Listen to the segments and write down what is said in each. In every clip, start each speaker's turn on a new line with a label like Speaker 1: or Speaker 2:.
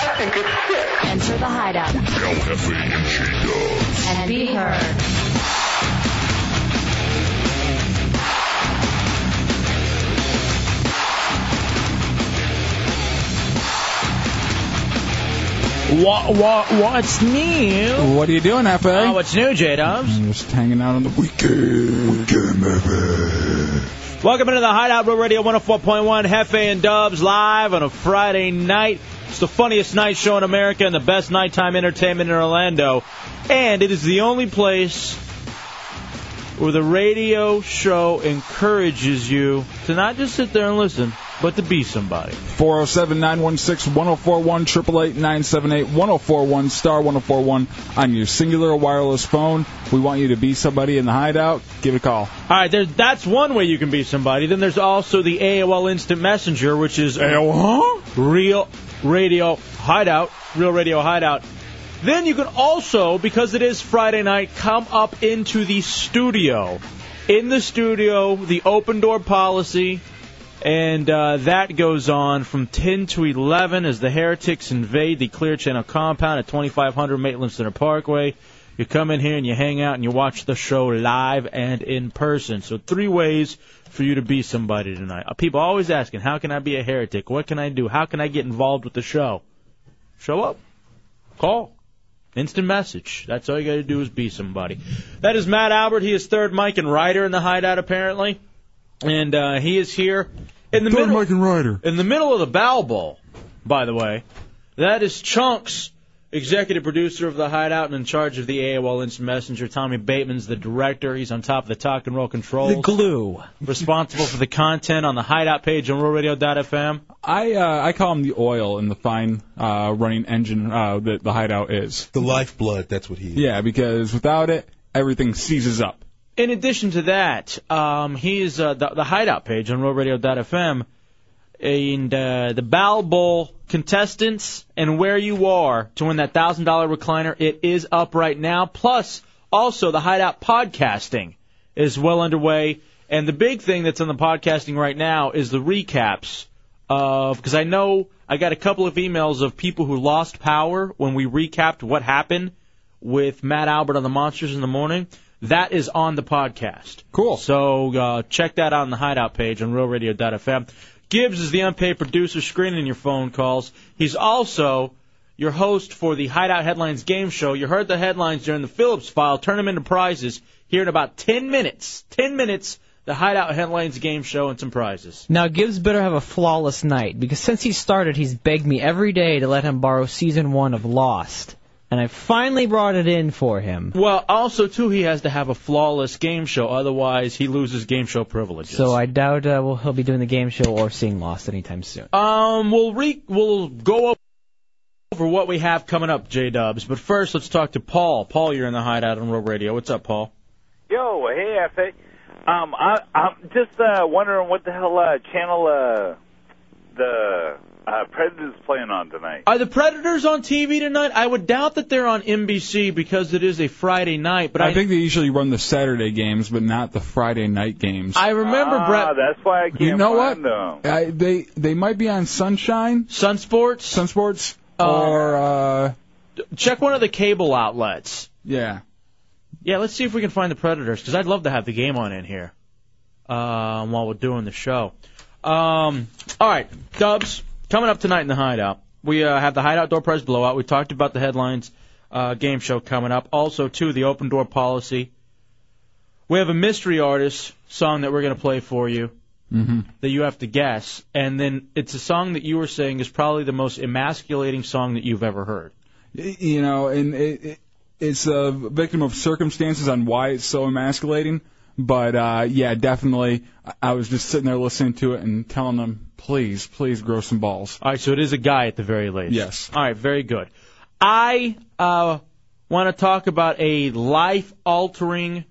Speaker 1: Enter the hideout
Speaker 2: Count Hefe and she does.
Speaker 1: and be heard.
Speaker 3: What, what, what's new?
Speaker 4: What are you doing, Hefe?
Speaker 3: Oh, what's new, J Dubs?
Speaker 4: I'm just hanging out on the weekend.
Speaker 3: Welcome into the Hideout Road Radio 104.1, Hefe and Dubs live on a Friday night. It's the funniest night show in America and the best nighttime entertainment in Orlando. And it is the only place where the radio show encourages you to not just sit there and listen, but to be somebody.
Speaker 4: 407 916 1041 888 978 1041 star 1041 on your singular wireless phone. We want you to be somebody in the hideout. Give it a call.
Speaker 3: All right, there's, that's one way you can be somebody. Then there's also the AOL Instant Messenger, which is
Speaker 4: AOL?
Speaker 3: Real Radio Hideout. Real Radio Hideout. Then you can also, because it is Friday night, come up into the studio. In the studio, the open door policy, and uh, that goes on from 10 to 11 as the heretics invade the Clear Channel compound at 2500 Maitland Center Parkway. You come in here and you hang out and you watch the show live and in person. So three ways for you to be somebody tonight. Uh, People always asking, how can I be a heretic? What can I do? How can I get involved with the show? Show up. Call. Instant message. That's all you gotta do is be somebody. That is Matt Albert. He is third Mike and Ryder in the hideout apparently. And uh, he is here in the middle
Speaker 4: and Ryder.
Speaker 3: in the middle of the Bow Bowl, by the way, that is Chunks, executive producer of The Hideout and in charge of the AOL Instant Messenger. Tommy Bateman's the director. He's on top of the talk and roll controls.
Speaker 4: glue.
Speaker 3: responsible for the content on the Hideout page on RealRadio.fm.
Speaker 4: I uh, I call him the oil in the fine uh, running engine uh, that the hideout is.
Speaker 5: The lifeblood, that's what he is.
Speaker 4: Yeah, because without it, everything seizes up.
Speaker 3: In addition to that, um, he is uh, the, the Hideout page on RealRadio.fm. And uh, the Bow Bowl contestants and where you are to win that thousand dollar recliner. It is up right now. Plus, also the Hideout podcasting is well underway. And the big thing that's on the podcasting right now is the recaps of because I know I got a couple of emails of people who lost power when we recapped what happened with Matt Albert on the Monsters in the Morning. That is on the podcast.
Speaker 4: Cool.
Speaker 3: So uh, check that out on the Hideout page on RealRadio.fm. Gibbs is the unpaid producer screening your phone calls. He's also your host for the Hideout Headlines game show. You heard the headlines during the Phillips file. Turn them into prizes here in about 10 minutes. 10 minutes, the Hideout Headlines game show and some prizes.
Speaker 6: Now Gibbs better have a flawless night because since he started, he's begged me every day to let him borrow season one of Lost, and I finally brought it in for him.
Speaker 3: Well, also, too, he has to have a flawless game show. Otherwise, he loses game show privileges.
Speaker 6: So I doubt uh, well, he'll be doing the game show or seeing Lost anytime soon.
Speaker 3: Um, we'll re- we'll go over what we have coming up, J Dubs. But first, let's talk to Paul. Paul, you're in the hideout on Real Radio. What's up, Paul?
Speaker 7: Yo, hey, Epic. Um, I, I'm just uh, wondering what the hell uh, channel uh, the uh, Predators playing on tonight.
Speaker 3: Are the Predators on TV tonight? I would doubt that they're on NBC because it is a Friday night. But I,
Speaker 4: I think they usually run the Saturday games, but not the Friday night games.
Speaker 3: I remember
Speaker 7: ah,
Speaker 3: Brett
Speaker 7: that's why I can't
Speaker 4: you know what?
Speaker 7: find them.
Speaker 4: I, they they might be on Sunshine,
Speaker 3: Sunsports.
Speaker 4: Sun Sports,
Speaker 3: Uh,
Speaker 4: or uh,
Speaker 3: Check one of the cable outlets.
Speaker 4: yeah.
Speaker 3: Yeah, let's see if we can find the Predators because I'd love to have the game on in here um, while we're doing the show. Um, all right, Dubs, coming up tonight in the Hideout. We uh, have the Hideout Door Prize Blowout. We talked about the headlines uh, game show coming up. Also, too, the open door policy. We have a mystery artist song that we're going to play for you
Speaker 8: Mm-hmm.
Speaker 4: hmm
Speaker 3: that you have to guess. And then it's a song that you were saying is probably the most emasculating song that you've ever heard.
Speaker 4: you know, and it, it, it's a victim of circumstances on why it's so emasculating. But uh, yeah, definitely. I- I was just sitting there listening to it and telling them, please, please grow some balls.
Speaker 3: All right, so it is a guy at the very least.
Speaker 4: Yes.
Speaker 3: All right, very good. I uh, want to talk about a life altering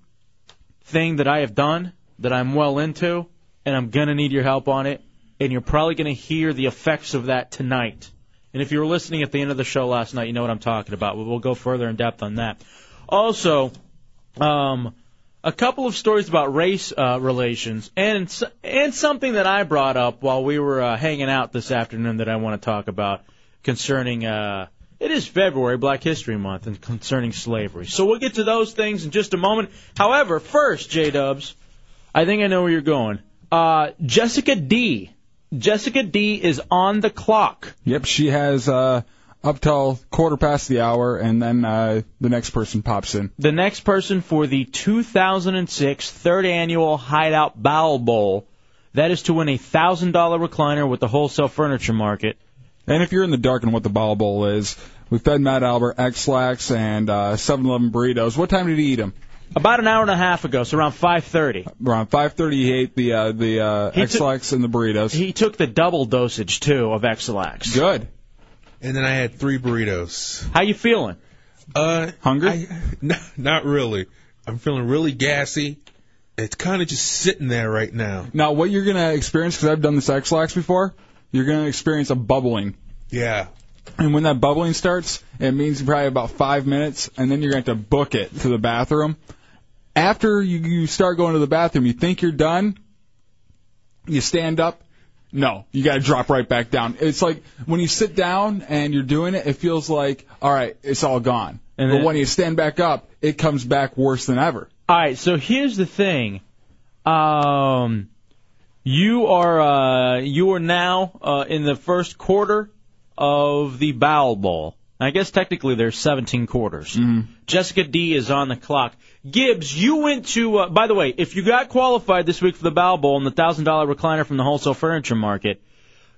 Speaker 3: thing that I have done that I'm well into, and I'm going to need your help on it. And you're probably going to hear the effects of that tonight. And if you were listening at the end of the show last night, you know what I'm talking about. But we'll go further in depth on that. Also, um, a couple of stories about race uh, relations and s- and something that I brought up while we were uh, hanging out this afternoon that I want to talk about concerning uh, it is February Black History Month and concerning slavery. So we'll get to those things in just a moment. However, first, J Dubs, I think I know where you're going. Uh, Jessica D. Jessica D. is on the clock.
Speaker 4: Yep, she has uh, up till quarter past the hour, and then uh, the next person pops in.
Speaker 3: the next person for the 2006 third annual Hideout Bowel Bowl. That is to win a thousand dollar recliner with the wholesale furniture market.
Speaker 4: And if you're in the dark on what the ball bowl is, we fed Matt Albert X-Lax and uh, 7-Eleven burritos. What time did he eat them?
Speaker 3: About an hour and a half ago, so around 5:30.
Speaker 4: Around 5:30, he ate the uh, the uh,
Speaker 3: He took-
Speaker 4: X-Lax and the burritos.
Speaker 3: He took the double dosage too of Exilax.
Speaker 4: Good.
Speaker 9: And then I had three burritos.
Speaker 3: How you feeling?
Speaker 9: Uh,
Speaker 4: Hungry?
Speaker 9: I, no, not really. I'm feeling really gassy. It's kind of just sitting there right now.
Speaker 4: Now, what you're gonna experience, because I've done this X-Lax before, you're gonna experience a bubbling.
Speaker 9: Yeah.
Speaker 4: And when that bubbling starts, it means probably about five minutes, and then you're going to have to book it to the bathroom. After you, you start going to the bathroom, you think you're done, you stand up. No, you got to drop right back down. It's like when you sit down and you're doing it, it feels like, all right, it's all gone.
Speaker 3: And
Speaker 4: but
Speaker 3: then-
Speaker 4: when you stand back up, it comes back worse than ever.
Speaker 3: All right, so here's the thing. Um, you are uh, you are now uh, in the first quarter of the Bowel Bowl. I guess technically there's 17 quarters. Jessica D is on the clock. Gibbs, you went to. Uh, by the way, if you got qualified this week for the Bowel Bowl and the thousand dollar recliner from the wholesale furniture market,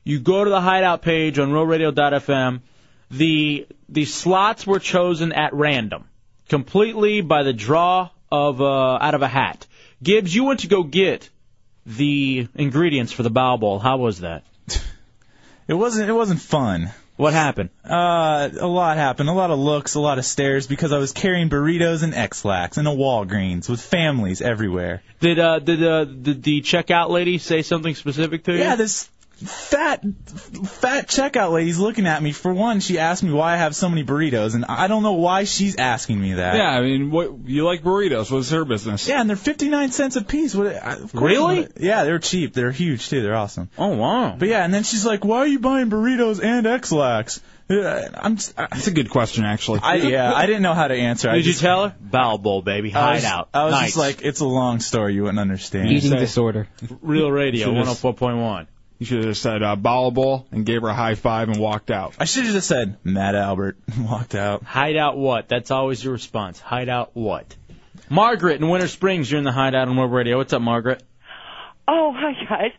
Speaker 3: you go to the hideout page on RealRadio.fm. The the slots were chosen at random completely by the draw of uh, out of a hat. Gibbs, you went to go get the ingredients for the bow bowl. How was that?
Speaker 8: It wasn't. It wasn't fun.
Speaker 3: What happened?
Speaker 8: Uh, a lot happened. A lot of looks, a lot of stares, because I was carrying burritos and X-Lax and a Walgreens with families everywhere.
Speaker 3: Did uh, did uh, did the checkout lady say something specific to you?
Speaker 8: Yeah, this fat, fat checkout lady's looking at me. For one, she asked me why I have so many burritos, and I don't know why she's asking me that.
Speaker 4: Yeah, I mean, what you like burritos? What's her business?
Speaker 8: Yeah, and they're 59 cents a piece. What, I- of course-
Speaker 3: Really?
Speaker 8: Yeah, they're cheap. They're huge, too. They're awesome.
Speaker 3: oh wow.
Speaker 8: But yeah, and then she's like, why are you buying burritos and X-Lax? Yeah, I'm just, I,
Speaker 4: That's a good question, actually.
Speaker 8: I, yeah, I didn't know how to answer. I
Speaker 3: did you
Speaker 8: just,
Speaker 3: tell her? Bow bowl, baby.
Speaker 8: I was,
Speaker 3: Hideout.
Speaker 8: I was
Speaker 3: nice.
Speaker 8: just like, it's a long story. You wouldn't understand.
Speaker 10: Eating disorder.
Speaker 3: Real Radio
Speaker 4: Should've-
Speaker 3: 104.1.
Speaker 4: You should have said uh, ball bowl and gave her a high five and walked out.
Speaker 8: I should have just said Matt Albert and walked out.
Speaker 3: Hideout what? That's always your response. Hideout what? Margaret in Winter Springs, you're in the hideout on Web Radio. What's up, Margaret?
Speaker 11: Oh, hi guys.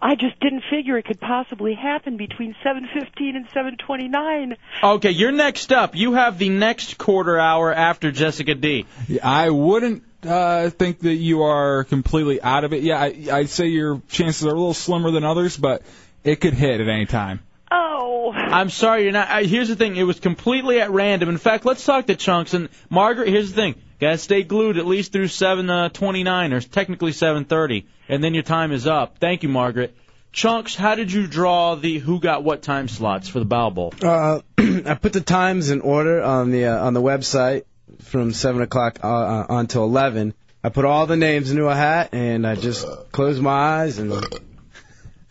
Speaker 11: I just didn't figure it could possibly happen between 7:15 and 7:29.
Speaker 3: Okay, you're next up. You have the next quarter hour after Jessica D.
Speaker 4: I wouldn't uh, think that you are completely out of it. Yeah, I, I'd say your chances are a little slimmer than others, but it could hit at any time.
Speaker 11: Oh.
Speaker 3: I'm sorry, you're not. I, here's the thing. It was completely at random. In fact, let's talk to Chunks and Margaret. Here's the thing. Gotta stay glued at least through 7:29 or technically 7:30, and then your time is up. Thank you, Margaret. Chunks, how did you draw the who got what time slots for the Bow Bowl?
Speaker 12: Uh, I put the times in order on the uh, on the website from seven o'clock uh, uh, on to eleven. I put all the names into a hat and I just closed my eyes and. Uh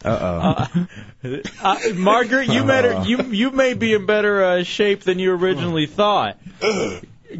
Speaker 3: Uh-uh. Uh, Margaret, you better you you may be in better uh, shape than you originally thought.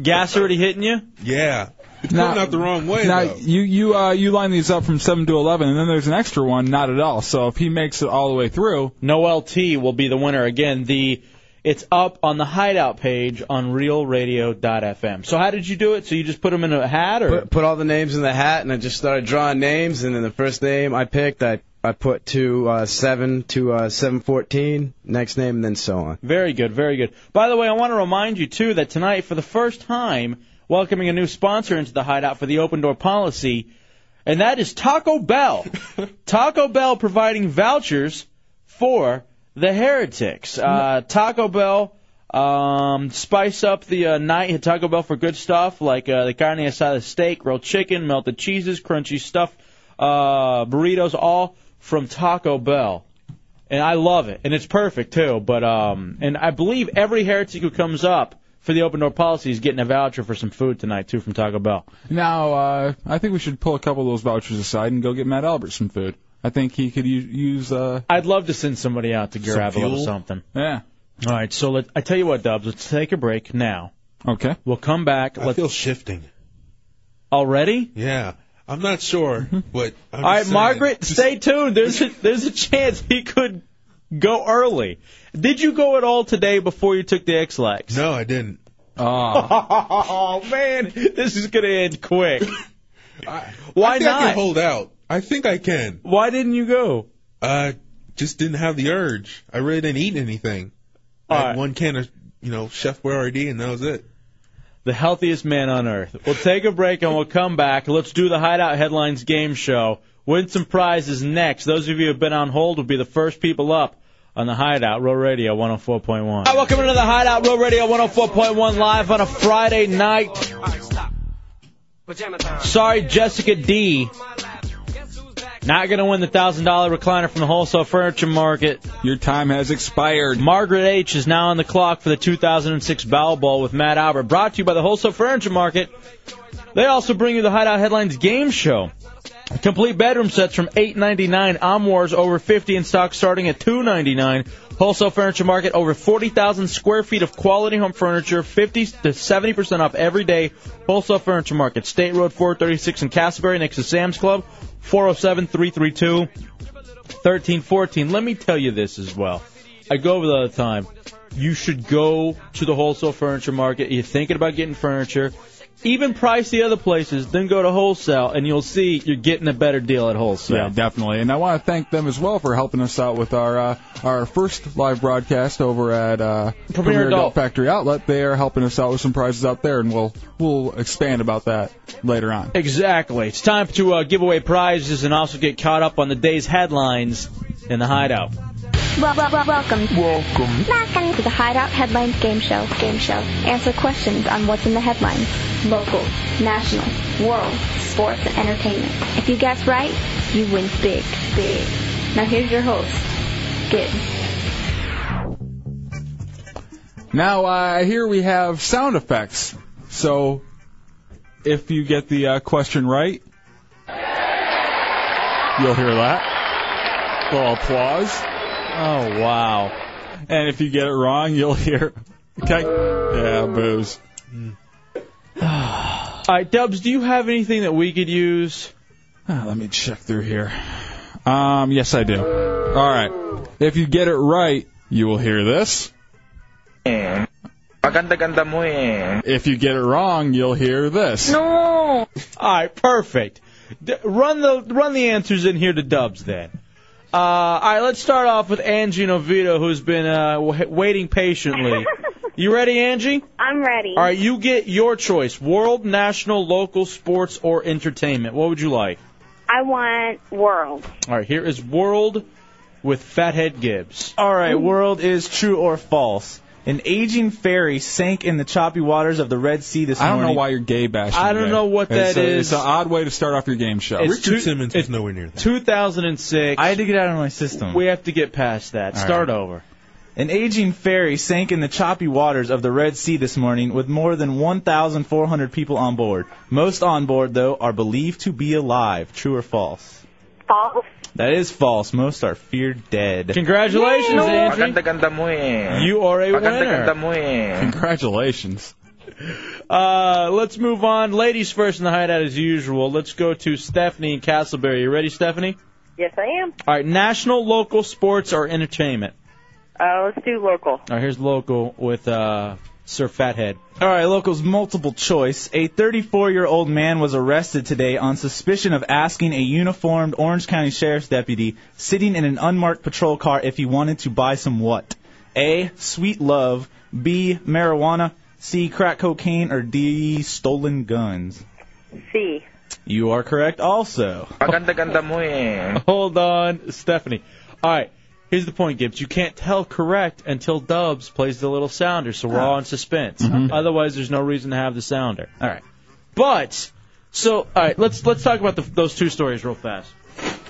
Speaker 3: Gas already hitting you?
Speaker 9: Yeah. It's
Speaker 4: Now-
Speaker 9: coming out the wrong way,
Speaker 4: Now
Speaker 9: though.
Speaker 4: you you uh, you line these up from seven to eleven, and then there's an extra one, not at all. So if he makes it all the way through,
Speaker 3: No LT will be the winner again. The it's up on the hideout page on realradio.fm. So how did you do it? So you just put them in a hat
Speaker 12: oh.
Speaker 3: or
Speaker 12: Put, put all the names in the hat and I just started drawing names and then the first name I picked I I put to uh, seven to uh, seven fourteen next name and then so on.
Speaker 3: Very good, very good. By the way, I want to remind you too that tonight for the first time welcoming a new sponsor into the hideout for the open door policy and that is Taco Bell. Taco Bell providing vouchers for the heretics. Uh, Taco Bell um, spice up the uh, night at Taco Bell for good stuff like uh, the carne asada steak, grilled chicken, melted cheeses, crunchy stuff, uh, burritos, all from Taco Bell. And I love it, and it's perfect too. But um, and I believe every heretic who comes up for the open door policy is getting a voucher for some food tonight too from Taco Bell.
Speaker 4: Now, uh, I think we should pull a couple of those vouchers aside and go get Matt Albert some food. I think he could u- use. Uh,
Speaker 3: I'd love to send somebody out to grab a little
Speaker 4: fuel?
Speaker 3: something.
Speaker 4: Yeah.
Speaker 3: All right, so let I tell you what, Dubs, let's take a break now.
Speaker 4: Okay.
Speaker 3: We'll come back.
Speaker 9: I feel shifting.
Speaker 3: Already?
Speaker 9: Yeah. I'm not sure,
Speaker 4: Mm-hmm.
Speaker 9: but I'm
Speaker 3: All right,
Speaker 9: just saying.
Speaker 3: Margaret, stay tuned. There's a, there's a chance he could go early. Did you go at all today before you took the X-Lax?
Speaker 9: No, I didn't.
Speaker 4: Ah.
Speaker 3: Oh, man, this is gonna end quick. Why
Speaker 9: I think I
Speaker 3: not?
Speaker 9: can hold out. I think I can.
Speaker 3: Why didn't you go?
Speaker 9: Uh, just didn't have the urge. I really didn't eat anything. I had one can of, you know, Chef Boyardee, and that was it.
Speaker 3: the healthiest man on earth. We'll take a break and we'll come back. Let's do the Hideout Headlines game show. Win some prizes next. Those of you who've been on hold will be the first people up on the Hideout Row Radio 104.1. Hi, welcome into the Hideout Row Radio 104.1 live on a Friday night. Sorry, Jessica D. Not going to win the thousand dollar recliner from the wholesale furniture market.
Speaker 4: Your time has expired.
Speaker 3: Margaret H is now on the clock for the 2006 Bow Bowl with Matt Albert, brought to you by the wholesale furniture market. They also bring you the Hideout Headlines game show. Complete bedroom sets from 8.99, Armoires over 50 in stock starting at 2.99. Wholesale Furniture Market over 40,000 square feet of quality home furniture, 50 to 70% off every day. Wholesale Furniture Market, State Road 436 in Castleberry next to Sam's Club, 407-332-1314. Let me tell you this as well. I go over the other time. You should go to the wholesale furniture market. You're thinking about getting furniture. Even price the other places, then go to wholesale, and you'll see you're getting a better deal at wholesale.
Speaker 4: Yeah, definitely. And I want to thank them as well for helping us out with our uh, our first live broadcast over at uh,
Speaker 3: Premier Adult.
Speaker 4: Factory Outlet. They are helping us out with some prizes out there, and we'll we'll expand about that later on.
Speaker 3: Exactly. It's time to uh, give away prizes and also get caught up on the day's headlines in the hideout.
Speaker 13: Well, well, well, welcome. Welcome. Welcome to the Hideout Headlines Game Show. Game Show. Answer questions on what's in the headlines. Local, national, world, sports, and entertainment. If you guess right, you win big, big. Now here's your host, Gibbs.
Speaker 4: Now uh, here we have sound effects. So if you get the uh, question right, you'll hear that. Little applause.
Speaker 3: Oh wow!
Speaker 4: And if you get it wrong, you'll hear. Okay. Yeah, booze.
Speaker 3: All right, Dubs, do you have anything that we could use?
Speaker 4: Ah, let me check through here. Um, yes, I do. All right. If you get it right, you will hear this. If you get it wrong, you'll hear this.
Speaker 3: No. All right, perfect. D- run the run the answers in here to Dubs then. Uh, all right, let's start off with Angie Novito, who's been uh, w- waiting patiently. you ready, Angie?
Speaker 14: I'm ready.
Speaker 3: All right, you get your choice: world, national, local, sports, or entertainment. What would you like?
Speaker 14: I want world.
Speaker 3: All right, here is world with Fathead Gibbs.
Speaker 8: All right, world is true or false. An aging ferry sank in the choppy waters of the Red Sea this
Speaker 4: I
Speaker 8: morning.
Speaker 4: don't know why you're gay bashing.
Speaker 8: I don't
Speaker 4: today.
Speaker 8: know what
Speaker 4: It's
Speaker 8: that
Speaker 4: a-
Speaker 8: is.
Speaker 4: It's an odd way to start off your game show.
Speaker 3: It's two-
Speaker 9: was nowhere near that.
Speaker 3: 2006.
Speaker 8: I had to get out of my system.
Speaker 3: We have to get past that.
Speaker 8: All
Speaker 3: Start
Speaker 8: right.
Speaker 3: over.
Speaker 8: An aging ferry sank in the choppy waters of the Red Sea this morning with more than 1,400 people on board. Most on board, though, are believed to be alive. True or false?
Speaker 14: False.
Speaker 8: That is false. Most are feared dead.
Speaker 3: Congratulations, Angie. You are a
Speaker 4: eh.
Speaker 3: winner.
Speaker 4: Congratulations.
Speaker 3: Uh, let's move on. Ladies first in the hideout as usual. Let's go to Stephanie in Castleberry. You ready, Stephanie?
Speaker 14: Yes, I am.
Speaker 3: All right, national, local, sports, or entertainment?
Speaker 14: Uh, let's do local.
Speaker 3: All right, here's local with uh, Sir Fathead.
Speaker 8: All right, locals, multiple choice. A 34 year old man was arrested today on suspicion of asking a uniformed Orange County Sheriff's deputy sitting in an unmarked patrol car if he wanted to buy some what? A. Sweet love. B. Marijuana. C. Crack cocaine. Or D. Stolen guns.
Speaker 14: C.
Speaker 8: You are correct also.
Speaker 3: Hold on, Stephanie. All right, here's the point, Gibbs. You can't tell correct until Dubs plays the little sounder, so we're all in suspense. Otherwise, there's no reason to have the sounder. All right. But so, all right, let's let's talk about the, those two stories real fast.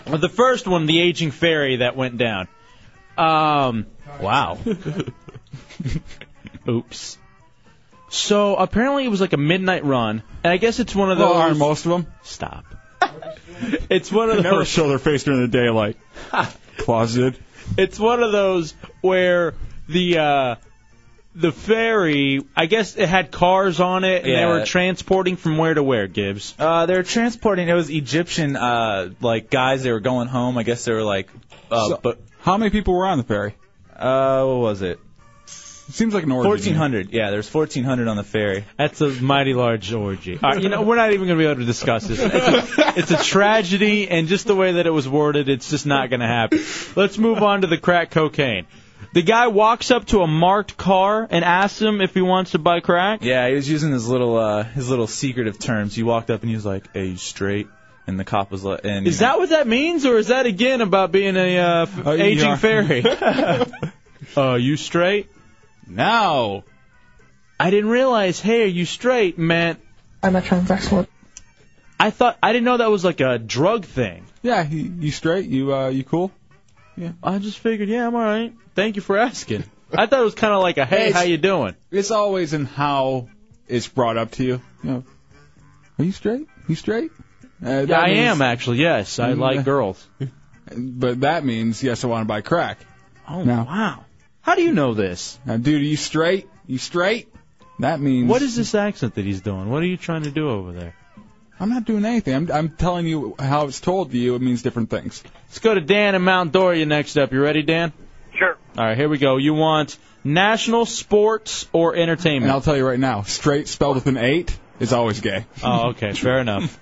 Speaker 3: Well, the first one, the aging fairy that went down. Um, wow. Oops. So apparently it was like a midnight run, and I guess it's one of those.
Speaker 4: Well, aren't most of them?
Speaker 3: Stop. it's one of
Speaker 4: Never
Speaker 3: those.
Speaker 4: show their face during the daylight. Closeted.
Speaker 3: It's one of those where the uh, the ferry, I guess it had cars on it, and
Speaker 8: Yeah.
Speaker 3: they were transporting from where to where, Gibbs.
Speaker 8: Uh, they were transporting. It was Egyptian, uh, like guys. They were going home. I guess they were like, uh,
Speaker 4: So-
Speaker 8: but
Speaker 4: How many people were on the ferry?
Speaker 8: uh, what was it?
Speaker 4: It seems like an orgy.
Speaker 8: Fourteen hundred. Yeah, there's fourteen hundred on the ferry.
Speaker 3: That's a mighty large orgy. All right, you know, we're not even going to be able to discuss this. It's a, it's a tragedy, and just the way that it was worded, it's just not going to happen. Let's move on to the crack cocaine. The guy walks up to a marked car and asks him if he wants to buy crack.
Speaker 8: Yeah, he was using his little uh, his little secretive terms. He walked up and he was like, "Hey, you straight?" And the cop was like, "And you
Speaker 3: Is that what that means, or is that again about being a uh, f-
Speaker 8: Oh,
Speaker 3: aging
Speaker 8: yeah.
Speaker 3: fairy? uh, you straight? No. I didn't realize. Hey, are you straight, man? I'm a transsexual. I thought I didn't know that was like a drug thing.
Speaker 4: Yeah, you, you straight? You uh, you cool?
Speaker 3: Yeah. I just figured, yeah, I'm all right. Thank you for asking. I thought it was kind of like a hey,
Speaker 4: It's-
Speaker 3: how you doing?
Speaker 4: It's always in how it's brought up to you. You know, are you straight? You straight? Uh, that
Speaker 3: Yeah, I
Speaker 4: means-
Speaker 3: am actually. Yes, I
Speaker 4: Mm,
Speaker 3: like girls.
Speaker 4: But that means yes, I want to buy crack.
Speaker 3: Oh
Speaker 4: Now-
Speaker 3: wow! How do you know this?
Speaker 4: Now, dude, are you straight? You straight? That means
Speaker 3: What is this accent that he's doing? What are you trying to do over there?
Speaker 4: I'm not doing anything. I'm I'm telling you how it's told to you. It means different things.
Speaker 3: Let's go to Dan in Mount Doria next up. You ready, Dan?
Speaker 7: Sure.
Speaker 3: All right, here we go. You want national sports or
Speaker 4: And
Speaker 3: entertainment?
Speaker 4: I'll tell you right now, straight spelled with an eight is always gay.
Speaker 3: oh, okay, fair enough.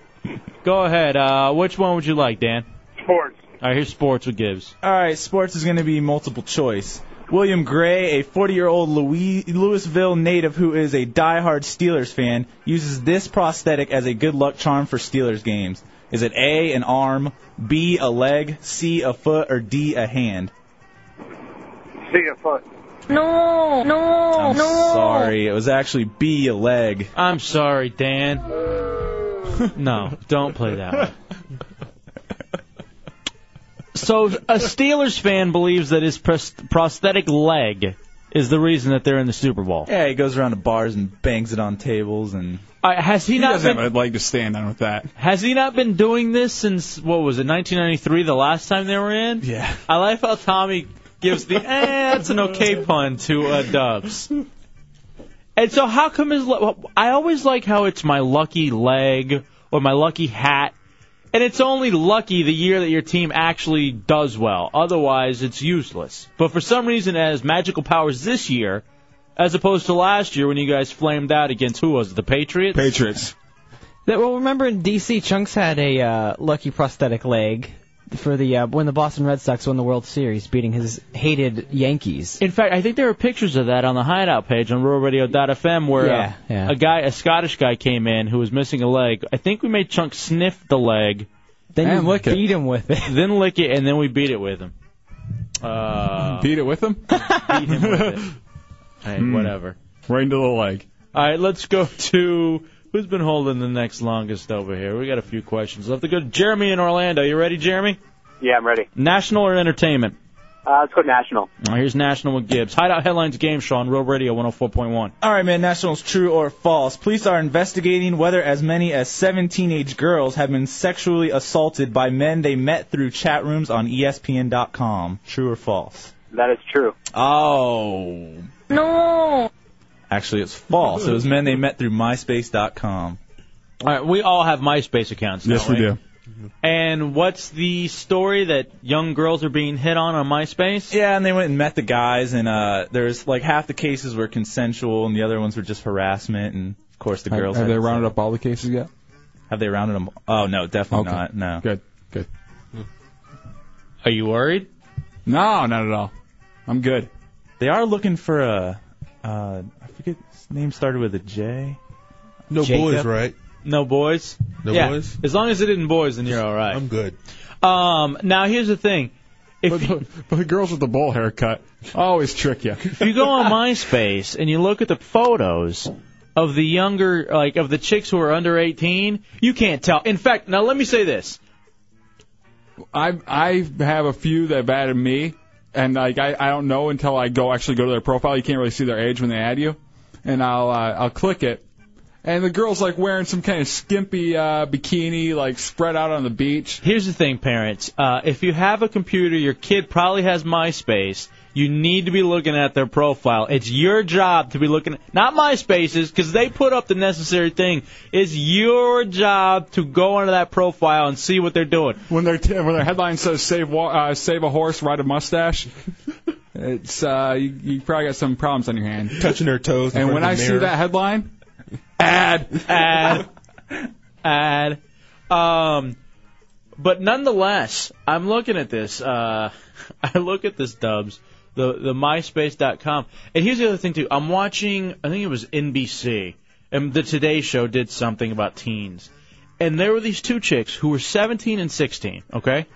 Speaker 3: Go ahead. Uh, which one would you like, Dan?
Speaker 7: Sports.
Speaker 3: All right, here's sports with Gibbs.
Speaker 8: All right, sports is going to be multiple choice. William Gray, a 40-year-old Louis- Louisville native who is a die-hard Steelers fan, uses this prosthetic as a good luck charm for Steelers games. Is it A, an arm, B, a leg, C, a foot, or D, a hand?
Speaker 7: See a foot. No, no,
Speaker 8: I'm sorry, it was actually B, a leg.
Speaker 3: I'm sorry, Dan. No, don't play that. One. So a Steelers fan believes that his pros- prosthetic leg is the reason that they're in the Super Bowl.
Speaker 8: Yeah, he goes around to bars and bangs it on tables and...
Speaker 3: All right, has he,
Speaker 4: He
Speaker 3: not
Speaker 4: doesn't
Speaker 3: been
Speaker 4: have a leg to stand on with that.
Speaker 3: Has he not been doing this since what was it, 1993, the last time they were in?
Speaker 4: Yeah.
Speaker 3: I like how Tommy gives the eh, that's an okay pun to uh, Dubs. And so how come his? le- I always like how it's my lucky leg or my lucky hat, and it's only lucky the year that your team actually does well. Otherwise, it's useless. But for some reason, it has magical powers this year, as opposed to last year when you guys flamed out against who was it, the Patriots?
Speaker 4: Patriots.
Speaker 6: That, well, remember in D.C., Chunks had a uh, lucky prosthetic leg for the uh, when the Boston Red Sox won the World Series, beating his hated Yankees.
Speaker 3: In fact, I think there are pictures of that on the Hideout page on RuralRadio.fm where uh,
Speaker 6: Yeah, yeah.
Speaker 3: a guy, a Scottish guy, came in who was missing a leg. I think we made Chunk sniff the leg,
Speaker 6: Then
Speaker 4: And
Speaker 6: you
Speaker 4: lick it.
Speaker 6: beat him with it.
Speaker 3: then lick it, and then we beat it with him. Uh,
Speaker 4: Beat it with him?
Speaker 3: beat him with it. Hey,
Speaker 4: Hmm.
Speaker 3: whatever.
Speaker 4: Right into the leg.
Speaker 3: All right, let's go to who's been holding the next longest over here. We got a few questions left. To go to Jeremy in Orlando. You ready, Jeremy?
Speaker 7: Yeah, I'm ready.
Speaker 3: National or entertainment?
Speaker 7: Uh, let's go national.
Speaker 3: All right, here's National with Gibbs. Hideout headlines game show on Real Radio 104.1.
Speaker 8: All right, man. Nationals, true or false? Police are investigating whether as many as seven teenage girls have been sexually assaulted by men they met through chat rooms on E ESPN.com. True or false?
Speaker 7: That is true.
Speaker 8: Oh,
Speaker 7: No.
Speaker 8: actually, it's false. It was men they met through MySpace.com.
Speaker 3: All right, we all have MySpace accounts.
Speaker 4: Yes,
Speaker 3: don't
Speaker 4: we do.
Speaker 3: And what's the story that young girls are being hit on on MySpace?
Speaker 8: Yeah, and they went and met the guys, and uh, there's like half the cases were consensual, and the other ones were just harassment, and of course the
Speaker 4: Have-
Speaker 8: girls.
Speaker 4: have
Speaker 8: had-
Speaker 4: they rounded up all the cases yet?
Speaker 8: Have they rounded them? Oh no, definitely
Speaker 4: Okay.
Speaker 8: not. No.
Speaker 4: Good, good.
Speaker 3: Are you worried?
Speaker 4: No, not at all. I'm good.
Speaker 8: They are looking for a. Uh, I forget his name started with a J.
Speaker 15: No
Speaker 8: Jacob?
Speaker 15: boys, right?
Speaker 3: No boys.
Speaker 9: No
Speaker 3: Yeah.
Speaker 9: boys?
Speaker 3: As long as it isn't boys, then you're all right. I'm good. Um, now here's the thing. If but, the, girls with the bowl haircut always trick you. If you go on MySpace and you look at the photos of the younger, like of the chicks who are under 18, you can't tell. In fact, now let me say this.
Speaker 4: I I have a few that have added me, and like I, I don't know until I go actually go to their profile. You can't really see their age when they add you, and I'll uh, I'll click it, and the girl's like wearing some kind of skimpy uh, bikini, like spread out on the beach.
Speaker 3: Here's the thing, parents. Uh, if you have a computer, your kid probably has MySpace. You need to be looking at their profile. It's your job to be looking, at, not MySpace's, because they put up the necessary thing. It's your job to go onto that profile and see what they're doing.
Speaker 4: When their t- when their headline says save wa- uh, save a horse, ride a mustache. It's uh, you, you probably got some problems on your hand.
Speaker 9: Touching their toes. in
Speaker 4: And
Speaker 9: front
Speaker 4: when
Speaker 9: of
Speaker 4: I
Speaker 9: the
Speaker 4: see
Speaker 9: mirror.
Speaker 4: that headline, ad
Speaker 3: ad ad. Um, but nonetheless, I'm looking at this. Uh, I look at this Dubs, the the MySpace.com, and here's the other thing too. I'm watching. I think it was NBC, and the Today Show did something about teens, and there were these two chicks who were 17 and 16. Okay,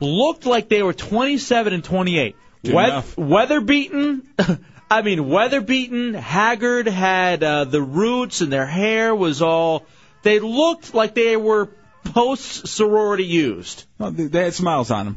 Speaker 3: looked like they were 27 and 28.
Speaker 4: Good enough.
Speaker 3: weather beaten. I mean, weather beaten, haggard, had uh, the roots, and their hair was all. They looked like they were post sorority used.
Speaker 4: No, they they had some miles on them.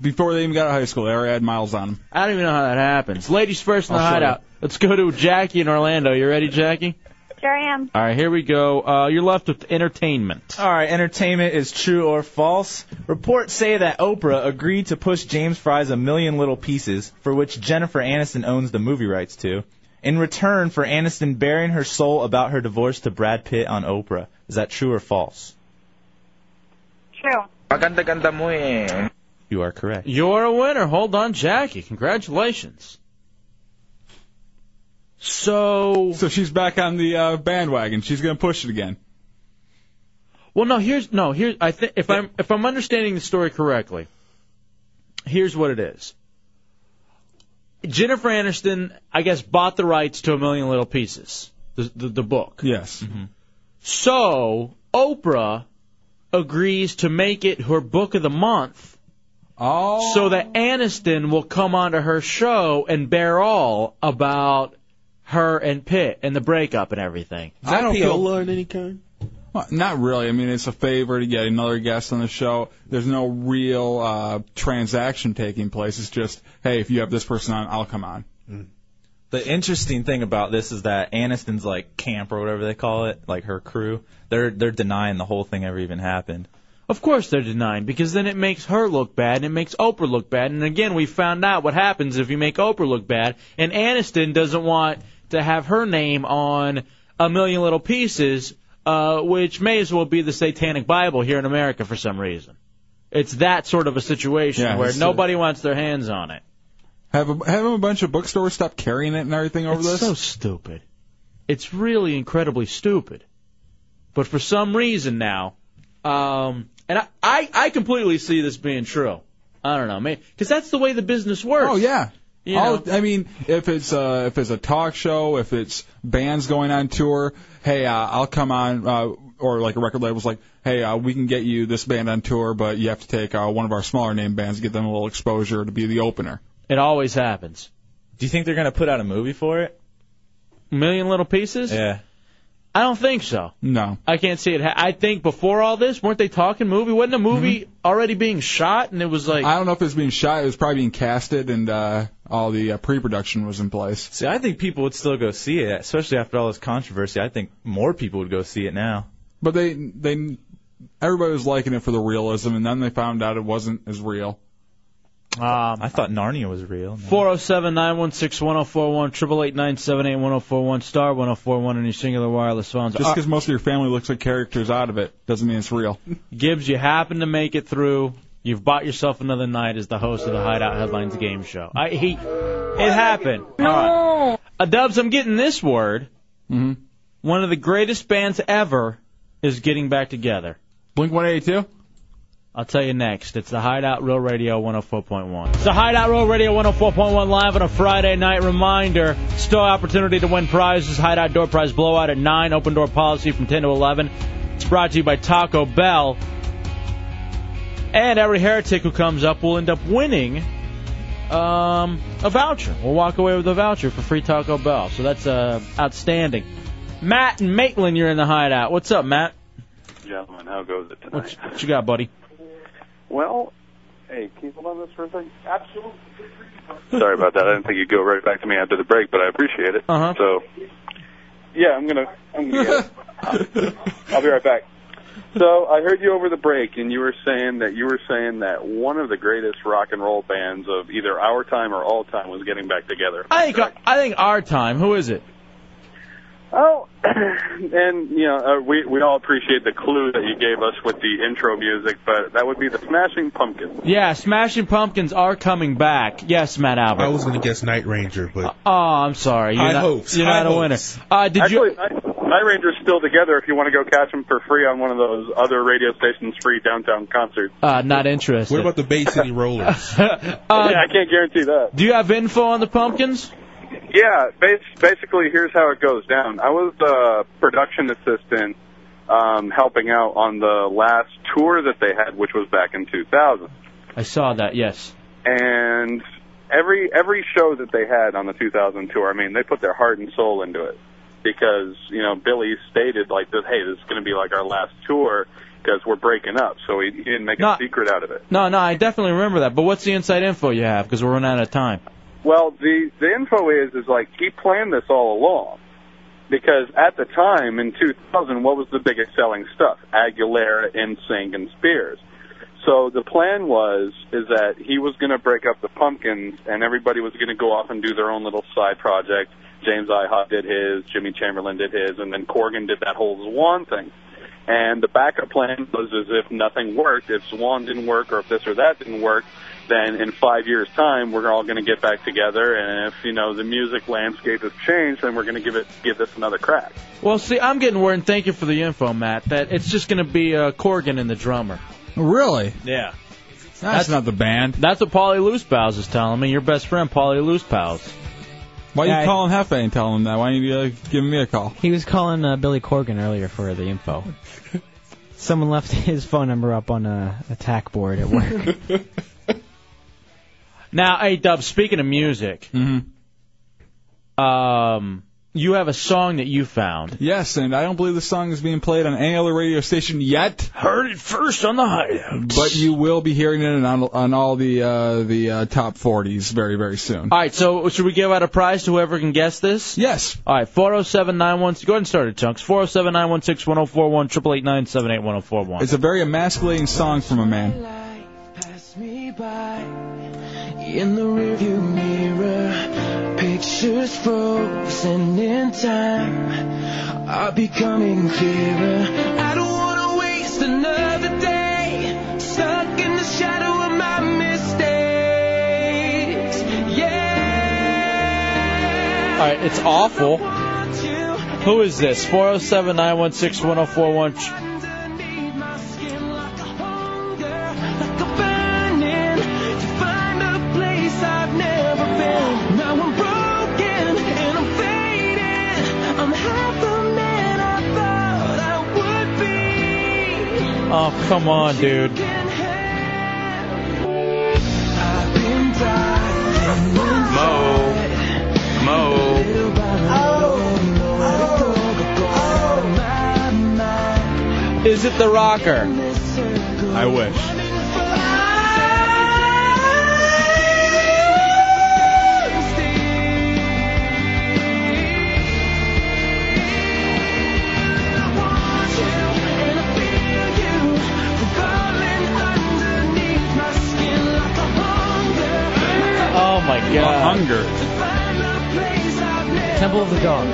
Speaker 4: Before they even got out of high school, they already had miles on them.
Speaker 3: I don't even know how that happens. Ladies first in the
Speaker 4: I'll show
Speaker 3: hideout. Let's go to Jackie in Orlando. You ready, Jackie?
Speaker 7: Sure am.
Speaker 3: All right, here we go. Uh, you're left with entertainment.
Speaker 8: All right, entertainment is true or false. Reports say that Oprah agreed to push James Fry's A Million Little Pieces, for which Jennifer Aniston owns the movie rights to, in return for Aniston bearing her soul about her divorce to Brad Pitt on Oprah. Is that true or false?
Speaker 7: True.
Speaker 16: Maganda-ganda mo eh.
Speaker 8: You are correct.
Speaker 3: You're a winner. Hold on, Jackie. Congratulations. So.
Speaker 4: So she's back on the uh, bandwagon. She's going to push it again.
Speaker 3: Well, no. Here's no. Here's I think if I'm if I'm understanding the story correctly, here's what it is. Jennifer Aniston, I guess, bought the rights to A Million Little Pieces, the the, the book.
Speaker 4: Yes.
Speaker 3: So Oprah agrees to make it her book of the month.
Speaker 4: Oh.
Speaker 3: So that Aniston will come onto her show and bear all about her and Pitt and the breakup and everything.
Speaker 9: Is that
Speaker 4: I don't
Speaker 9: Piola in any kind?
Speaker 4: Well, not really. I mean, it's a favor to get another guest on the show. There's no real uh, transaction taking place. It's just, hey, if you have this person on, I'll come on.
Speaker 8: The interesting thing about this is that Aniston's like camp or whatever they call it, like her crew, they're they're denying the whole thing ever even happened.
Speaker 3: Of course they're denying because then it makes her look bad and it makes Oprah look bad. And again, we found out what happens if you make Oprah look bad. And Aniston doesn't want to have her name on a million little pieces, uh, which may as well be the Satanic Bible here in America for some reason. It's that sort of a situation
Speaker 4: Yeah,
Speaker 3: where
Speaker 4: it's, uh,
Speaker 3: nobody wants their hands on it.
Speaker 4: Have a, have a bunch of bookstores stop carrying it and everything over
Speaker 3: it's
Speaker 4: this.
Speaker 3: so stupid. It's really incredibly stupid. But for some reason now, um, and I, I, I completely see this being true. I don't know, man, because that's the way the business works.
Speaker 4: Oh yeah.
Speaker 3: You
Speaker 4: All-
Speaker 3: know?
Speaker 4: I mean, if it's uh, if it's a talk show, if it's bands going on tour, hey, uh, I'll come on, uh, or like a record label's like, hey, uh, we can get you this band on tour, but you have to take uh, one of our smaller name bands, get them a little exposure to be the opener.
Speaker 3: It always happens.
Speaker 8: Do you think they're gonna put out a movie for it?
Speaker 3: Million little pieces.
Speaker 8: Yeah.
Speaker 3: I don't think so.
Speaker 4: No.
Speaker 3: I can't see it. Ha- I think before all this, weren't they talking movie? Wasn't a movie
Speaker 8: Mm-hmm.
Speaker 3: already being shot? And it was like,
Speaker 4: I don't know if it's being shot. It was probably being casted, and uh, all the uh, pre-production was in place.
Speaker 8: See, I think people would still go see it, especially after all this controversy. I think more people would go see it now.
Speaker 4: But they they everybody was liking it for the realism, and then they found out it wasn't as real.
Speaker 3: um,
Speaker 8: I thought Narnia was real.
Speaker 3: Four zero seven nine one six one zero four one triple eight nine seven eight one zero four one star one zero four one on your singular wireless phones. Uh,
Speaker 4: Just because most of your family looks like characters out of it doesn't mean it's real.
Speaker 3: Gibbs, you happen to make it through. You've bought yourself another night as the host of the Hideout Headlines game show. I he, it happened. No. Dubs, I'm getting this word.
Speaker 4: Mhm.
Speaker 3: One of the greatest bands ever is getting back together.
Speaker 4: Blink 182.
Speaker 3: I'll tell you next. It's the Hideout Real Radio 104.1. It's the Hideout Real Radio 104.1 live on a Friday night. Reminder, still opportunity to win prizes. Hideout Door Prize Blowout at 9, open door policy from 10 to 11. It's brought to you by Taco Bell. And every heretic who comes up will end up winning um, a voucher. We'll walk away with a voucher for free Taco Bell. So that's uh, outstanding. Matt and Maitland, you're in the Hideout. What's up, Matt?
Speaker 17: Gentlemen, how goes it
Speaker 3: What's, what you got, buddy?
Speaker 17: Well, hey, can you hold on this for a second? Absolutely. Sorry about that. I didn't think you'd go right back to me after the break, but I appreciate it.
Speaker 3: Uh-huh.
Speaker 17: So, yeah, I'm gonna, I'm gonna. Get it. I'll be right back. So I heard you over the break, and you were saying that you were saying that one of the greatest rock and roll bands of either our time or all time was getting back together.
Speaker 3: I think I think our time. Who is it?
Speaker 17: Oh, and you know uh, we we all appreciate the clue that you gave us with the intro music, but that would be the Smashing Pumpkins.
Speaker 3: Yeah, Smashing Pumpkins are coming back. Yes, Matt Albert.
Speaker 9: I was gonna guess Night Ranger, but
Speaker 3: Oh, I'm sorry. You're
Speaker 9: High
Speaker 3: not,
Speaker 9: hopes,
Speaker 3: You're
Speaker 9: high
Speaker 3: not a winner.
Speaker 9: hopes.
Speaker 3: Uh, did
Speaker 17: Actually,
Speaker 3: you?
Speaker 17: Night, Night Ranger's still together. If you want to go catch them for free on one of those other radio stations free downtown concerts.
Speaker 3: Uh, not interested. What about
Speaker 9: the Bay City Rollers?
Speaker 17: yeah,
Speaker 3: Uh,
Speaker 17: I can't guarantee that.
Speaker 3: Do you have info on the Pumpkins?
Speaker 17: Yeah, bas- basically, here's how it goes down. I was the production assistant um, helping out on the last tour that they had, which was back in 2000.
Speaker 3: I saw that. Yes.
Speaker 17: And every every show that they had on the 2000 tour, I mean, they put their heart and soul into it because you know Billy stated like, this, "Hey, this is going to be like our last tour because we're breaking up," so he, he didn't make
Speaker 3: Not-
Speaker 17: a secret out of it.
Speaker 3: No, no, I definitely remember that. But what's the inside info you have? Because we're running out of time.
Speaker 17: Well, the the info is is like he planned this all along because at the time in 2000, what was the biggest selling stuff? Aguilera, NSYNC, and Spears. So the plan was is that he was going to break up the Pumpkins, and everybody was going to go off and do their own little side project. James Ihop did his, Jimmy Chamberlain did his, and then Corgan did that whole Swan thing. And the backup plan was as if nothing worked. If Swan didn't work, or if this or that didn't work, then in five years' time we're all going to get back together. And if you know the music landscape has changed, then we're going to give it give this another crack.
Speaker 3: Well, see, I'm getting word, and thank you for the info, Matt. That it's just going to be uh, Corgan and the drummer.
Speaker 4: Really?
Speaker 3: Yeah. That's,
Speaker 4: not the band.
Speaker 3: That's what Paulie Loosepals is telling me. Your best friend, Paulie Loosepals.
Speaker 4: Why
Speaker 3: Yeah, I-
Speaker 4: you calling Hefe and telling him that? Why you uh, giving me a call?
Speaker 6: He was calling uh, Billy Corgan earlier for the info. Someone left his phone number up on a attack board at work.
Speaker 3: Now, hey Dub, speaking of music, um, you have a song that you found.
Speaker 4: Yes, and I don't believe this song is being played on any other radio station yet.
Speaker 3: Heard it first on the hideout.
Speaker 4: But you will be hearing it on, on all the uh, the uh, top 40s very very soon.
Speaker 3: All right, so should we give out a prize to whoever can guess this?
Speaker 4: Yes.
Speaker 3: All right, four zero seven nine one. Go ahead and start it, chunks. Four zero seven nine one six one zero four one triple eight nine seven eight one zero four one.
Speaker 4: It's a very emasculating song from a man.
Speaker 7: In the rearview mirror, pictures frozen in time are becoming clearer. I don't wanna waste another day stuck in the shadow of my mistakes. Yeah.
Speaker 3: All right, it's awful. Who is this? Four zero seven nine one six one zero four one.
Speaker 7: Burning to find a place I've never been. Now I'm broken and I'm fading. I'm half the man I thought I would be.
Speaker 3: Oh, come on, dude.
Speaker 7: I've been dying inside. Little by little, let go, let go of my mind.
Speaker 3: Is it the rocker?
Speaker 4: I wish.
Speaker 3: Oh my god. hunger.
Speaker 6: Temple of the Dog.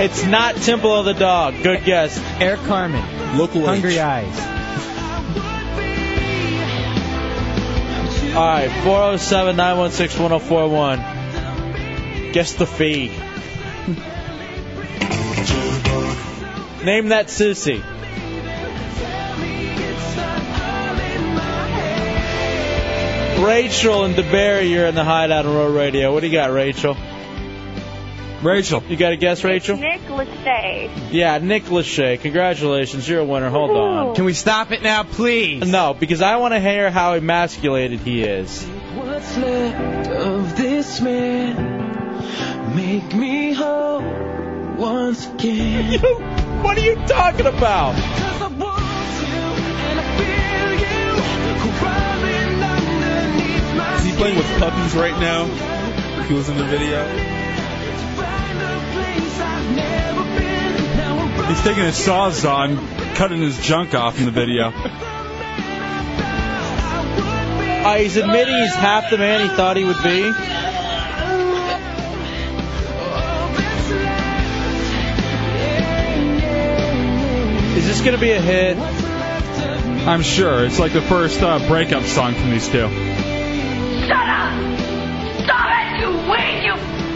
Speaker 3: It's not Temple of the Dog. Good guess.
Speaker 6: Eric Carmen.
Speaker 3: Local
Speaker 6: Hungry Eyes.
Speaker 3: All right, 407 916 1041. Guess the fee. Name that sissy. Rachel and DeBerry, you're in the hideout on Road Radio. What do you got, Rachel?
Speaker 4: Rachel.
Speaker 3: You got a guess, Rachel?
Speaker 13: Nick Lachey.
Speaker 3: Yeah, Nick Lachey. Congratulations, you're a winner. Hold on.
Speaker 12: Can we stop it now, please?
Speaker 3: No, because I want to hear how emasculated he is.
Speaker 7: What's left of this man? Make me whole once again.
Speaker 3: what are you talking about?
Speaker 9: Is he playing with puppies right now? He was in the video.
Speaker 4: He's taking his sawzall and cutting his junk off in the video.
Speaker 3: Uh, he's admitting he's half the man he thought he would be. Is this going to be a hit?
Speaker 4: I'm sure. It's like the first uh, breakup song from these two.
Speaker 7: Shut up! Stop it, you weak, you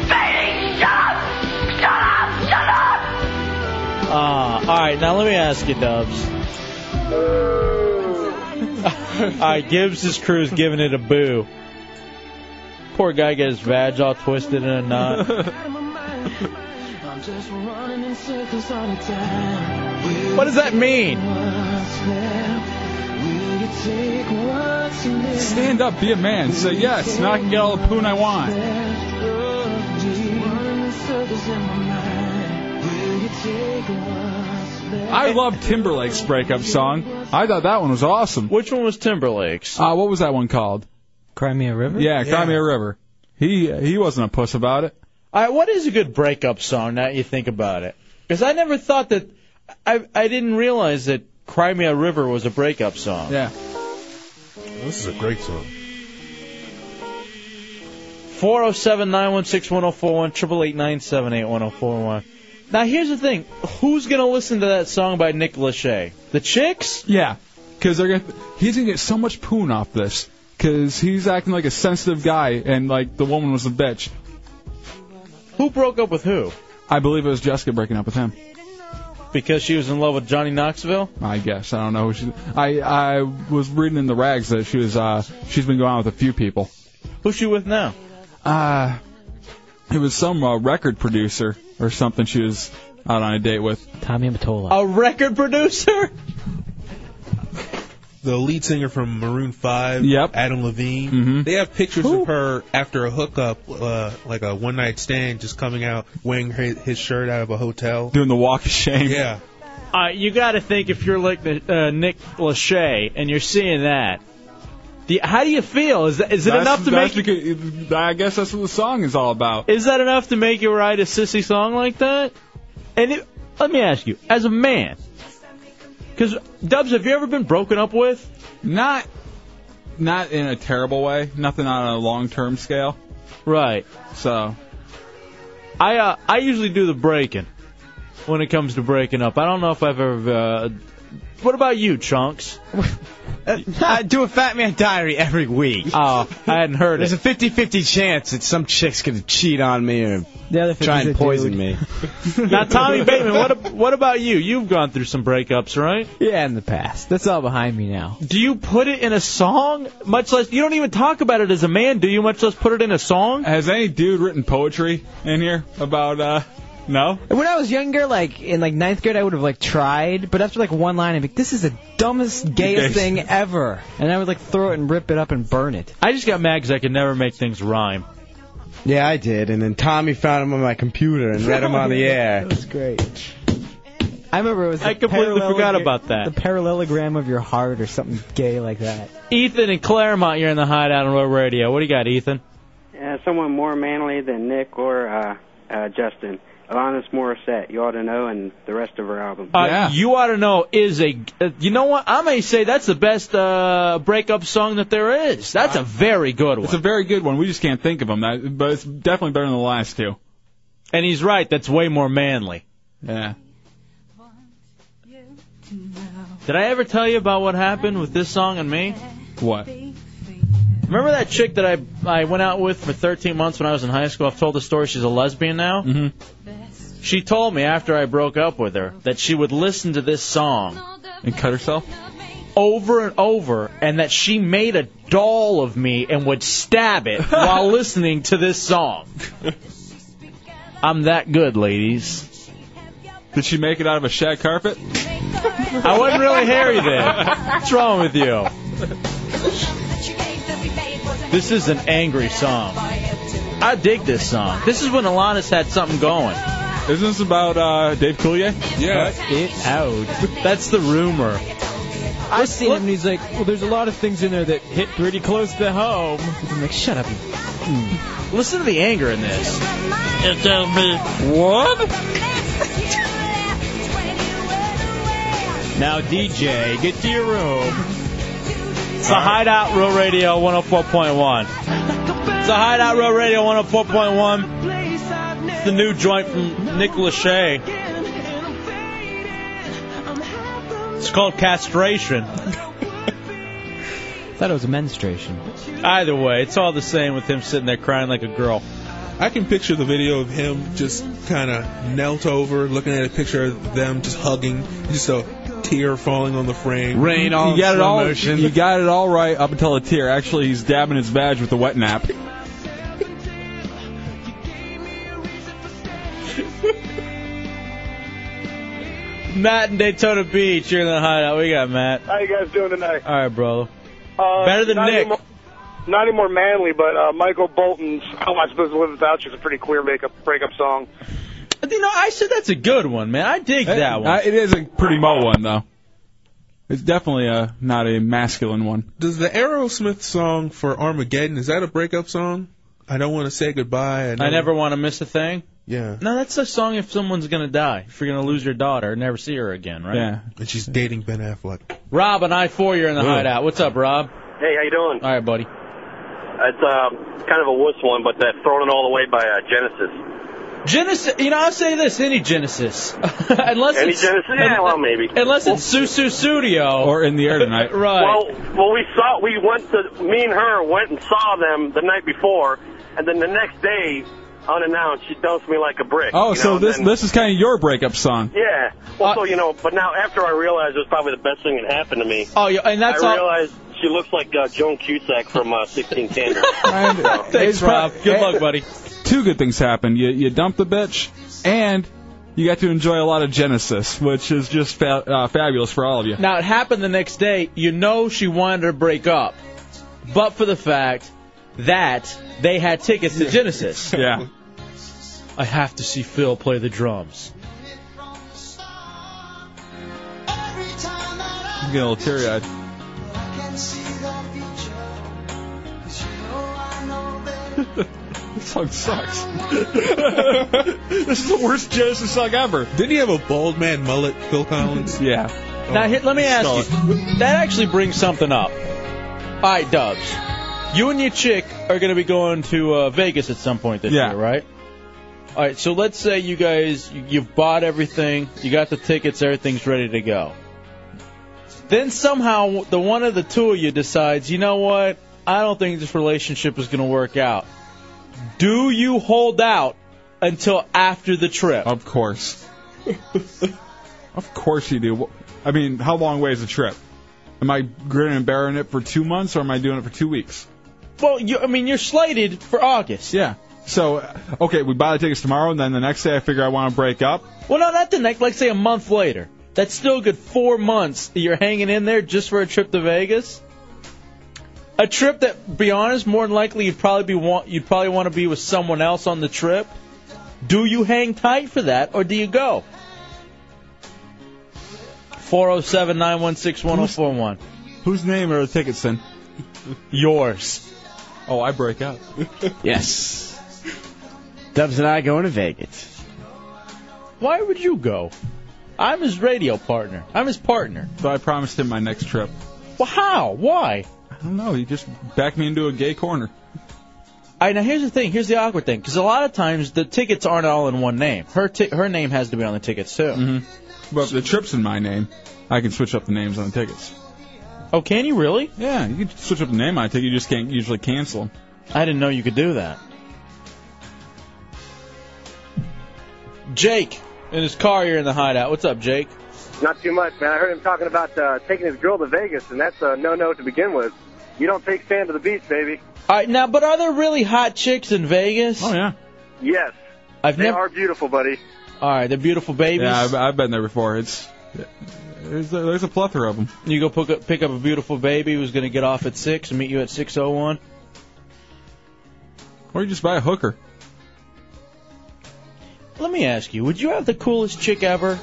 Speaker 7: fading! Shut up! Shut up! Shut up!
Speaker 3: Ah, all right. Now let me ask you, Dubs. all right, Gibbs' crew is giving it a boo. Poor guy got his vag all twisted in a knot.
Speaker 7: I'm just running in circles all the time.
Speaker 3: what does that mean?
Speaker 4: Stand up, be a man. Say yes. Now I can get all the poon I want. I love Timberlake's breakup song. I thought that one was awesome.
Speaker 3: Which one was Timberlake's?
Speaker 4: Uh, what was that one called?
Speaker 6: Cry Me a River.
Speaker 4: Yeah, Cry Me a River. He he wasn't a puss about it.
Speaker 3: All right, what is a good breakup song now that you think about it? Because I never thought that, I, I didn't realize that Cry Me a River was a breakup song.
Speaker 4: Yeah.
Speaker 9: This is a great song.
Speaker 3: 407 916 1041, 888 978 1041. Now, here's the thing who's going to listen to that song by Nick Lachey? The chicks?
Speaker 4: Yeah, because they're gonna, he's gonna get so much poon off this because he's acting like a sensitive guy and like the woman was a bitch.
Speaker 3: Who broke up with who?
Speaker 4: I believe it was Jessica breaking up with him.
Speaker 3: Because she was in love with Johnny Knoxville?
Speaker 4: I guess I don't know. Who she, I I was reading in the rags that she was uh she's been going out with a few people.
Speaker 3: Who's she with now?
Speaker 4: Uh it was some uh, record producer or something. She was out on a date with
Speaker 6: Tommy Mottola.
Speaker 3: A record producer?
Speaker 9: The lead singer from Maroon Five,
Speaker 4: Yep.
Speaker 9: Adam Levine.
Speaker 3: Mm-hmm.
Speaker 4: Mhm.
Speaker 9: They have pictures of her after a hookup, uh, like a one night stand, just coming out wearing her, his shirt out of a hotel.
Speaker 4: doing the walk of shame.
Speaker 9: Yeah,
Speaker 3: Uh, you got to think if you're like the, uh, Nick Lachey and you're seeing that, do you- how do you feel? Is that, is it
Speaker 4: That's-
Speaker 3: enough to
Speaker 4: that's
Speaker 3: make
Speaker 4: Because, I guess that's what the song is all about.
Speaker 3: is that enough to make you write a sissy song like that? And it, let me ask you, as a man, because Dubs, have you ever been broken up with?
Speaker 4: Not not in a terrible way. Nothing on a long term scale.
Speaker 3: Right.
Speaker 4: So
Speaker 3: I uh, I usually do the breaking when it comes to breaking up. I don't know if I've ever. Uh, what about you, Chunks?
Speaker 12: I do a Fat Man Diary every week.
Speaker 3: Oh, I hadn't heard
Speaker 12: There's
Speaker 3: it.
Speaker 12: a 50-50 chance that some chick's gonna cheat on me or try and poison me.
Speaker 3: Now, Tommy Bateman, what ab- what about you? You've gone through some breakups, right?
Speaker 6: Yeah, in the past. That's all behind me now.
Speaker 3: Do you put it in a song? Much less you don't even talk about it as a man, do you? Much less put it in a song.
Speaker 4: has any dude written poetry in here about uh no?
Speaker 6: When I was younger, like in like ninth grade, I would have like tried, but after like one line, I'd be like, "This is the dumbest, gayest
Speaker 3: Gayest.
Speaker 6: thing ever," and I would like throw it and rip it up and burn it.
Speaker 3: I just got mad 'cause I could never make things rhyme.
Speaker 12: Yeah, I did, and then Tommy found him on my computer and read him on the air.
Speaker 6: That's great. I remember it was.
Speaker 3: I
Speaker 6: the
Speaker 3: completely
Speaker 6: parallelogra-
Speaker 3: forgot about that.
Speaker 6: The parallelogram of your heart or something gay like that.
Speaker 3: Ethan and Claremont, you're in the hideout on Road Radio. What do you got, Ethan?
Speaker 18: Uh, someone more manly than Nick or uh, uh, Justin. Alanis Morissette, you ought to know, and the rest of her album.
Speaker 3: Uh, You ought to know is a. Uh, you know what? I may say that's the best uh, breakup song that there is. That's a very good one.
Speaker 4: It's a very good one. We just can't think of them. That, but it's definitely better than the last two.
Speaker 3: and he's right. That's way more manly.
Speaker 4: Yeah.
Speaker 3: Did I ever tell you about what happened with this song and me?
Speaker 4: What?
Speaker 3: Remember that chick that I I went out with for 13 months when I was in high school? I've told the story. She's a lesbian now.
Speaker 4: Mm-hmm.
Speaker 3: She told me after I broke up with her that she would listen to this song
Speaker 4: And cut herself?
Speaker 3: over and over, and that she made a doll of me and would stab it while listening to this song. I'm that good, ladies.
Speaker 4: Did she make it out of a shag carpet?
Speaker 3: I wasn't really hairy there. What's wrong with you? This is an angry song. I dig this song. This is when Alanis had something going.
Speaker 4: Isn't this about uh, Dave Coulier?
Speaker 3: Yeah. Cut it out. That's the rumor.
Speaker 19: I've seen him, and he's like, "Well, there's a lot of things in there that hit pretty close to home." Hmm. I'm like, "Shut up." you-
Speaker 3: Listen to the anger in this. It's me. What?
Speaker 19: Now, DJ, get to your room.
Speaker 3: It's the Hideout Real Radio 104.1. It's the Hideout Real Radio 104.1. It's the new joint from Nick Lachey. It's called Castration.
Speaker 20: Thought it was a menstruation.
Speaker 3: Either way, it's all the same with him sitting there crying like a girl.
Speaker 9: I can picture the video of him just kind of knelt over, looking at a picture of them just hugging, just a tear falling on the frame.
Speaker 4: you got it all. You got it all right up until a tear. Actually, he's dabbing his badge with a wet nap.
Speaker 3: Matt in Daytona Beach, you're in the Hideout. We got Matt.
Speaker 7: How you guys doing tonight?
Speaker 3: All right, bro.
Speaker 7: Uh,
Speaker 3: Better than
Speaker 7: not
Speaker 3: Nick.
Speaker 7: any more- not any more manly, but uh, Michael Bolton's "How Am I Supposed to Live Without You" is a pretty queer makeup breakup song.
Speaker 3: You know, I said that's a good one, man. I dig that one.
Speaker 4: Uh, it is a pretty mo one though. It's definitely a not a masculine one.
Speaker 9: Does the Aerosmith song for Armageddon is that a breakup song? I don't want to say goodbye.
Speaker 3: I never want to miss a thing.
Speaker 9: Yeah.
Speaker 3: No, that's a song if someone's gonna die. If you're gonna lose your daughter, never see her again, right?
Speaker 9: Yeah. And she's dating Ben Affleck.
Speaker 3: Rob and I four you're in the
Speaker 9: Ooh.
Speaker 3: hideout. What's up, Rob?
Speaker 7: Hey, how you doing?
Speaker 3: All right, buddy.
Speaker 7: It's um, kind of a wuss one, but that "Thrown It All Away" by uh, Genesis.
Speaker 3: Genesis, you know, I'll say this: any Genesis, unless
Speaker 7: Any
Speaker 3: it's,
Speaker 7: Genesis? Yeah, well, maybe.
Speaker 3: unless it's Susu Studio
Speaker 4: or in the air tonight,
Speaker 3: right?
Speaker 7: Well, well, we saw we went to me and her went and saw them the night before, and then the next day, unannounced, she dumped me like a brick.
Speaker 4: Oh,
Speaker 7: you
Speaker 4: so
Speaker 7: know,
Speaker 4: this
Speaker 7: and then-
Speaker 4: this is kind of your breakup song.
Speaker 7: Yeah.
Speaker 3: Uh,
Speaker 7: Well, so you know, but now after I realized it was probably the best thing that happened to me.
Speaker 3: Oh, yeah, and that's
Speaker 7: I
Speaker 3: all-
Speaker 7: realized she looks like uh, Joan Cusack from uh, 16 Candor.
Speaker 4: Thanks,
Speaker 3: Rob. Good luck, buddy.
Speaker 4: Two good things happened. You you dumped the bitch, and you got to enjoy a lot of Genesis, which is just fa- uh, fabulous for all of you.
Speaker 3: Now it happened the next day. You know she wanted to break up, but for the fact that they had tickets to Genesis.
Speaker 4: Yeah.
Speaker 3: I have to see Phil play the drums.
Speaker 4: I'm getting a little teary eyed. This song sucks. this is the worst Genesis song ever.
Speaker 9: Didn't he have a bald man mullet, Phil Collins? Oh,
Speaker 4: yeah.
Speaker 3: Now, here, let me ask you. That actually brings something up. All right, Dubs. You and your chick are going to be going to uh, Vegas at some point this year, right? All right, so let's say you guys you- you've bought everything, you got the tickets, everything's ready to go. Then somehow the one of the two of you decides, you know what? I don't think this relationship is going to work out. Do you hold out until after the trip?
Speaker 4: Of course. Of course you do. Wh- I mean, how long away is the trip? Am I grinning and bearing it for two months, or am I doing it for two weeks?
Speaker 3: Well, you, I mean, you're slated for August.
Speaker 4: Yeah. So, uh, okay, we buy the tickets tomorrow, and then the next day I figure I want to break up.
Speaker 3: Well, no, not the next. Like, say a month later. That's still a good four months that you're hanging in there just for a trip to Vegas. A trip that, be honest, more than likely you'd probably be want you'd probably want to be with someone else on the trip. Do you hang tight for that, or do you go? Four zero seven nine one six one zero four one.
Speaker 4: Whose name are the tickets then?
Speaker 3: Yours.
Speaker 4: Oh, I break up.
Speaker 12: Yes. Dubs and I going to Vegas.
Speaker 3: Why would you go? I'm his radio partner. I'm his partner.
Speaker 4: So I promised him my next trip.
Speaker 3: Well, how? Why?
Speaker 4: I don't know. He just backed me into a gay corner.
Speaker 3: All right, now here's the thing. Here's the awkward thing, because a lot of times the tickets aren't all in one name. Her ti- her name has to be on the tickets too.
Speaker 4: Mm-hmm. But if the trip's in my name, I can switch up the names on the tickets.
Speaker 3: Oh, can you really?
Speaker 4: Yeah, you can switch up the name on a ticket. You just can't usually cancel 'em.
Speaker 3: I didn't know you could do that. Jake in his car. You're in the hideout. What's up, Jake?
Speaker 21: Not too much, man. I heard him talking about uh, taking his girl to Vegas, and that's a no-no to begin with. You don't take sand to the beach, baby.
Speaker 3: All right, now, but are there really hot chicks in Vegas? Oh
Speaker 4: yeah.
Speaker 21: Yes,
Speaker 3: I've
Speaker 21: they
Speaker 3: never.
Speaker 21: are beautiful, buddy.
Speaker 3: All right, they're beautiful babies.
Speaker 4: Yeah, I've, I've been there before. It's there's a, there's a plethora of them.
Speaker 3: You go pick up, pick up a beautiful baby who's going to get off at six and meet you at six oh one.
Speaker 4: Or you just buy a hooker.
Speaker 3: Let me ask you: Would you have the coolest chick ever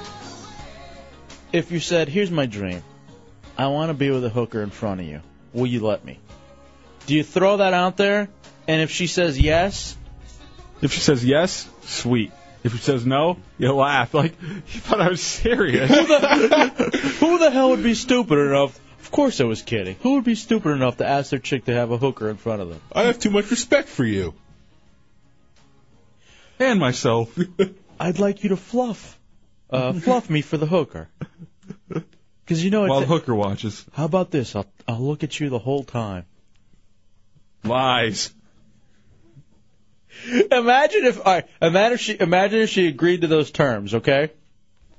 Speaker 3: if you said, "Here's my dream. I want to be with a hooker in front of you. Will you let me?" Do you throw that out there? And if she says yes,
Speaker 4: If she says yes, sweet. If she says no, you laugh like you thought I was serious.
Speaker 3: who the, who the hell would be stupid enough? Of course I was kidding. Who would be stupid enough to ask their chick to have a hooker in front of them?
Speaker 9: I have too much respect for you.
Speaker 4: And myself.
Speaker 3: I'd like you to fluff, uh, fluff me for the hooker. Because you know it's
Speaker 4: While the hooker watches.
Speaker 3: How about this? I'll I'll look at you the whole time.
Speaker 4: Lies.
Speaker 3: Imagine if all right, imagine if she imagine if she agreed to those terms, okay?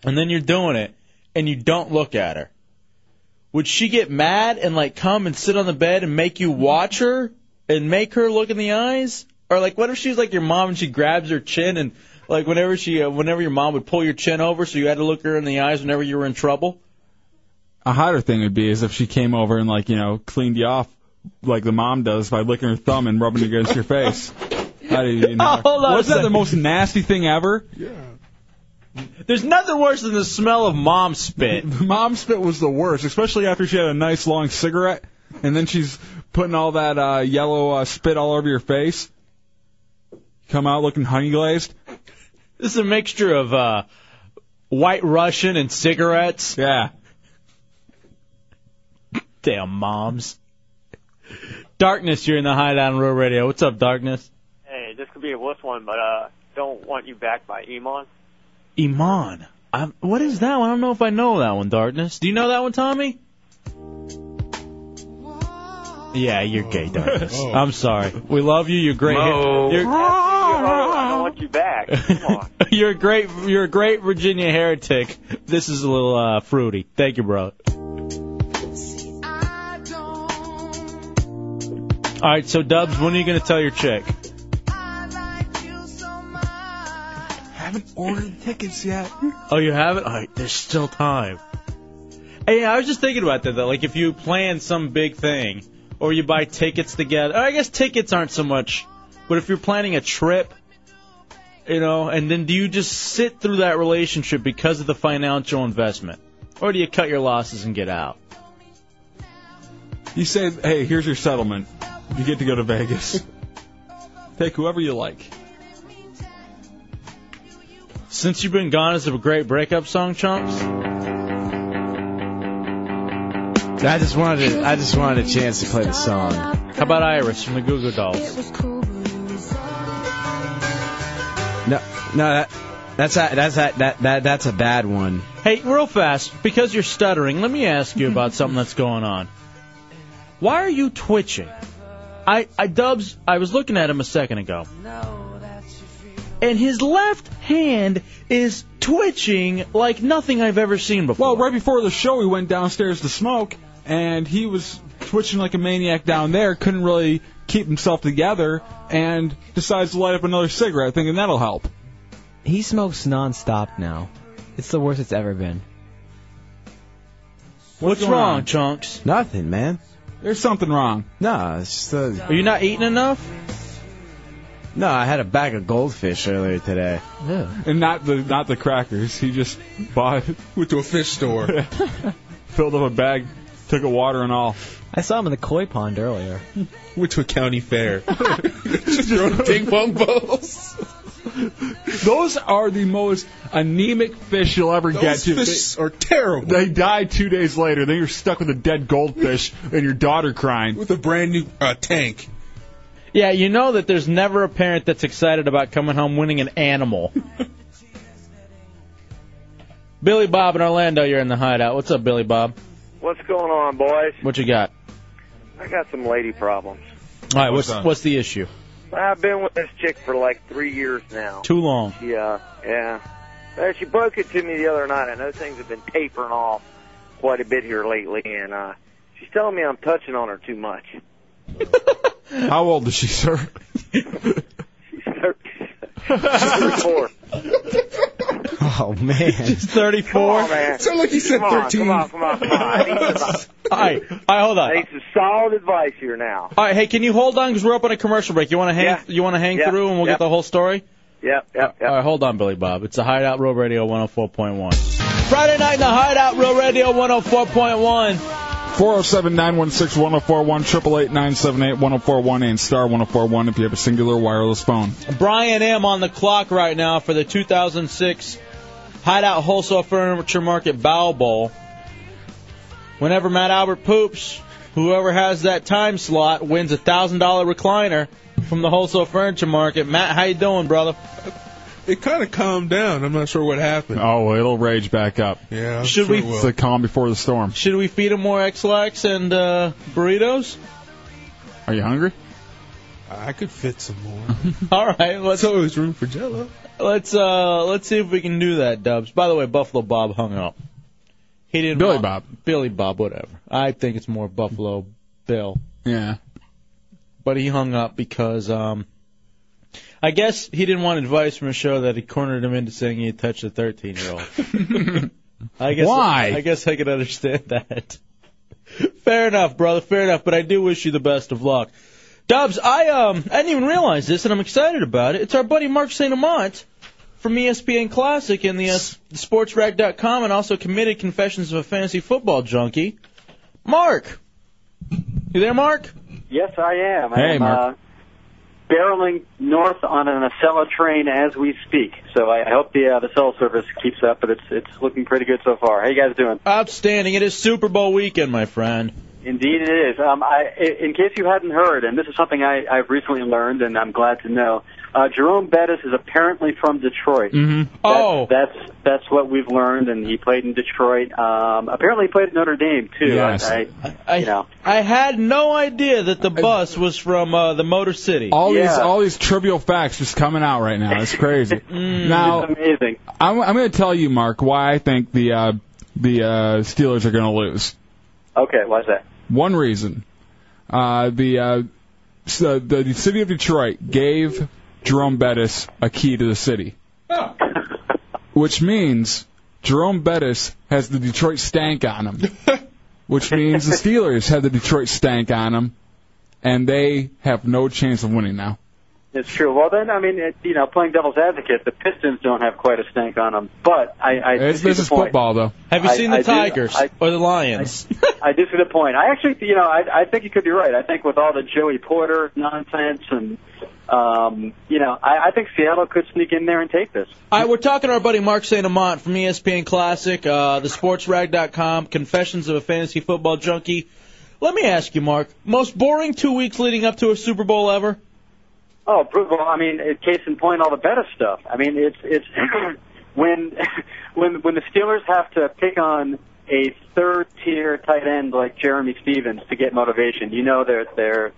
Speaker 3: And then you're doing it and you don't look at her. Would she get mad and like come and sit on the bed and make you watch her and make her look in the eyes? Or like what if she's like your mom and she grabs her chin and like whenever she uh, whenever your mom would pull your chin over so you had to look her in the eyes whenever you were in trouble?
Speaker 4: A hotter thing would be is if she came over and like you know cleaned you off like the mom does by licking her thumb and rubbing it against your face. How do you know?
Speaker 3: Hold on a
Speaker 4: Wasn't that the
Speaker 3: second.
Speaker 4: most nasty thing ever?
Speaker 3: There's nothing worse than the smell of mom spit.
Speaker 4: mom spit was the worst, especially after she had a nice long cigarette, and then she's putting all that uh, yellow uh, spit all over your face. Come out looking honey glazed.
Speaker 3: This is a mixture of uh, white Russian and cigarettes.
Speaker 4: Yeah.
Speaker 3: Damn moms. Darkness, you're in the hideout on Real Radio. What's up, Darkness?
Speaker 17: Hey, this could be a wuss one, but uh, don't want you back by Emon.
Speaker 3: Iman. I'm, what is that one? I don't know if I know that one, Darkness. Do you know that one, Tommy? Yeah, you're gay, Darkness.
Speaker 17: Oh.
Speaker 3: I'm sorry. We love you. You're great.
Speaker 17: Mo.
Speaker 3: You're,
Speaker 17: I don't want you back.
Speaker 3: you're a great. You're a great Virginia heretic. This is a little uh, fruity. Thank you, bro. All right, so Dubs, when are you gonna tell your chick?
Speaker 4: haven't ordered tickets yet.
Speaker 3: Oh, you haven't? All right, there's still time. Hey, I was just thinking about that though. Like if you plan some big thing, or you buy tickets together. Or I guess tickets aren't so much, but if you're planning a trip, you know, and then do you just sit through that relationship because of the financial investment, or do you cut your losses and get out?
Speaker 4: You say, hey, here's your settlement. You get to go to Vegas. Take whoever you like.
Speaker 3: Since you've been gone, is it a great breakup song, chumps?
Speaker 12: I just wanted to, I just wanted a chance to play the song.
Speaker 3: How about Iris from the Goo Goo Dolls?
Speaker 12: No, no, that, that's a, that's a, that, that that's a bad one.
Speaker 3: Hey, real fast, because you're stuttering, let me ask you about something that's going on. Why are you twitching? I, I dubs. I was looking at him a second ago, and his left hand is twitching like nothing I've ever seen before.
Speaker 4: Well, right before the show, we went downstairs to smoke, and he was twitching like a maniac down there, couldn't really keep himself together, and decides to light up another cigarette, thinking that'll help.
Speaker 6: He smokes nonstop now. It's the worst it's ever been.
Speaker 3: What's,
Speaker 6: going
Speaker 3: wrong,
Speaker 6: on?
Speaker 3: Chunks?
Speaker 12: Nothing, man.
Speaker 4: There's something wrong.
Speaker 12: No, it's just a,
Speaker 3: Are you not eating enough?
Speaker 12: no. I had a bag of goldfish earlier today.
Speaker 4: And not the not the crackers. He just bought
Speaker 9: went to a fish store,
Speaker 4: filled up a bag, took a water and all.
Speaker 6: I saw him in the koi pond earlier.
Speaker 9: went to a county fair. Just throwing ping pong balls.
Speaker 4: Those are the most anemic fish you'll ever
Speaker 9: Those
Speaker 4: get. too.
Speaker 9: fish are terrible.
Speaker 4: They die two days later. Then you're stuck with a dead goldfish and your daughter crying.
Speaker 9: With a brand new uh, tank.
Speaker 3: Yeah, you know that there's never a parent that's excited about coming home winning an animal. Billy Bob in Orlando, you're in the hideout. What's up, Billy Bob?
Speaker 17: What's going on, boys?
Speaker 3: What you got?
Speaker 17: I got some lady problems.
Speaker 3: All right, what's
Speaker 17: What's up?
Speaker 3: what's the issue?
Speaker 17: I've been with this chick for like three years now.
Speaker 3: Too long.
Speaker 17: Yeah, yeah.
Speaker 7: Uh, she broke it to me the other night. I know things have been tapering off quite a bit here lately, and uh, she's telling me I'm touching on her too much.
Speaker 4: How old is she, sir?
Speaker 7: Four.
Speaker 22: Oh man.
Speaker 3: She's 34.
Speaker 7: Sound like you said come on, 13. Come on, come on, come on. I need some,
Speaker 3: All right, all right, hold on.
Speaker 7: I need some solid advice here now.
Speaker 3: All right, hey, can you hold on because we're up on a commercial break? You want to hang?
Speaker 7: Yeah.
Speaker 3: You want to hang
Speaker 7: Yeah.
Speaker 3: through and we'll
Speaker 7: Yeah.
Speaker 3: get the whole story.
Speaker 7: Yep, yep,
Speaker 3: All right, hold on, Billy Bob. It's the Hideout Real Radio 104.1. Friday night in the Hideout Real Radio 104.1.
Speaker 4: 407 916 1041, 888 978 1041, and star 1041 if you have a singular wireless phone.
Speaker 3: Brian M on the clock right now for the 2006 Hideout Wholesale Furniture Market Bow Bowl. Whenever Matt Albert poops, whoever has that time slot wins a thousand dollar recliner from the Wholesale Furniture Market. Matt, how you doing, brother?
Speaker 23: It kind of calmed down. I'm not sure what happened.
Speaker 4: Oh, it'll rage back up.
Speaker 23: Yeah. I'm
Speaker 3: Should
Speaker 23: sure
Speaker 3: we-
Speaker 23: it will.
Speaker 4: It's the calm before the storm.
Speaker 3: Should we feed him more X-Lax and uh, burritos?
Speaker 4: Are you hungry?
Speaker 23: I could fit some more.
Speaker 3: All right, let's
Speaker 23: always room for Jello.
Speaker 3: Let's uh let's see if we can do that, Dubs. By the way, Buffalo Bob hung up. He didn't. Billy Bob. Billy Bob, whatever. I think it's more Buffalo Bill,
Speaker 4: Yeah.
Speaker 3: but he hung up because um, I guess he didn't want advice from a show that had cornered him into saying he had touched a thirteen-year-old. I guess
Speaker 4: Why?
Speaker 3: I guess I could understand that. Fair enough, brother. Fair enough. But I do wish you the best of luck. Dubs, I um I didn't even realize this, and I'm excited about it. It's our buddy Mark St. Amant from E ESPN Classic and the uh, SportsRack.com, and also committed Confessions of a Fantasy Football Junkie. Mark, you there, Mark?
Speaker 18: Yes, I am.
Speaker 3: Hey,
Speaker 18: I'm,
Speaker 3: Mark.
Speaker 18: Uh, barreling north on an Acela train as we speak. So I I hope the uh, the cell service keeps up, but it's it's looking pretty good so far. How you guys doing?
Speaker 3: Outstanding. It is Super Bowl weekend, my friend.
Speaker 18: Indeed, it is. Um, I, i- in case you hadn't heard, and this is something I, I've recently learned, and I'm glad to know, uh, Jerome Bettis is apparently from Detroit.
Speaker 4: Mm-hmm.
Speaker 18: Oh, that's, that's that's what we've learned, and he played in Detroit. Um, apparently, he played at Notre Dame too.
Speaker 3: Yes.
Speaker 18: I,
Speaker 3: I,
Speaker 18: you know,
Speaker 3: I had no idea that the bus was from uh, the Motor City.
Speaker 4: All these all these trivial facts just coming out right now. It's crazy. Mm.
Speaker 3: Mm.
Speaker 4: Now
Speaker 18: it's amazing.
Speaker 4: I'm, I'm going to tell you, Mark, why I think the uh, the uh, Steelers are going to lose.
Speaker 18: Okay, why's that?
Speaker 4: One reason, uh, the uh, s- uh, the the city of Detroit gave Jerome Bettis a key to the city, which means Jerome Bettis has the Detroit stank on him, which means the Steelers have the Detroit stank on them, and they have no chance of winning now.
Speaker 18: It's true. Well, then, I mean, it, you know, playing devil's advocate, the Pistons don't have quite a stank on them, but I, I
Speaker 4: It's-
Speaker 18: do see
Speaker 4: this
Speaker 18: the
Speaker 4: is
Speaker 18: point.
Speaker 4: football, though.
Speaker 3: Have you
Speaker 18: I-
Speaker 3: seen the
Speaker 18: I do-
Speaker 3: Tigers
Speaker 18: I-
Speaker 3: or the Lions?
Speaker 18: I do see the point. I actually, you know, I, I think you could be right. I think with all the Joey Porter nonsense and, um, you know, I, I think Seattle could sneak in there and take this.
Speaker 3: All right, we're talking to our buddy Mark St. Amant from E ESPN Classic, uh, thesportsrag.com, Confessions of a Fantasy Football Junkie. Let me ask you, Mark, most boring two weeks leading up to a Super Bowl ever?
Speaker 18: Oh, prove- well, I mean, it- case in point, all the better stuff. I mean, it's it's when when when the Steelers have to pick on a third tier tight end like Jeremy Stevens to get motivation, you know they're they're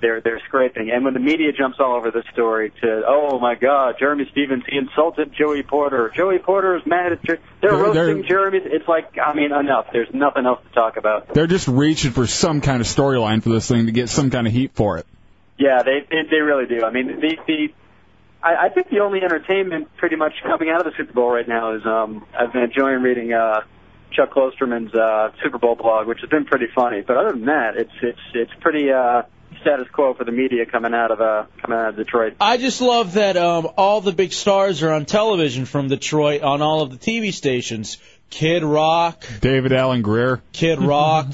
Speaker 18: they're they're scraping. And when the media jumps all over the story to, oh my God, Jeremy Stevens he insulted Joey Porter. Joey Porter is mad at Jer- they're,
Speaker 4: They're- they're-
Speaker 18: roasting Jeremy. It's like, I mean, enough. There's nothing else to talk about.
Speaker 4: They're just reaching for some kind of storyline for this thing to get some kind of heat for it.
Speaker 18: Yeah, they they, they really do. I mean, the the I, I think the only entertainment pretty much coming out of the Super Bowl right now is um I've been enjoying reading uh Chuck Klosterman's uh Super Bowl blog, which has been pretty funny. But other than that, it's it's it's pretty uh status quo for the media coming out of uh coming out of Detroit.
Speaker 3: I just love that um, all the big stars are on television from Detroit on all of the TV stations. Kid Rock,
Speaker 4: David Allen Greer.
Speaker 3: Kid Rock,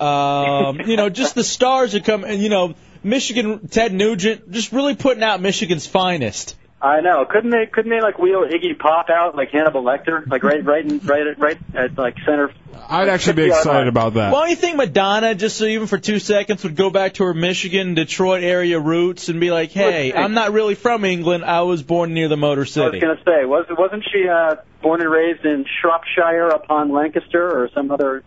Speaker 3: um, you know, just the stars are coming, you know, Michigan, Ted Nugent, just really putting out Michigan's finest.
Speaker 18: I know. Couldn't they couldn't they like wheel Iggy Pop out like Hannibal Lecter, like right right in, right at, right at like center?
Speaker 4: I'd actually be excited about that.
Speaker 3: Well, you think Madonna, just so even for two seconds, would go back to her Michigan, Detroit area roots and be like, "Hey, I'm not really from England. I was born near the Motor
Speaker 18: I was
Speaker 3: City."
Speaker 18: gonna say, was wasn't she uh, born and raised in Shropshire upon Lancaster or some other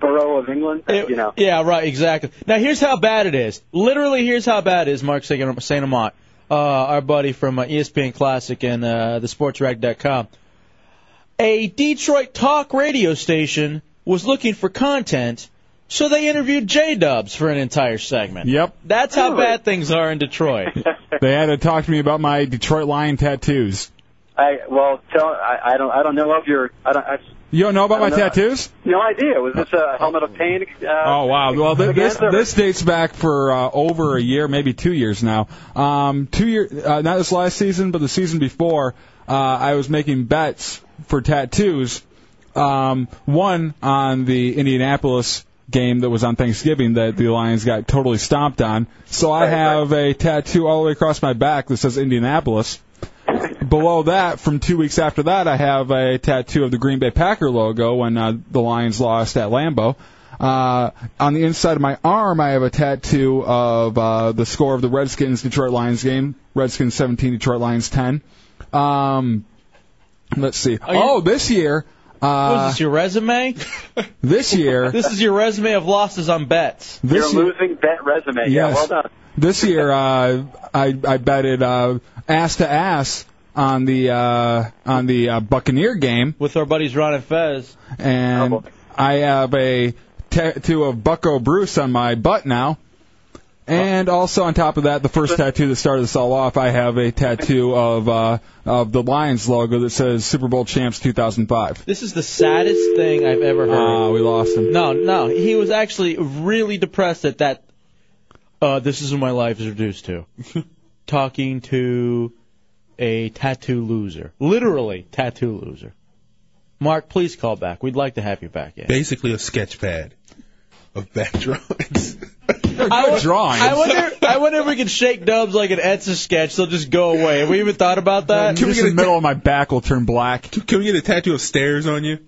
Speaker 18: borough of England? you know.
Speaker 3: Yeah, right, exactly. Now here's how bad it is. Literally, here's how bad it is. Mark Sagan- Saint E Amant, uh, our buddy from uh, ESPN Classic and uh, thesportsrag.com. a Detroit talk radio station was looking for content, so they interviewed J Dubs for an entire segment.
Speaker 4: Yep.
Speaker 3: That's how
Speaker 4: Really?
Speaker 3: bad things are in Detroit.
Speaker 4: They had to talk to me about my Detroit Lion tattoos.
Speaker 18: I well, tell I, I don't I don't know of your I don't I,
Speaker 4: You don't know about my
Speaker 18: I don't know.
Speaker 4: tattoos?
Speaker 18: no idea. Was this a helmet of pain? Uh,
Speaker 4: Oh wow! Well, th-
Speaker 18: again,
Speaker 4: this
Speaker 18: or-
Speaker 4: this dates back for uh, over a year, maybe two years now. Um, two year, uh, not this last season, but the season before, uh, I was making bets for tattoos. Um, one on the Indianapolis game that was on Thanksgiving that the Lions got totally stomped on. So I have a tattoo all the way across my back that says Indianapolis. Below that, from two weeks after that, I have a tattoo of the Green Bay Packer logo when uh, the Lions lost at Lambeau. Uh, on the inside of my arm, I have a tattoo of uh, the score of the Redskins Detroit Lions game. Redskins 17, Detroit Lions 10. Um, let's see. oh, this year.
Speaker 3: What is
Speaker 4: Uh,
Speaker 3: this, your resume?
Speaker 4: this year.
Speaker 3: this is your resume of losses on bets.
Speaker 4: This Your year-
Speaker 18: losing bet resume.
Speaker 4: Yes. This year, uh, I I betted uh, ass to ass on the uh, on the uh, Buccaneer game
Speaker 3: with our buddies Ron and Fez,
Speaker 4: and I have a tattoo of Bucko Bruce on my butt now. And also on top of that, the first tattoo that started this all off, I have a tattoo of uh, of the Lions logo that says Super Bowl champs 2005.
Speaker 3: This is the saddest thing I've ever heard.
Speaker 4: Ah, we lost him.
Speaker 3: No, no, he was actually really depressed at that. Uh, this is what my life is reduced to: talking to a tattoo loser, literally tattoo loser. Mark, please call back. We'd like to have you back. In.
Speaker 9: Basically a sketch pad of bad drawings.
Speaker 3: I wa-
Speaker 9: drawings.
Speaker 3: I wonder. I wonder if we could shake Dubs like an Etsa sketch. They'll just go away. Have we even thought about that?
Speaker 4: Just the middle of my back will turn black.
Speaker 9: Can we get a tattoo of stairs on you?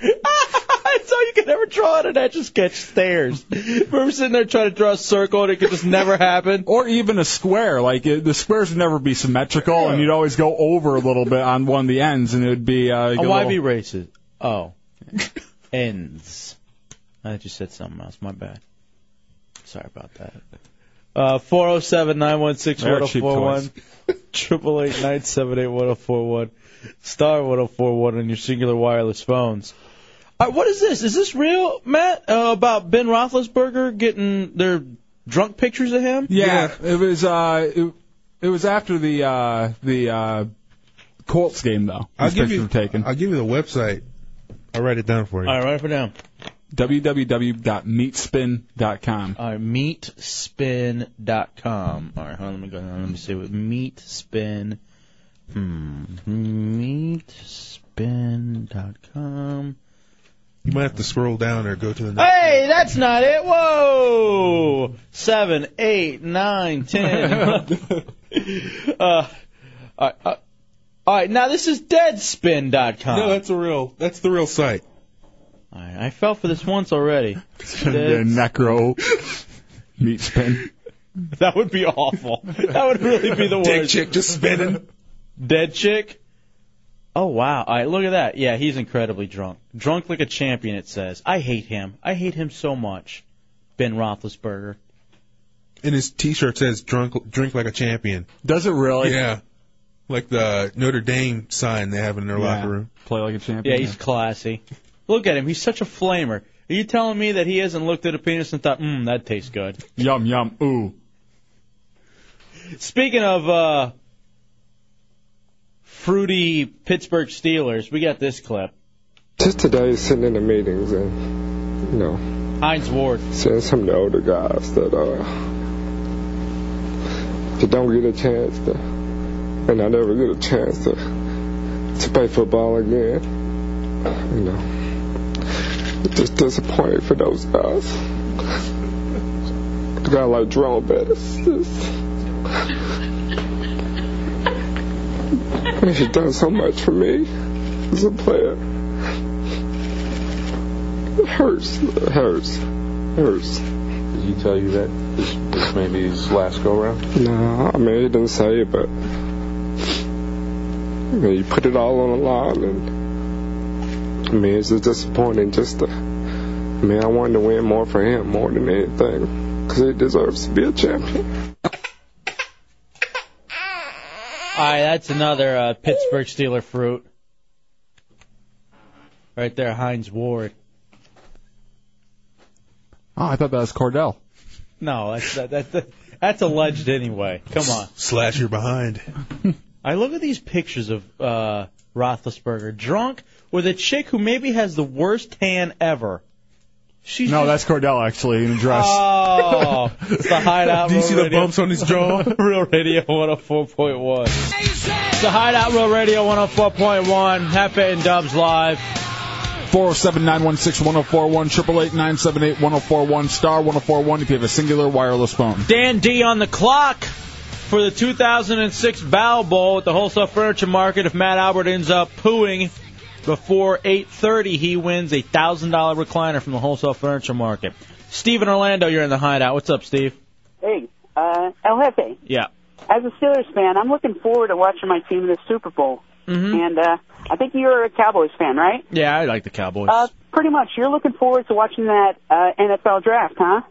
Speaker 3: That's all you could ever draw on an etch a sketch stairs. Remember sitting there trying to draw a circle and it could just never happen?
Speaker 4: Or even a square. Like, it, the squares would never be symmetrical, and you'd always go over a little bit on one of the ends, and it would be... Uh, like a
Speaker 3: oh, why
Speaker 4: little-
Speaker 3: be racist? Oh, ends. I just said something else. My bad. Sorry about that. Uh, 407 916 1041. Triple eight nine seven eight one zero four one star one zero four one on your singular wireless phones. All right, what is this? Is this real, Matt? Uh, about Ben Roethlisberger getting their drunk pictures of him?
Speaker 4: Yeah, it was uh, it, it was after the uh, the uh, Colts game though.
Speaker 9: I'll
Speaker 4: These
Speaker 9: give
Speaker 4: pictures
Speaker 9: you-
Speaker 4: were taken. I'll
Speaker 9: give you the website. I'll write it down for you.
Speaker 3: All right, write it down.
Speaker 4: www.meatspin.com.
Speaker 3: All right, meatspin.com. All right, hold on, let me go down. Let me see what meatspin. Hmm, meatspin.com.
Speaker 9: You might have to scroll down or go to the next.
Speaker 3: Hey, that's not it. Whoa, seven, eight, nine, ten. uh, all right, uh, all right, now this is deadspin.com.
Speaker 9: No, that's a real. That's the real site.
Speaker 3: I, I fell for this once already.
Speaker 4: The necro meat spin.
Speaker 3: That would be awful. That would really be the worst.
Speaker 9: Dick chick just spinning.
Speaker 3: Dead chick. Oh wow! All right, look at that. Yeah, he's incredibly drunk. Drunk like a champion. It says. I hate him. I hate him so much. Ben Roethlisberger.
Speaker 9: And his T-shirt says "Drunk, drink like a champion."
Speaker 4: Does it really?
Speaker 9: Yeah. Like the Notre Dame sign they have in their locker room.
Speaker 4: Play like a champion.
Speaker 3: Yeah, he's classy. Look at him. He's such a flamer. Are you telling me that he hasn't looked at a penis and thought, "Mmm, that tastes good"?
Speaker 4: Yum yum ooh.
Speaker 3: Speaking of uh, fruity Pittsburgh Steelers, we got this clip.
Speaker 24: Just today, sitting in the meetings and, you know,
Speaker 3: Heinz Ward.
Speaker 24: saying something to older guys that, uh, if you don't get a chance to, and I never get a chance to, to play football again, you know, it's just disappointed for those guys. A guy like Jerome Bettis, just, I mean, he's done so much for me as a player. It hurts. It hurts. It hurts. Did he tell you that? This, this may be his last go round? No, Uh-huh. I mean, he didn't say it, but. I mean, you put it all on the line, and. I mean, it's just disappointing just to. I mean, I wanted to win more for him more than anything, because he deserves to be a champion.
Speaker 3: All right, that's another uh, Pittsburgh Steeler fruit. Right there, Heinz Ward.
Speaker 4: Oh, I thought that was Cordell.
Speaker 3: No, that's that, that, that, that's alleged anyway. Come on.
Speaker 9: Slash, you're behind.
Speaker 3: I look at these pictures of uh, Roethlisberger drunk with a chick who maybe has the worst tan ever. She's
Speaker 4: No, that's Cordell actually in a dress.
Speaker 3: Oh, it's the hideout.
Speaker 4: Do you see
Speaker 3: Road
Speaker 4: the
Speaker 3: Radio.
Speaker 4: bumps on his jaw?
Speaker 3: Real Radio 104.1. It's the hideout. Real Radio 104.1. Hefe and Dubs live.
Speaker 4: 407 916 1041, 888 978 1041, star 1041 if you have a singular wireless phone.
Speaker 3: Dan D on the clock for the 2006 Bow Bowl at the Wholesale Furniture Market. If Matt Albert ends up pooing before 8:30, he wins a thousand dollar recliner from the Wholesale Furniture Market. Steve in Orlando, you're in the hideout. What's up, Steve?
Speaker 11: Hey, uh, El Jefe,
Speaker 3: Yeah.
Speaker 11: as a Steelers fan, I'm looking forward to watching my team in the Super Bowl.
Speaker 3: Mm-hmm.
Speaker 11: And uh, I think you're a Cowboys fan, right?
Speaker 3: Yeah, I like the Cowboys.
Speaker 11: Uh, pretty much. You're looking forward to watching that uh, NFL draft, huh?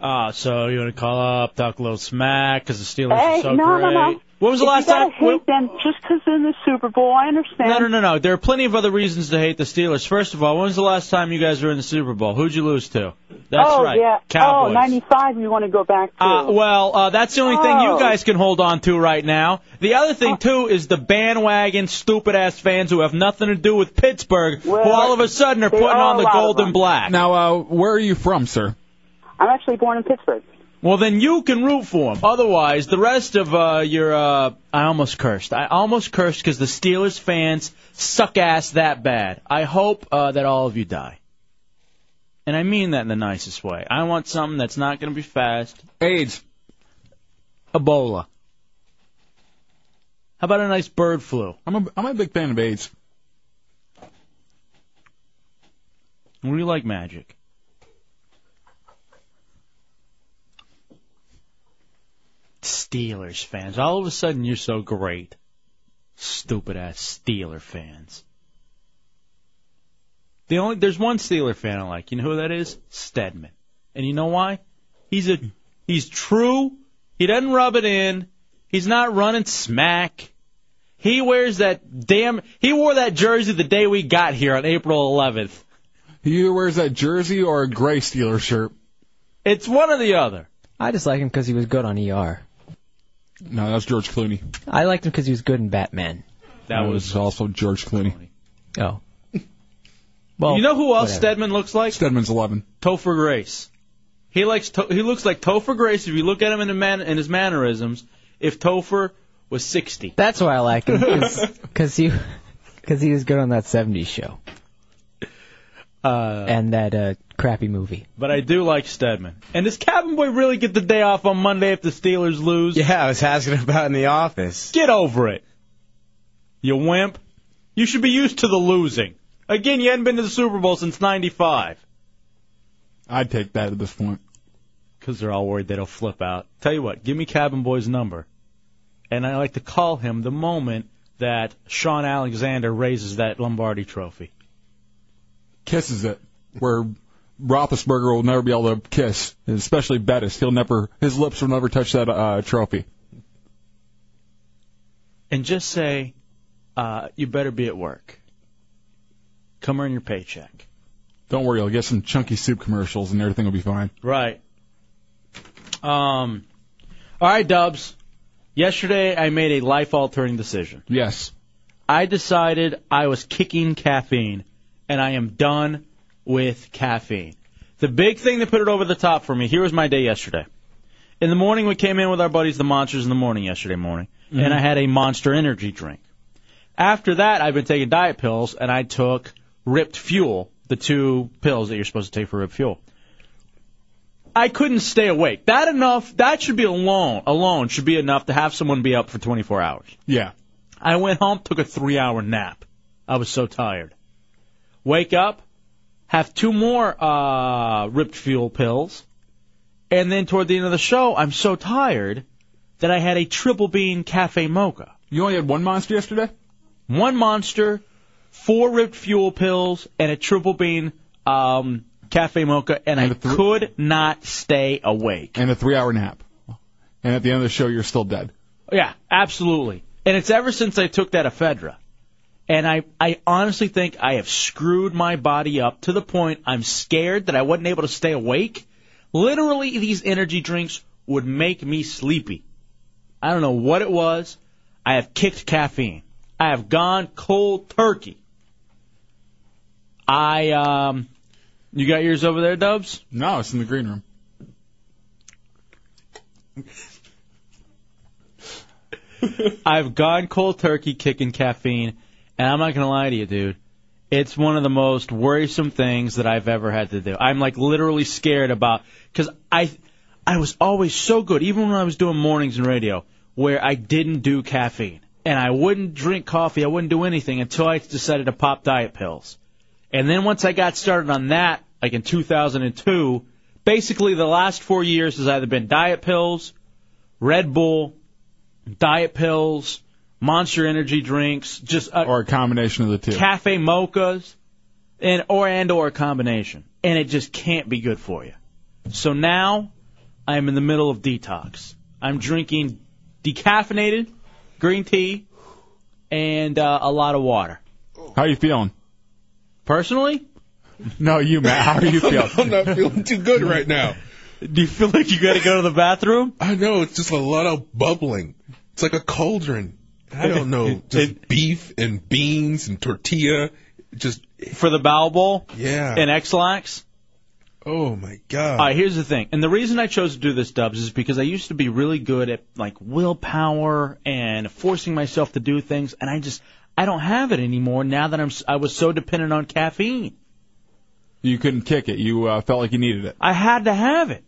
Speaker 3: Ah, so you want to call up, talk a little smack because the Steelers
Speaker 11: hey,
Speaker 3: are so
Speaker 11: no,
Speaker 3: great.
Speaker 11: no, no.
Speaker 3: When was the
Speaker 11: If
Speaker 3: last
Speaker 11: you gotta
Speaker 3: time? when-
Speaker 11: Hate them just 'cause they're in the Super Bowl. I understand.
Speaker 3: No, no, no, no. There are plenty of other reasons to hate the Steelers. First of all, when was the last time you guys were in the Super Bowl? Who'd you lose to? That's
Speaker 11: oh,
Speaker 3: right.
Speaker 11: Yeah.
Speaker 3: Cowboys.
Speaker 11: Oh, 95 you want to go back to.
Speaker 3: Uh, well, uh, that's the only thing you
Speaker 11: Oh.
Speaker 3: guys can hold on to right now. The other thing too is the bandwagon stupid ass fans who have nothing to do with Pittsburgh, who all of a sudden are
Speaker 11: they
Speaker 3: putting
Speaker 11: are
Speaker 3: on
Speaker 11: a
Speaker 3: the
Speaker 11: lot of
Speaker 3: golden
Speaker 11: them.
Speaker 3: black.
Speaker 4: Now, uh, where are you from, sir?
Speaker 11: I'm actually born in Pittsburgh.
Speaker 3: Well, then you can root for them. Otherwise, the rest of uh, your uh, I almost cursed. I almost cursed because the Steelers fans suck ass that bad. I hope uh, that all of you die. And I mean that in the nicest way. I want something that's not going to be fast.
Speaker 4: AIDS.
Speaker 3: Ebola. How about a nice bird flu?
Speaker 4: I'm a, I'm a big fan of AIDS.
Speaker 3: What do you like, magic? Steelers fans. All of a sudden, you're so great. Stupid ass Steeler fans. The only there's one Steeler fan I like. You know who that is? Stedman. And you know why? He's a he's true. He doesn't rub it in. He's not running smack. He wears that damn. He wore that jersey the day we got here on April 11th.
Speaker 4: He either wears that jersey or a gray Steeler shirt.
Speaker 3: It's one or the other.
Speaker 6: I just like him because he was good on ER.
Speaker 4: No, that was George Clooney.
Speaker 6: I liked him because he was good in Batman.
Speaker 3: That was
Speaker 4: also George Clooney.
Speaker 6: Oh. Well,
Speaker 3: you know who else
Speaker 6: whatever.
Speaker 3: Stedman looks like?
Speaker 4: Stedman's 11.
Speaker 3: Topher Grace. He likes. To- he looks like Topher Grace if you look at him in, the man- in his mannerisms. If Topher was 60.
Speaker 6: That's why I like him because he because he was good on that '70s show
Speaker 3: Uh,
Speaker 6: and that uh, crappy movie.
Speaker 3: but I do like Stedman. And does Cabin Boy really get the day off on Monday if the Steelers lose?
Speaker 12: Yeah, I was asking about in the office.
Speaker 3: Get over it. You wimp. You should be used to the losing. Again, you hadn't been to the Super Bowl since 95.
Speaker 4: I'd take that at this point.
Speaker 3: because they're all worried that he'll flip out. Tell you what, give me Cabin Boy's number, and I like to call him the moment that Sean Alexander raises that Lombardi Trophy.
Speaker 4: Kisses it. Where Roethlisberger will never be able to kiss, especially Bettis. He'll never, his lips will never touch that uh, trophy.
Speaker 3: and just say, uh, you better be at work. Come earn your paycheck.
Speaker 4: Don't worry, I'll get some chunky soup commercials and everything will be fine.
Speaker 3: Right. Um, all right, Dubs. Yesterday, I made a life altering decision.
Speaker 4: Yes.
Speaker 3: I decided I was kicking caffeine, and I am done with caffeine. The big thing that put it over the top for me here was my day yesterday. In the morning, we came in with our buddies, the Monsters, in the morning yesterday morning,
Speaker 25: Mhm.
Speaker 3: and I had a Monster Energy drink. After that, I've been taking diet pills, and I took Ripped Fuel, the two pills that you're supposed to take for Ripped Fuel. I couldn't stay awake. That enough. That should be alone. Alone should be enough to have someone be up for 24 hours.
Speaker 4: Yeah.
Speaker 3: I went home, took a three hour nap. I was so tired. Wake up, have two more uh, ripped fuel pills, and then toward the end of the show, I'm so tired that I had a triple bean cafe mocha.
Speaker 4: You only had one monster yesterday?
Speaker 3: One monster, four ripped fuel pills, and a triple bean um, cafe mocha, and, I could not stay awake.
Speaker 4: And a three hour nap. And at the end of the show, you're still dead.
Speaker 3: Yeah, absolutely. And it's ever since I took that ephedra. And I, I honestly think I have screwed my body up to the point I'm scared that I wasn't able to stay awake. Literally, these energy drinks would make me sleepy. I don't know what it was. I have kicked caffeine. I have gone cold turkey. I, um, you got yours over there, Dubs?
Speaker 4: No, it's in the green room.
Speaker 3: I've gone cold turkey kicking caffeine, and I'm not gonna lie to you, dude. It's one of the most worrisome things that I've ever had to do. I'm like literally scared about because I I was always so good, even when I was doing mornings and radio, where I didn't do caffeine and I wouldn't drink coffee, I wouldn't do anything until I decided to pop diet pills. And then once I got started on that, like in 2002, basically the last four years has either been diet pills, Red Bull, diet pills, Monster Energy drinks, just uh,
Speaker 4: or a combination of the two.
Speaker 3: cafe mochas, and or and or a combination, and it just can't be good for you. So now I'm in the middle of detox. I'm drinking decaffeinated green tea and uh, a lot of water.
Speaker 4: How you feeling?
Speaker 3: Personally?
Speaker 4: No, you Matt. How are you feeling?
Speaker 9: I'm not feeling too good right now.
Speaker 3: Do you feel like you got to go to the bathroom?
Speaker 9: I know. It's just a lot of bubbling. It's like a cauldron. I don't know. Just beef and beans and tortilla. Just
Speaker 3: for the bowel bowl.
Speaker 9: Yeah.
Speaker 3: And X-Lax.
Speaker 9: Oh my god.
Speaker 3: All right, here's the thing, and the reason I chose to do this, Dubs, is because I used to be really good at like willpower and forcing myself to do things, and I just I don't have it anymore now that I'm s- I was so dependent on caffeine.
Speaker 4: You couldn't kick it. You uh, felt like you needed it.
Speaker 3: I had to have it.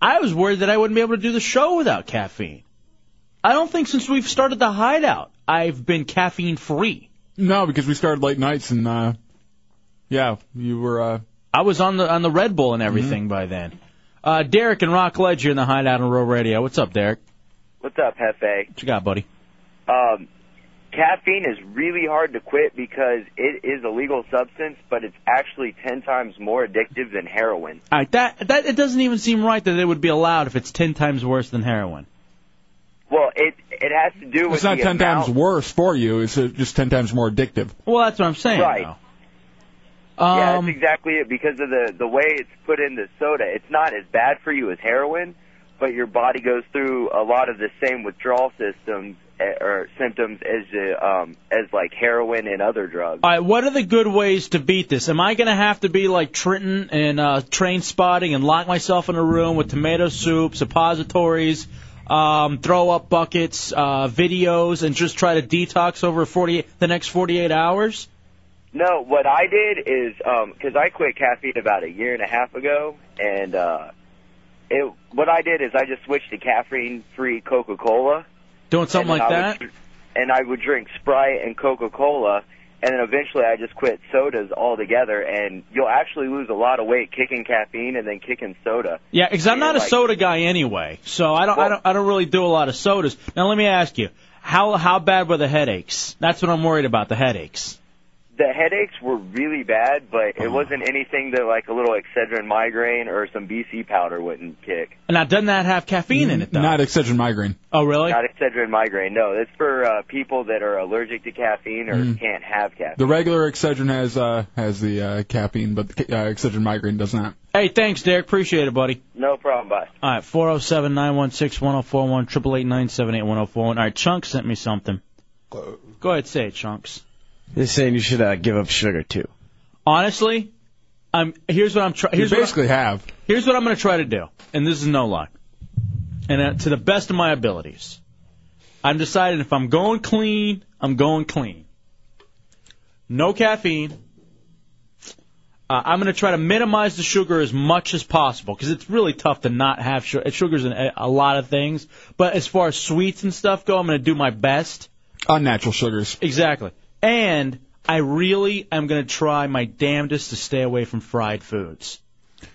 Speaker 3: I was worried that I wouldn't be able to do the show without caffeine. I don't think since we've started the hideout I've been caffeine free.
Speaker 4: No, because we started late nights and uh, yeah, you were. Uh, Mm-hmm.
Speaker 3: I was on the on the Red Bull and everything by then. Uh, Derek and Rock Ledger in the hideout on Row Radio. What's up, Derek?
Speaker 25: What's up, Hefe?
Speaker 3: What you got, buddy?
Speaker 25: Um, caffeine is really hard to quit because it is a legal substance, but it's actually 10 times more addictive than heroin.
Speaker 3: All right, that that it doesn't even seem right that it would be allowed if it's ten times worse than heroin.
Speaker 25: Well, it it has to do with
Speaker 4: it's not
Speaker 25: the
Speaker 4: ten
Speaker 25: amount.
Speaker 4: times worse for you. It's uh, just ten times more addictive.
Speaker 3: Well, that's what I'm saying.
Speaker 25: Right.
Speaker 3: though.
Speaker 25: yeah,
Speaker 3: Um,
Speaker 25: that's exactly it because of the the way it's put into soda. It's not as bad for you as heroin, but your body goes through a lot of the same withdrawal systems eh, or symptoms as the um as like heroin and other drugs.
Speaker 3: All right, what are the good ways to beat this? Am I going to have to be like Trenton and uh, train spotting and lock myself in a room with tomato soup, suppositories, um, throw up buckets, uh, videos, and just try to detox over 40, the next 48 hours?
Speaker 25: No, what I did is because I quit caffeine about a year and a half ago, and uh, it what I did is I just switched to caffeine-free Coca-Cola.
Speaker 3: Doing something
Speaker 25: And
Speaker 3: like
Speaker 25: I
Speaker 3: that?
Speaker 25: would- and I would drink Sprite and Coca-Cola, and then eventually I just quit sodas altogether. And you'll actually lose a lot of weight kicking caffeine and then kicking soda.
Speaker 3: Yeah, 'cause I'm not a
Speaker 25: like-
Speaker 3: soda guy anyway, so I don't, I don't, I don't really do a lot of sodas. Now let me ask you, how how bad were the headaches? That's what I'm worried about, the headaches.
Speaker 25: The headaches were really bad, but it wasn't anything that like a little Excedrin migraine or some BC powder wouldn't kick.
Speaker 3: Now doesn't that have caffeine in it though?
Speaker 4: Not Excedrin migraine.
Speaker 3: Oh really?
Speaker 25: Not Excedrin migraine. No, it's for uh, people that are allergic to caffeine or
Speaker 4: Mm.
Speaker 25: can't have caffeine.
Speaker 4: The regular Excedrin has uh, has the uh, caffeine, but the uh, Excedrin migraine does not.
Speaker 3: Hey, thanks, Derek. Appreciate it, buddy.
Speaker 25: No problem, bye.
Speaker 3: All right, four zero seven nine one six one zero four one triple eight nine seven eight one zero four one. All right, Chunk sent me something. Go ahead, say it, Chunks.
Speaker 12: They're saying you should uh, give up sugar too.
Speaker 3: Honestly, I'm here's what I'm trying. Here's
Speaker 4: you
Speaker 3: what I-
Speaker 4: basically have.
Speaker 3: Here's what I'm going to try to do, and this is no lie, and uh, to the best of my abilities, I'm deciding if I'm going clean, I'm going clean. No caffeine. Uh, I'm going to try to minimize the sugar as much as possible because it's really tough to not have sugar. Sugar's in uh, a, a lot of things, but as far as sweets and stuff go, I'm going to do my best.
Speaker 4: Unnatural sugars.
Speaker 3: Exactly. And I really am going to try my damnedest to stay away from fried foods.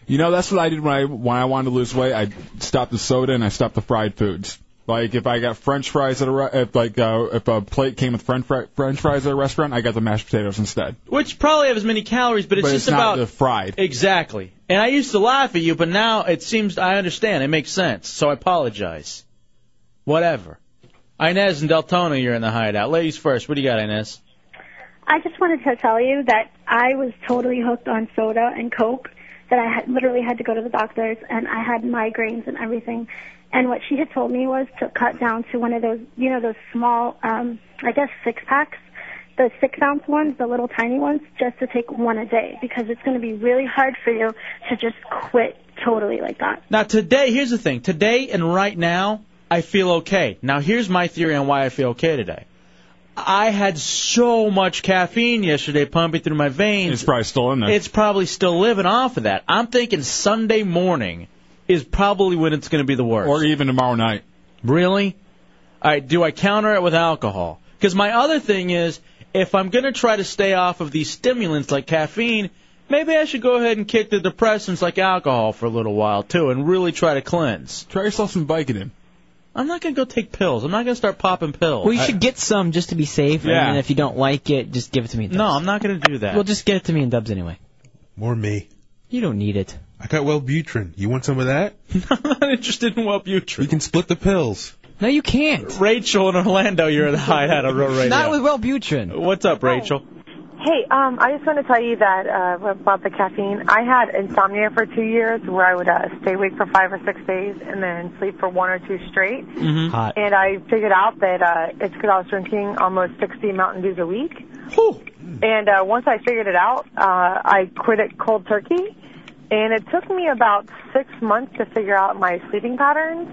Speaker 4: You know, that's what I did when I when I wanted to lose weight. I stopped the soda and I stopped the fried foods. Like if I got French fries at a re- if like uh, if a plate came with French fri- French fries at a restaurant, I got the mashed potatoes instead.
Speaker 3: which probably have as many calories, but it's
Speaker 4: But
Speaker 3: just
Speaker 4: it's not
Speaker 3: about
Speaker 4: the fried.
Speaker 3: Exactly. And I used to laugh at you, but now it seems I understand. It makes sense. So I apologize. Whatever. Inez and Deltona, you're in the hideout. Ladies first. What do you got, Inez?
Speaker 13: I just wanted to tell you that I was totally hooked on soda and Coke. That I had, literally had to go to the doctors, and I had migraines and everything. And what she had told me was to cut down to one of those, you know, those small, um, I guess six packs, the six ounce ones, the little tiny ones, just to take one a day because it's going to be really hard for you to just quit totally like that.
Speaker 3: Now today, here's the thing. Today and right now, I feel okay. Now here's my theory on why I feel okay today. I had so much caffeine yesterday pumping through my veins.
Speaker 4: It's probably still in there.
Speaker 3: It's probably still living off of that. I'm thinking Sunday morning is probably when it's going to be the worst. Or
Speaker 4: even tomorrow night.
Speaker 3: Really? All right, do I counter it with alcohol? Because my other thing is, if I'm going to try to stay off of these stimulants like caffeine, maybe I should go ahead and kick the depressants like alcohol for a little while, too, and really try to cleanse.
Speaker 4: Try yourself some Vicodin.
Speaker 3: I'm not going to go take pills. I'm not going to start popping pills.
Speaker 6: Well, you should get some just to be safe,
Speaker 3: Yeah.
Speaker 6: and then if you don't like it, just give it to me. In dubs.
Speaker 3: No, I'm not going to do that.
Speaker 6: Well, just get it to me in dubs anyway.
Speaker 9: More me.
Speaker 6: You don't need it.
Speaker 9: I got Wellbutrin. You want some of that?
Speaker 3: I'm not interested in Wellbutrin.
Speaker 9: We can split the pills.
Speaker 6: No, you can't.
Speaker 3: Rachel in Orlando, you're at the hideout on Real Radio.
Speaker 6: Not with Wellbutrin.
Speaker 3: What's up, Rachel?
Speaker 26: Hey, um, I just want to tell you that uh, about the caffeine. I had insomnia for two years, where I would uh, stay awake for five or six days and then sleep for one or two straight.
Speaker 27: Mm-hmm. Hot.
Speaker 26: And I figured out that uh, it's because I was drinking almost 60 Mountain Dews a week. And uh, once I figured it out, uh, I quit it cold turkey. And it took me about six months to figure out my sleeping patterns.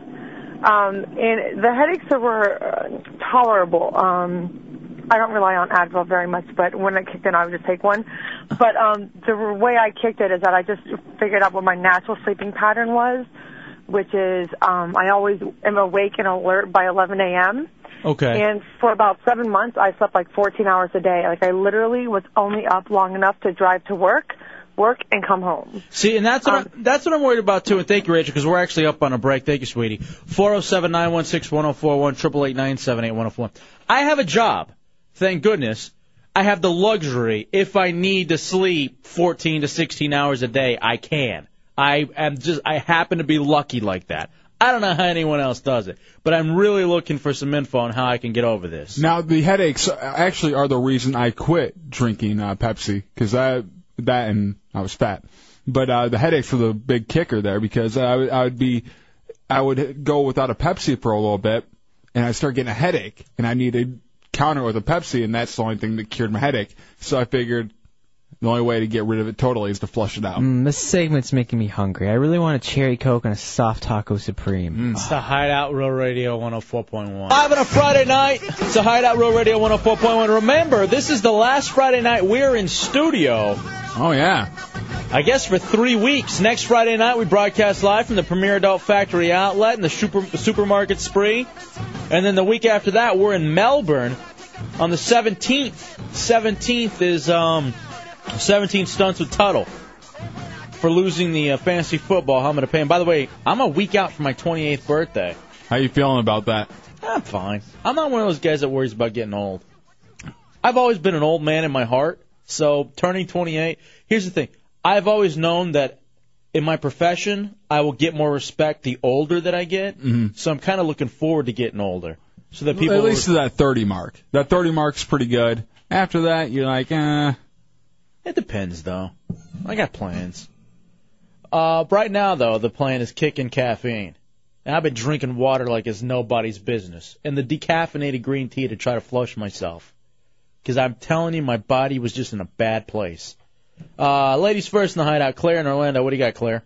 Speaker 26: Um, and the headaches were uh, tolerable. Um, I don't rely on Advil very much, but when it kicked in, I would just take one. But um, the way I kicked it is that I just figured out what my natural sleeping pattern was, which is um, I always am awake and alert by 11 a.m.
Speaker 3: Okay.
Speaker 26: And for about seven months, I slept like 14 hours a day. Like I literally was only up long enough to drive to work, work, and come home.
Speaker 3: See, and that's what I'm, that's what I'm worried about too. And thank you, Rachel, because we're actually up on a break. Thank you, sweetie. Four zero seven nine one six one zero four one triple eight nine seven eight one zero four. I have a job, thank goodness. I have the luxury. If I need to sleep 14 to 16 hours a day, I can. I am just I happen to be lucky like that. I don't know how anyone else does it, but I'm really looking for some info on how I can get over this.
Speaker 4: Now the headaches actually are the reason I quit drinking uh, Pepsi because I that and I was fat, but uh, the headaches were the big kicker there because I would, I would be I would go without a Pepsi for a little bit and I start getting a headache and I need to counter with a Pepsi and that's the only thing that cured my headache. So I figured the only way to get rid of it totally is to flush it out.
Speaker 6: Mm, this segment's making me hungry. I really want a cherry coke and a soft taco supreme. Ah.
Speaker 3: It's the Hideout Real Radio 104.1. Live on a Friday night. It's the Hideout Real Radio 104.1. Remember, this is the last Friday night we're in studio.
Speaker 4: Oh, yeah.
Speaker 3: I guess for three weeks. Next Friday night, we broadcast live from the Premier Adult Factory Outlet and the super, Supermarket Spree. And then the week after that, we're in Melbourne on the 17th. 17th is um, 17 stunts with Tuttle for losing the uh, fantasy football helmet of pain. By the way, I'm a week out from my 28th birthday.
Speaker 4: How you feeling about that?
Speaker 3: I'm fine. I'm not one of those guys that worries about getting old. I've always been an old man in my heart, so turning 28. Here's the thing: I've always known that in my profession, I will get more respect the older that I get.
Speaker 4: Mhm.
Speaker 3: So I'm kind of looking forward to getting older, so that people
Speaker 4: at least to that 30 mark. That 30 mark's pretty good. After that, you're like, eh.
Speaker 3: It depends, though. I got plans. Uh, right now, though, the plan is kicking caffeine. And I've been drinking water like it's nobody's business, and the decaffeinated green tea to try to flush myself. Because I'm telling you, my body was just in a bad place. Uh, ladies first in the hideout. Claire in Orlando. What do you got, Claire?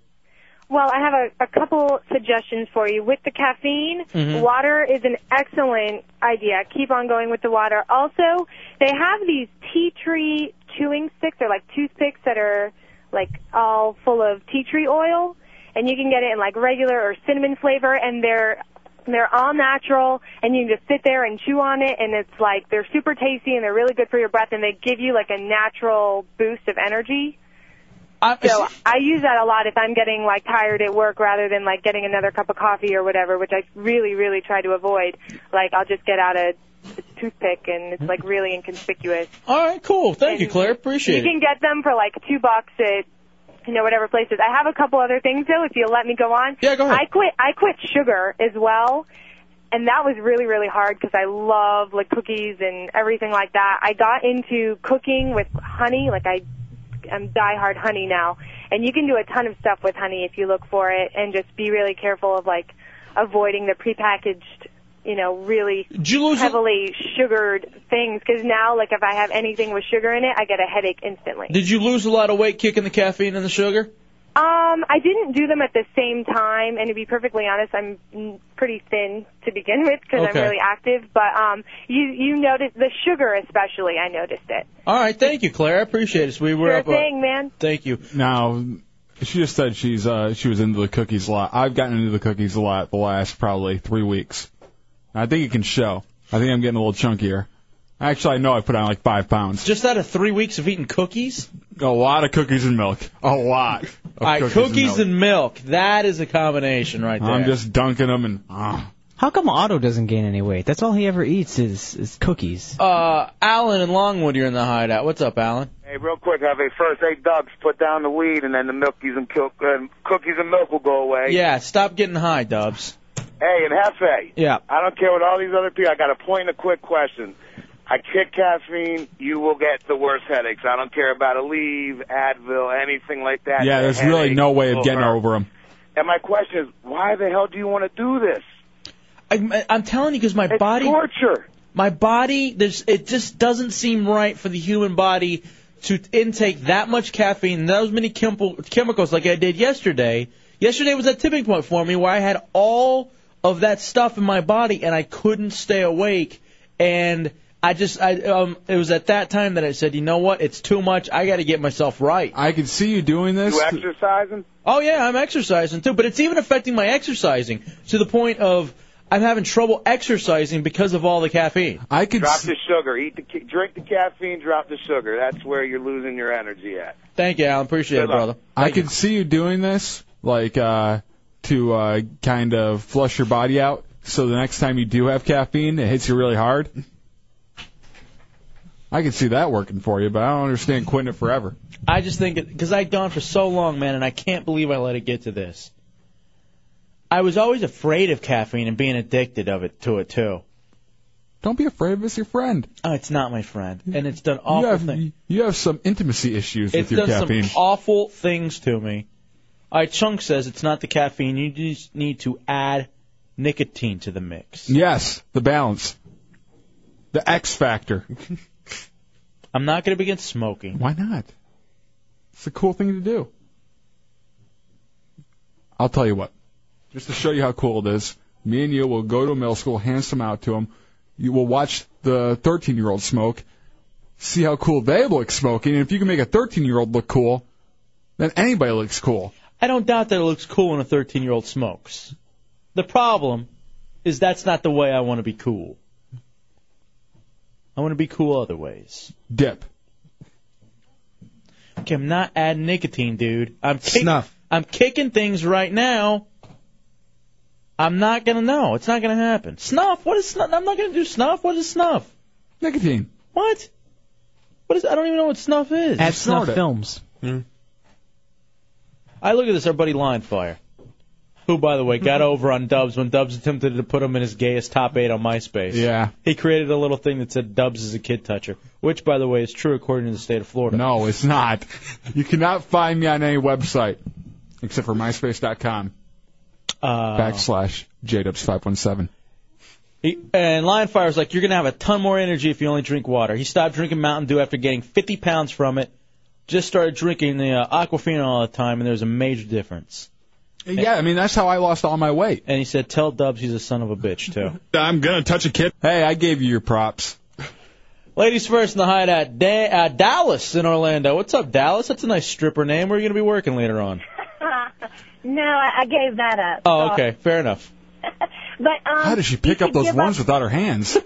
Speaker 2: Well, I have a, a couple suggestions for you. With the caffeine,
Speaker 3: Mhm.
Speaker 2: water is an excellent idea. Keep on going with the water. Also, they have these tea tree chewing sticks. They're like toothpicks that are like all full of tea tree oil, and you can get it in like regular or cinnamon flavor, and they're they're all natural, and you can just sit there and chew on it, and it's like they're super tasty and they're really good for your breath, and they give you like a natural boost of energy. So I use that a lot if I'm getting like tired at work rather than like getting another cup of coffee or whatever, which I really, really try to avoid. Like I'll just get out a toothpick and it's like really inconspicuous.
Speaker 3: All right, cool. Thank you, Claire.
Speaker 2: you
Speaker 3: Appreciate it.
Speaker 2: can get them for like two bucks at you know whatever places. I have a couple other things though. If you'll let me go on,
Speaker 3: yeah, go ahead.
Speaker 2: I quit. I quit sugar as well. and that was really really hard because I love like cookies and everything like that. I got into cooking with honey, like I I'm diehard honey now, and you can do a ton of stuff with honey if you look for it, and just be really careful of like avoiding the prepackaged, you know, really heavily sugared things because now like if I have anything with sugar in it, I get a headache instantly.
Speaker 3: Did you lose a lot of weight kicking the caffeine and the sugar?
Speaker 2: Um, I didn't do them at the same time, and to be perfectly honest, I'm mm, pretty thin to begin with because
Speaker 3: Okay.
Speaker 2: I'm really active. But um, you you notice the sugar especially. I noticed it.
Speaker 3: All right, thank you, Claire. I appreciate it. So we were
Speaker 2: Sure
Speaker 3: up. uh,
Speaker 2: thing, man.
Speaker 3: thank you.
Speaker 4: Now, she just said she's uh she was into the cookies a lot. I've gotten into the cookies a lot the last probably three weeks. I think it can show. I think I'm getting a little chunkier. Actually, I know I put on like five pounds.
Speaker 3: Just out of three weeks of eating cookies,
Speaker 4: A lot of cookies and milk. A lot. Of
Speaker 3: all right,
Speaker 4: milk.
Speaker 3: cookies, and, milk. That is a combination right there.
Speaker 4: I'm just dunking them and ah.
Speaker 6: How come Otto doesn't gain any weight? That's all he ever eats is is cookies.
Speaker 3: Uh, Alan and Longwood, you're in the hideout. What's up, Alan?
Speaker 7: Hey, real quick, have a first. Hey, Doug's put down the weed, and then the milkies and cook, uh, cookies and milk will go away.
Speaker 3: Yeah, stop getting high, Dubs.
Speaker 7: Hey, and Hefe.
Speaker 3: Yeah.
Speaker 7: I don't care what all these other people. I got a point and a quick question. I kick caffeine, you will get the worst headaches. I don't care about Aleve, Advil, anything like that.
Speaker 4: Yeah, there's really no way of getting over them.
Speaker 7: And my question is, why the hell do you want to do this?
Speaker 3: I, I'm telling you, because my body
Speaker 7: torture.
Speaker 3: My body, there's it just doesn't seem right for the human body to intake that much caffeine, and those many chemical, chemicals, like I did yesterday. Yesterday was that tipping point for me where I had all of that stuff in my body, and I couldn't stay awake. And I just, I um, it was at that time that I said, you know what, it's too much. I got to get myself right.
Speaker 4: I can see you doing this.
Speaker 7: You exercising?
Speaker 3: Oh yeah, I'm exercising too, but it's even affecting my exercising to the point of I'm having trouble exercising because of all the caffeine.
Speaker 4: I could.
Speaker 7: Drop the sugar. Eat the ca- drink the caffeine. Drop the sugar. That's where you're losing your energy at.
Speaker 3: Thank you, Alan. Appreciate it,
Speaker 7: Good luck.
Speaker 3: brother.
Speaker 4: I could see you doing this, like uh, to uh, kind of flush your body out, so the next time you do have caffeine, it hits you really hard. I could see that working for you, but I don't understand quitting it forever.
Speaker 3: I just think because I've gone for so long, man, and I can't believe I let it get to this. I was always afraid of caffeine and being addicted of it to it too.
Speaker 4: Don't be afraid of it's your friend.
Speaker 3: Oh, it's not my friend, and it's done
Speaker 4: you
Speaker 3: awful
Speaker 4: have
Speaker 3: things.
Speaker 4: you have some intimacy issues
Speaker 3: It's
Speaker 4: with your
Speaker 3: done
Speaker 4: caffeine.
Speaker 3: some awful things to me. All right, Chunk says it's not the caffeine. You just need to add nicotine to the mix.
Speaker 4: Yes, the balance, the X factor.
Speaker 3: I'm not going to begin smoking.
Speaker 4: Why not? It's a cool thing to do. I'll tell you what. Just to show you how cool it is, me and you will go to a middle school, hand some out to them. You will watch the 13 year old smoke, see how cool they look smoking, and if you can make a 13 year old look cool, then anybody looks cool.
Speaker 3: I don't doubt that it looks cool when a 13 year old smokes. The problem is that's not the way I want to be cool. I want to be cool other ways.
Speaker 4: Dip.
Speaker 3: Okay, I'm not adding nicotine, dude. I'm kick- I'm kicking things right now. I'm not gonna know. It's not gonna happen. Snuff. What is snuff? I'm not gonna do snuff. What is snuff?
Speaker 4: Nicotine.
Speaker 3: What? What is? I don't even know what snuff is.
Speaker 6: Add snuff films.
Speaker 3: I look at this, our buddy Linefire, who, by the way, got over on Dubs when Dubs attempted to put him in his gayest top eight on MySpace.
Speaker 4: Yeah.
Speaker 3: He created a little thing that said Dubs is a kid toucher, which, by the way, is true according to the state of Florida.
Speaker 4: No, it's not. You cannot find me on any website except for myspace.com
Speaker 3: Uh,
Speaker 4: backslash jdubs517.
Speaker 3: He, and Lionfire's like, you're going to have a ton more energy if you only drink water. He stopped drinking Mountain Dew after getting 50 pounds from it, just started drinking the uh, Aquafina all the time, and there's a major difference.
Speaker 4: Yeah, I mean, that's how I lost all my weight.
Speaker 3: And he said, tell Dubs he's a son of a bitch, too.
Speaker 4: I'm gonna touch a kid. Hey, I gave you your props.
Speaker 3: Ladies first in the hideout, da- uh, Dallas in Orlando. What's up, Dallas? That's a nice stripper name. Where are you going to be working later on?
Speaker 14: no, I, I gave that up.
Speaker 3: Oh,
Speaker 14: So-
Speaker 3: okay. Fair enough.
Speaker 14: But um,
Speaker 4: How does she pick
Speaker 14: you
Speaker 4: up those
Speaker 14: give
Speaker 4: ones without her hands?
Speaker 14: and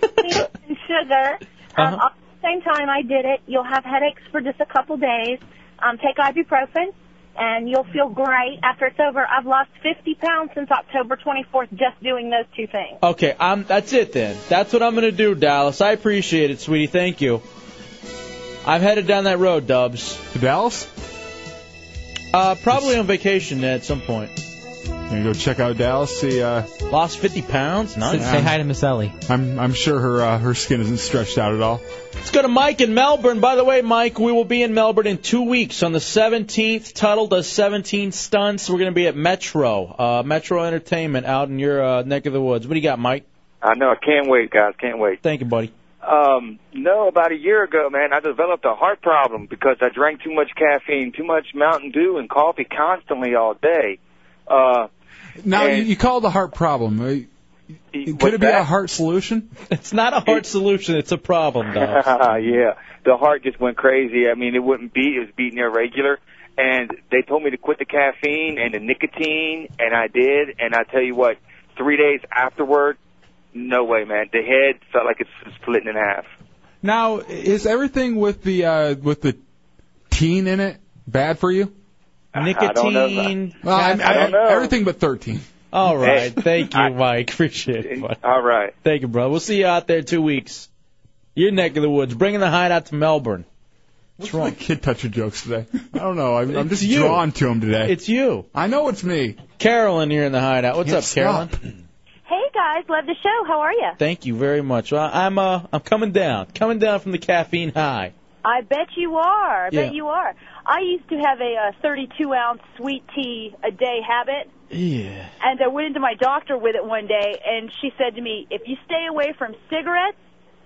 Speaker 14: sugar.
Speaker 4: Uh-huh.
Speaker 14: Um,
Speaker 3: Uh-huh.
Speaker 14: all at the same time I did it, you'll have headaches for just a couple days. Um, take ibuprofen, and you'll feel great after it's over. I've lost 50 pounds since October 24th just doing those two things.
Speaker 3: Okay, I'm, that's it then. That's what I'm going to do, Dallas. I appreciate it, sweetie. Thank you. I'm headed down that road, Dubs.
Speaker 4: To Dallas?
Speaker 3: Uh, probably on vacation at some point.
Speaker 4: Gonna go check out Dallas. See. Uh,
Speaker 3: Lost 50 pounds. Nice. Um,
Speaker 4: Say hi
Speaker 6: to Miss Ellie.
Speaker 4: I'm I'm sure her uh, her skin isn't stretched out at all.
Speaker 3: Let's go to Mike in Melbourne. By the way, Mike, we will be in Melbourne in two weeks on the 17th. Tuttle does 17 stunts. We're going to be at Metro, uh, Metro Entertainment out in your uh, neck of the woods. What do you got, Mike?
Speaker 28: I know. I can't wait, guys. Can't wait.
Speaker 3: Thank you, buddy.
Speaker 28: Um, no, about a year ago, man, I developed a heart problem because I drank too much caffeine, too much Mountain Dew, and coffee constantly all day. Uh,
Speaker 4: Now
Speaker 28: and
Speaker 4: you, you call it a heart problem. Uh, Could
Speaker 28: what's
Speaker 4: it be
Speaker 28: that?
Speaker 4: a heart solution?
Speaker 3: It's not a heart solution. It's a problem, though.
Speaker 28: yeah, the heart just went crazy. I mean, it wouldn't beat; it was beating irregular. And they told me to quit the caffeine and the nicotine, and I did. And I tell you what, three days afterward, no way, man. The head felt like it's splitting in half.
Speaker 4: Now, is everything with the uh, with the teen in it bad for you?
Speaker 3: I don't know. Nicotine,
Speaker 4: Well, I,
Speaker 3: I don't know.
Speaker 4: Everything but thirteen.
Speaker 3: All right. Thank you, Mike. Appreciate it. bud.
Speaker 28: All right.
Speaker 3: Thank you, bro. We'll see you out there in two weeks. Your neck of the woods. Bringing the hideout to Melbourne. What's wrong?
Speaker 4: Kid toucher jokes today. I don't know. I'm, I'm
Speaker 3: It's
Speaker 4: just
Speaker 3: you.
Speaker 4: drawn to him today.
Speaker 3: It's you.
Speaker 4: I know it's me.
Speaker 3: Carolyn, you're in the hideout. What's
Speaker 4: Can't
Speaker 3: up, Carolyn?
Speaker 29: Hey guys, love the show. How are you?
Speaker 3: Thank you very much. Well, I'm uh, I'm coming down, coming down from the caffeine high.
Speaker 29: I bet you are. I
Speaker 3: Yeah.
Speaker 29: bet you are. I used to have a, uh 32 ounce sweet tea a day habit,
Speaker 3: Yeah.
Speaker 29: and I went into my doctor with it one day, and she said to me, "If you stay away from cigarettes,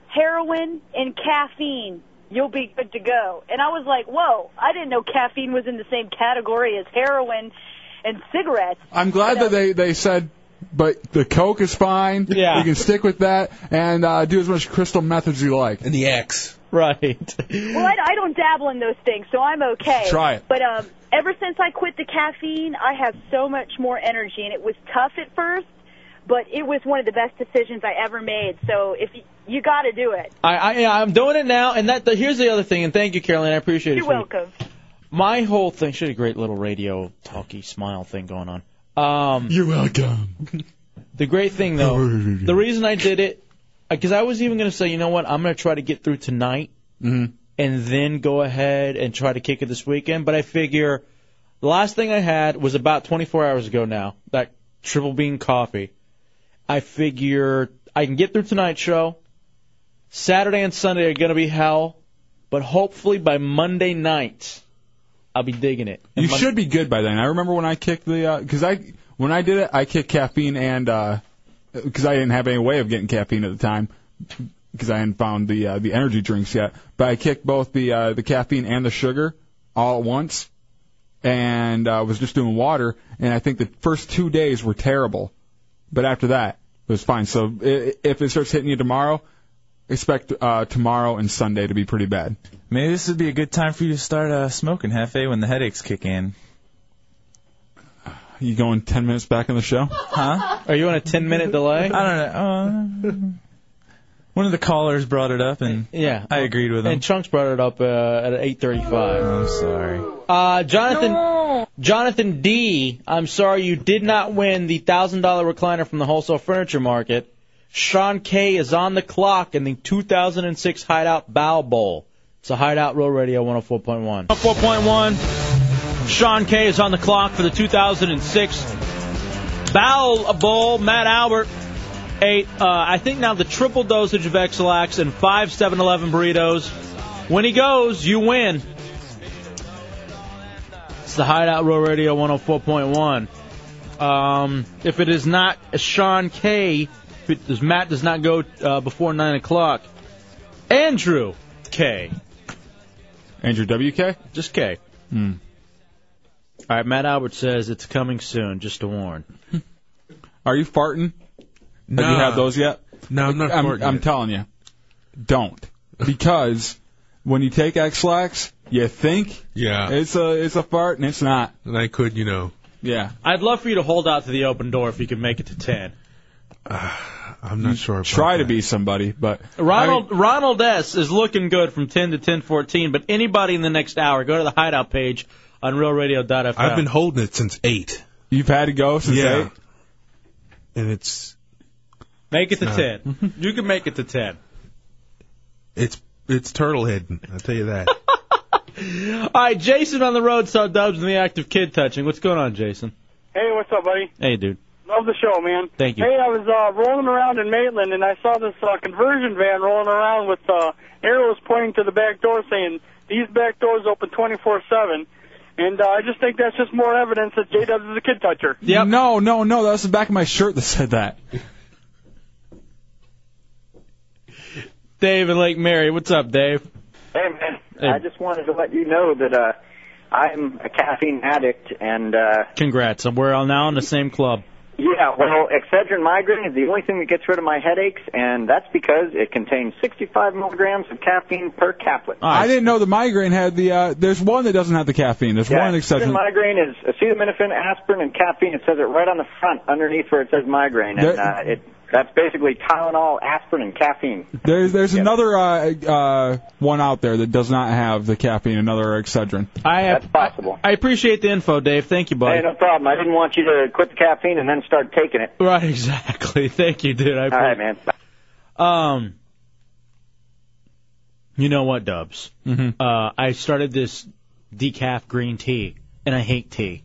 Speaker 29: heroin, and caffeine, you'll be good to go." And I was like, "Whoa! I didn't know caffeine was in the same category as heroin and cigarettes."
Speaker 4: I'm glad that they they said, but the coke is fine.
Speaker 3: Yeah.
Speaker 4: you can stick with that and uh, do as much crystal meth as you like.
Speaker 3: And the X. Right.
Speaker 29: Well, I, I don't dabble in those things, so I'm okay.
Speaker 4: Try it.
Speaker 29: But um, ever since I quit the caffeine, I have so much more energy, and it was tough at first, but it was one of the best decisions I ever made. So if you, you got to do it,
Speaker 3: I, I yeah, I'm doing it now, and that the, here's the other thing. And thank you, Carolyn. I appreciate
Speaker 29: you're
Speaker 3: it. sweetie.
Speaker 29: welcome.
Speaker 3: My whole thing. She had a great little radio talky smile thing going on. Um,
Speaker 4: You're welcome.
Speaker 3: The great thing though, the reason I did it, because I was even going to say, you know what, I'm going to try to get through tonight
Speaker 4: Mm-hmm.
Speaker 3: and then go ahead and try to kick it this weekend. But I figure the last thing I had was about 24 hours ago now, that triple bean coffee. I figure I can get through tonight's show. Saturday and Sunday are going to be hell, but hopefully by Monday night, I'll be digging it.
Speaker 4: You should be good by then. I remember when I kicked the because I when I did it, I kicked caffeine and because I didn't have any way of getting caffeine at the time because I hadn't found the uh, the energy drinks yet. But I kicked both the uh, the caffeine and the sugar all at once, and uh, was just doing water. And I think the first two days were terrible, but after that it was fine. So i- if it starts hitting you tomorrow, expect uh, tomorrow and Sunday to be pretty bad.
Speaker 8: Maybe this would be a good time for you to start uh, smoking, Hefe, when the headaches kick in.
Speaker 4: You going ten minutes back on the show?
Speaker 8: Huh?
Speaker 3: Are you on a ten minute
Speaker 8: I
Speaker 3: delay?
Speaker 8: don't know. Uh, one of the callers brought it up, and
Speaker 3: Yeah.
Speaker 8: I agreed with him.
Speaker 3: And Chunks brought it up uh, at 8:35.
Speaker 8: I'm sorry.
Speaker 3: Uh, Jonathan, Jonathan D. I'm sorry you did not win the thousand dollar recliner from the wholesale furniture market. Sean K is on the clock in the 2006 Hideout Bow Bowl. It's a Hideout Row Radio 104.1. 104.1. Sean K is on the clock for the 2006 Bowel Bowl, Matt Albert ate, uh, I think now the triple dosage of Exilax and five 7 Eleven burritos. When he goes, you win. It's the Hideout Row Radio 104.1. Um, if it is not Sean K, if it does, Matt does not go uh, before 9 o'clock, Andrew K.
Speaker 4: Andrew WK?
Speaker 3: Just K.
Speaker 4: Hmm.
Speaker 3: All right, Matt Albert says it's coming soon, just to warn.
Speaker 4: Are you farting? Have you
Speaker 3: Nah.
Speaker 4: had those yet?
Speaker 3: No, I'm not
Speaker 4: I'm,
Speaker 3: farting
Speaker 4: I'm
Speaker 3: yet.
Speaker 4: telling you, don't because when you take X-Lax, you think
Speaker 3: Uh.
Speaker 9: Yeah.
Speaker 4: it's a it's a fart and it's not.
Speaker 9: And I could, you know.
Speaker 4: Yeah.
Speaker 3: I'd love for you to hold out to the open door if you can make it to 10.
Speaker 9: I'm not sure. About
Speaker 4: Try to be somebody, but
Speaker 3: Ronald Ronald S is looking good from 10 to 10:14, but anybody in the next hour, go to the hideout page on realradio.fm.
Speaker 9: I've been holding it since eight.
Speaker 4: You've had to go since
Speaker 9: yeah.
Speaker 4: eight?
Speaker 9: And it's
Speaker 3: make it to
Speaker 9: Nah.
Speaker 3: 10. you can make it to 10.
Speaker 9: it's it's turtle hidden. I'll tell you that.
Speaker 3: All right, Jason on the road saw Dubs in the act of kid touching. What's going on, Jason?
Speaker 30: Hey, what's up, buddy?
Speaker 3: Hey, dude.
Speaker 30: Love the show, man.
Speaker 3: Thank you.
Speaker 30: Hey, I was uh, rolling around in Maitland and I saw this uh, conversion van rolling around with uh, arrows pointing to the back door saying, these back doors open 24-7. And uh, I just think that's just more evidence that JW is a kid toucher.
Speaker 4: Yep. No, no, no. That was the back of my shirt that said that.
Speaker 3: Dave and Lake Mary, what's up, Dave?
Speaker 21: Hey man,
Speaker 3: Hey.
Speaker 21: I just wanted to let you know that uh, I'm a caffeine addict, and uh,
Speaker 3: Congrats. We're all now in the same club.
Speaker 21: yeah, well, Excedrin migraine is the only thing that gets rid of my headaches, and that's because it contains 65 milligrams of caffeine per caplet.
Speaker 4: I didn't know the migraine had the. Uh, there's one that doesn't have the caffeine. There's one
Speaker 21: Excedrin
Speaker 4: exception.
Speaker 21: migraine is acetaminophen, aspirin, and caffeine. It says it right on the front, underneath where it says migraine, and uh,
Speaker 4: That-
Speaker 21: it that's basically Tylenol, aspirin, and caffeine.
Speaker 4: There's there's another uh, uh, one out there that does not have the caffeine. Another Excedrin.
Speaker 3: I have, That's
Speaker 21: possible.
Speaker 3: I, I appreciate the info, Dave. Thank you, buddy.
Speaker 21: Hey, no problem. I didn't want you to quit the caffeine and then start taking it.
Speaker 3: Right, exactly. Thank you, dude. I
Speaker 21: All right, man.
Speaker 3: Um, you know what, Dubs? Mm-hmm. Uh, I started this decaf green tea, and I hate tea.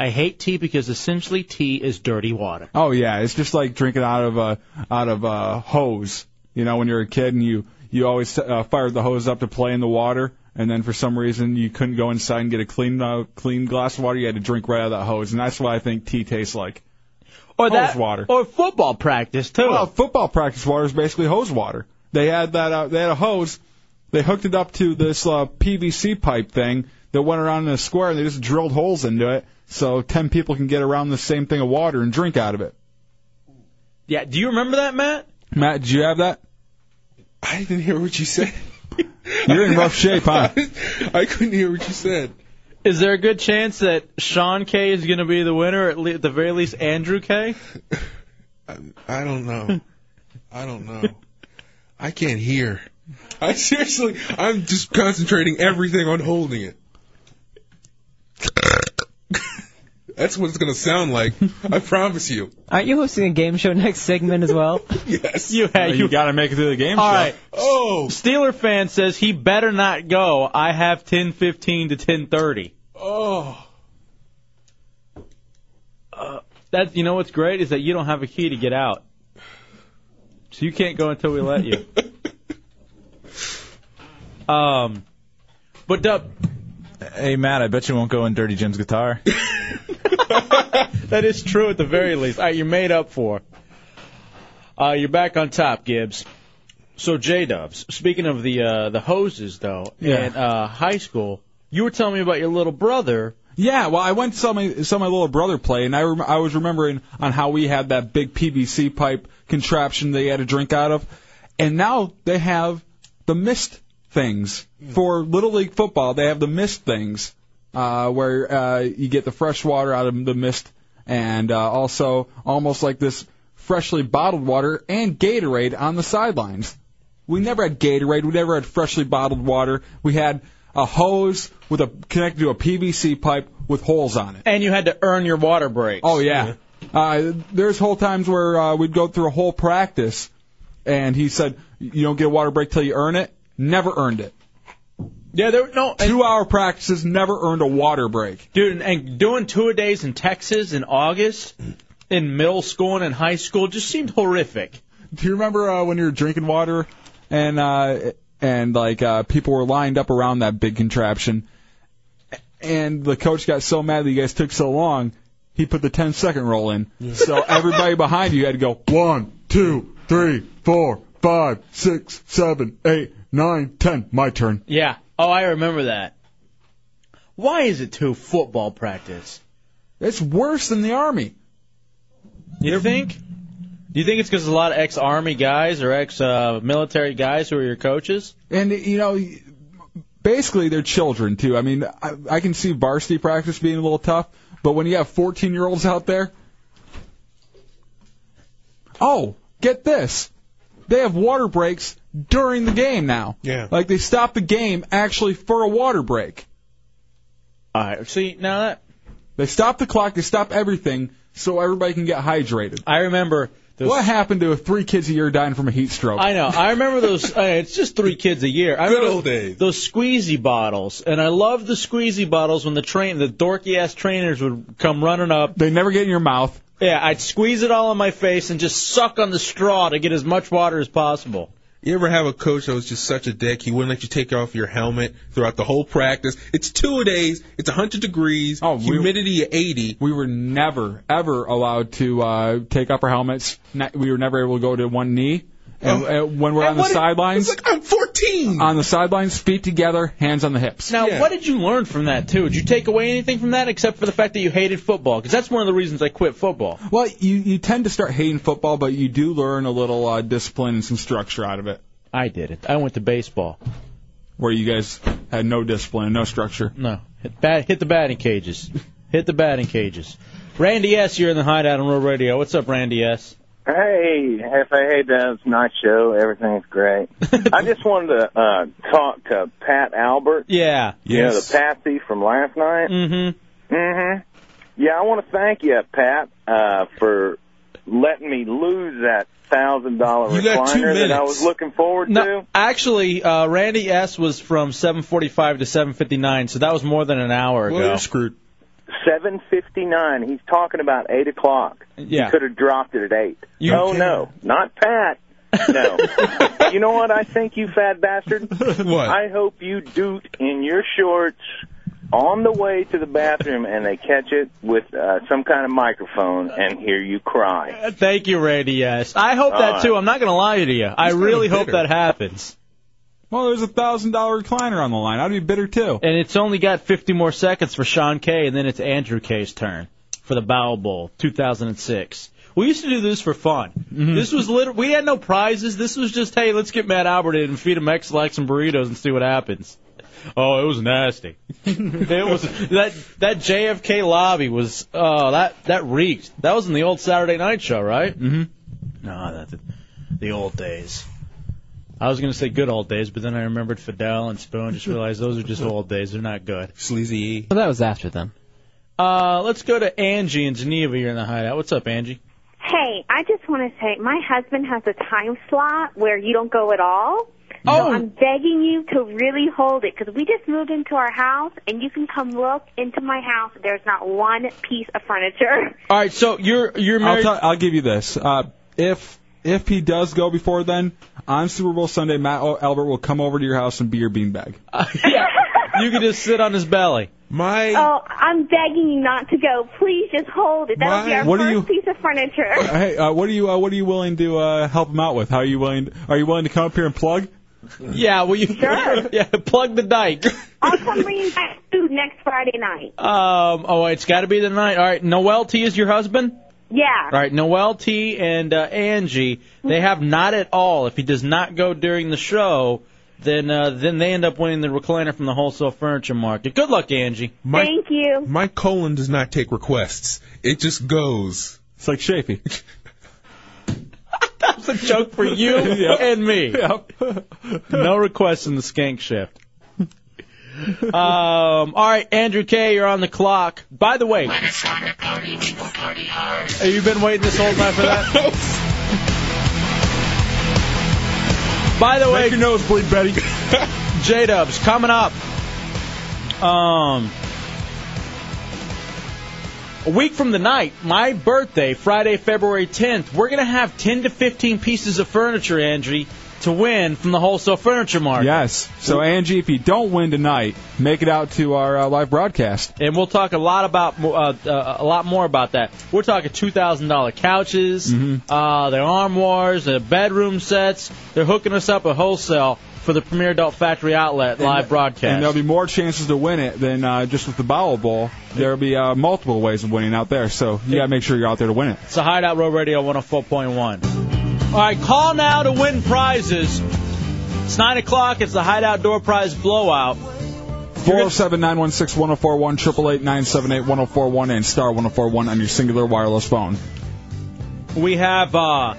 Speaker 3: I hate tea because essentially tea is dirty water.
Speaker 4: Oh yeah, it's just like drinking out of a out of a hose. You know, when you're a kid and you you always uh, fired the hose up to play in the water, and then for some reason you couldn't go inside and get a clean uh, clean glass of water. You had to drink right out of that hose, and that's what I think tea tastes like.
Speaker 3: Or
Speaker 4: hose
Speaker 3: that-
Speaker 4: water.
Speaker 3: Or football practice too.
Speaker 4: Well, football practice water is basically hose water. They had that. Uh, they had a hose. They hooked it up to this uh, PVC pipe thing that went around in a square, and they just drilled holes into it so ten people can get around the same thing of water and drink out of it.
Speaker 3: Yeah. Do you remember that, Matt?
Speaker 4: Matt, did you have that?
Speaker 9: I didn't hear what you said.
Speaker 4: You're in rough shape, huh?
Speaker 9: I couldn't hear what you said.
Speaker 3: Is there a good chance that Sean K is going to be the winner, at, le- at the very least Andrew K?
Speaker 9: I don't know. I don't know. I can't hear. I seriously, I'm just concentrating everything on holding it. That's what it's gonna sound like. I promise you.
Speaker 6: Aren't you hosting a game show next segment as well?
Speaker 9: yes.
Speaker 3: You had you,
Speaker 4: got to make it through the game
Speaker 3: All right.
Speaker 9: Oh.
Speaker 3: Steeler fan says he better not go. I have 10:15 to 10:30.
Speaker 9: Oh. Uh.
Speaker 3: That you know what's great is that you don't have a key to get out, so you can't go until we let you. um, but Dub,
Speaker 8: Hey Matt, I bet you won't go in Dirty Jim's guitar.
Speaker 3: that is true at the very least. All right, you're made up for. Uh, you're back on top, Gibbs. So J Dubs, speaking of the uh, the hoses though,
Speaker 4: Yeah.
Speaker 3: and uh, high school, you were telling me about your little brother.
Speaker 4: Yeah, well, I went to saw my saw my little brother play, and I rem- I was remembering on how we had that big PVC pipe contraption they had to drink out of, and now they have the mist things for little league football. They have the mist things uh, where uh, you get the fresh water out of the mist, and uh, also almost like this freshly bottled water and Gatorade on the sidelines. We never had Gatorade. We never had freshly bottled water. We had a hose with a connected to a PVC pipe with holes on it.
Speaker 3: And you had to earn your water breaks.
Speaker 4: Oh yeah. Uh, there's whole times where uh, we'd go through a whole practice, and he said, "You don't get a water break till you earn it." Never earned it.
Speaker 3: Yeah, there no
Speaker 4: two-hour practices. Never earned a water break.
Speaker 3: Dude, and doing two a days in Texas in August, in middle school and in high school, just seemed horrific.
Speaker 4: Do you remember uh, when you were drinking water and uh, and like uh, people were lined up around that big contraption, and the coach got so mad that you guys took so long, he put the ten second roll in, so everybody behind you had to go one, two, three, four, five, six, seven, eight, nine, ten. My turn.
Speaker 3: Yeah. Oh, I remember that. Why is it two football practice?
Speaker 4: It's worse than the army.
Speaker 3: You think? Do you think it's because a lot of ex-army guys or ex-military guys who are your coaches?
Speaker 4: And you know, basically they're children too. I mean, I, I can see varsity practice being a little tough, but when you have 14 year olds out there, oh, get this, they have water breaks during the game now.
Speaker 9: Yeah.
Speaker 4: Like they stop the game actually for a water break.
Speaker 3: All right. See now that
Speaker 4: they stop the clock, they stop everything, so everybody can get hydrated.
Speaker 3: I remember
Speaker 4: What happened to if three kids a year dying from a heat stroke?
Speaker 3: I know. I remember those. uh, it's just three kids a year. I remember
Speaker 4: old
Speaker 3: days. Those squeezy bottles, and I loved the squeezy bottles when the train, the dorky ass trainers would come running up.
Speaker 4: They never get in your mouth.
Speaker 3: Yeah, I'd squeeze it all in my face and just suck on the straw to get as much water as possible.
Speaker 9: You ever have a coach that was just such a dick? He wouldn't let you take off your helmet throughout the whole practice. It's two days. It's 100 degrees. Oh, humidity at 80.
Speaker 4: We were never ever allowed to uh, take off our helmets. Ne- We were never able to go to one knee. And, and when we're on the sidelines,
Speaker 9: it's like I'm 14.
Speaker 4: On the sidelines, feet together, hands on the hips.
Speaker 3: Now, what did you learn from that too? Did you take away anything from that except for the fact that you hated football? Because that's one of the reasons I quit football.
Speaker 4: Well, you you tend to start hating football, but you do learn a little uh, discipline and some structure out of it.
Speaker 3: I did it. I went to baseball,
Speaker 4: where you guys had no discipline, and no structure.
Speaker 3: No, hit, bat, hit the batting cages. Hit the batting cages. Randy S, you're in the hideout on Real Radio. What's up, Randy S?
Speaker 7: Hey, FA, hey, Dubs, nice show. Everything's great. I just wanted to uh, talk to Pat Albert.
Speaker 3: Yeah.
Speaker 7: You know, the Patsy from last night. Mm-hmm. Mm-hmm. Yeah, I want to thank you, Pat, uh, for letting me lose that $1,000
Speaker 3: You got two
Speaker 7: recliner that I
Speaker 3: minutes.
Speaker 7: was looking forward to.
Speaker 3: No, actually, uh, Randy S was from 7:45 to 7:59, so that was more than an hour ago.
Speaker 7: Well, you're
Speaker 9: screwed.
Speaker 7: 7.59. He's talking about 8 o'clock.
Speaker 3: Yeah.
Speaker 7: You could have dropped it at 8.
Speaker 3: You
Speaker 7: oh,
Speaker 3: can.
Speaker 7: no. Not Pat. No. you know what I think, you fat bastard?
Speaker 9: What?
Speaker 7: I hope you doot in your shorts on the way to the bathroom and they catch it with uh, some kind of microphone and hear you cry.
Speaker 3: Thank you, Randy. Yes, I hope that too. I'm not going to lie to you. I really hope that happens.
Speaker 4: Well, there's a thousand dollar recliner on the line. I'd be bitter too.
Speaker 3: And it's only got 50 more seconds for Sean Kay, and then it's Andrew Kay's turn for the Bow Bowl 2006. We used to do this for fun.
Speaker 4: Mm-hmm.
Speaker 3: This was lit- we had no prizes. This was just hey, let's get Matt Albert in and feed him X like some burritos and see what happens. Oh, it was nasty. it was that that JFK lobby was oh that that reeked. That was in the old Saturday Night Show, right? Mm-hmm. No, that the, the old days. I was gonna say good old days, but then I remembered Fidel and Spoon. Just realized those are just old days. They're not good.
Speaker 9: Sleazy E.
Speaker 6: Well, that was after them.
Speaker 3: Uh, let's go to Angie in Geneva. You're in the hideout. What's up, Angie?
Speaker 13: Hey, I just want to say my husband has a time slot where you don't go at all.
Speaker 4: Oh.
Speaker 13: So I'm begging you to really hold it because we just moved into our house and you can come look into my house. There's not one piece of furniture.
Speaker 3: All right, so you're you're
Speaker 4: married. I'll, tell- I'll give you this. Uh, if if he does go before then, on Super Bowl Sunday, Matt o- Albert will come over to your house and be your beanbag.
Speaker 3: you can just sit on his belly.
Speaker 9: My
Speaker 13: Oh, I'm begging you not to go. Please just hold it. That'll be
Speaker 4: Why?
Speaker 13: our
Speaker 4: What are
Speaker 13: first
Speaker 4: you-
Speaker 13: piece of furniture.
Speaker 4: hey, uh, what are you uh, what are you willing to uh, help him out with? How are you willing? Are you willing to come up here and plug?
Speaker 3: Yeah, well, you yeah, plug the dike.
Speaker 13: I'll come bring you back food next Friday night.
Speaker 3: Um, oh, it's got to be the night. All right, Noel T is your husband.
Speaker 13: Yeah.
Speaker 3: All right, Noel T and uh, Angie,
Speaker 13: Mm-hmm.
Speaker 3: they have not at all. If he does not go during the show, then uh, then they end up winning the recliner from the wholesale furniture market. Good luck, Angie.
Speaker 9: My,
Speaker 13: Thank you.
Speaker 9: My colon does not take requests. It just goes.
Speaker 4: It's like Shapy.
Speaker 3: That's a joke for you
Speaker 4: Yep.
Speaker 3: and me.
Speaker 4: Yep.
Speaker 3: no requests in the skank shift. Um, all right, Andrew K, you're on the clock. By the way, Have you been waiting this whole time for that? By the way, your
Speaker 4: nose bleed, Betty.
Speaker 3: J Dubs coming up. Um, a week from the night, my birthday, Friday, February 10th, we're gonna have 10 to 15 pieces of furniture, Angie, to win from the wholesale furniture market.
Speaker 4: Yes. So Angie, if you don't win tonight, make it out to our uh, live broadcast.
Speaker 3: and we'll talk a lot about mo- uh, uh, a lot more about that. We're talking two thousand dollar couches,
Speaker 4: Mm-hmm.
Speaker 3: uh, their armoires, their bedroom sets. They're hooking us up at wholesale for the Premier Adult Factory Outlet
Speaker 4: And there'll
Speaker 3: live broadcast.
Speaker 4: be more chances to win it than uh, just with the Bowel Bowl. There'll be uh, multiple ways of winning out there, so you gotta make sure you're out there to win it.
Speaker 3: It's a Hideout Road Radio 104.1. All right, call now to win prizes. It's nine o'clock. It's the Hideout Door Prize Blowout.
Speaker 4: 407 916 1041, 888 978 1041, and star 1041 on your singular wireless phone.
Speaker 3: We have uh,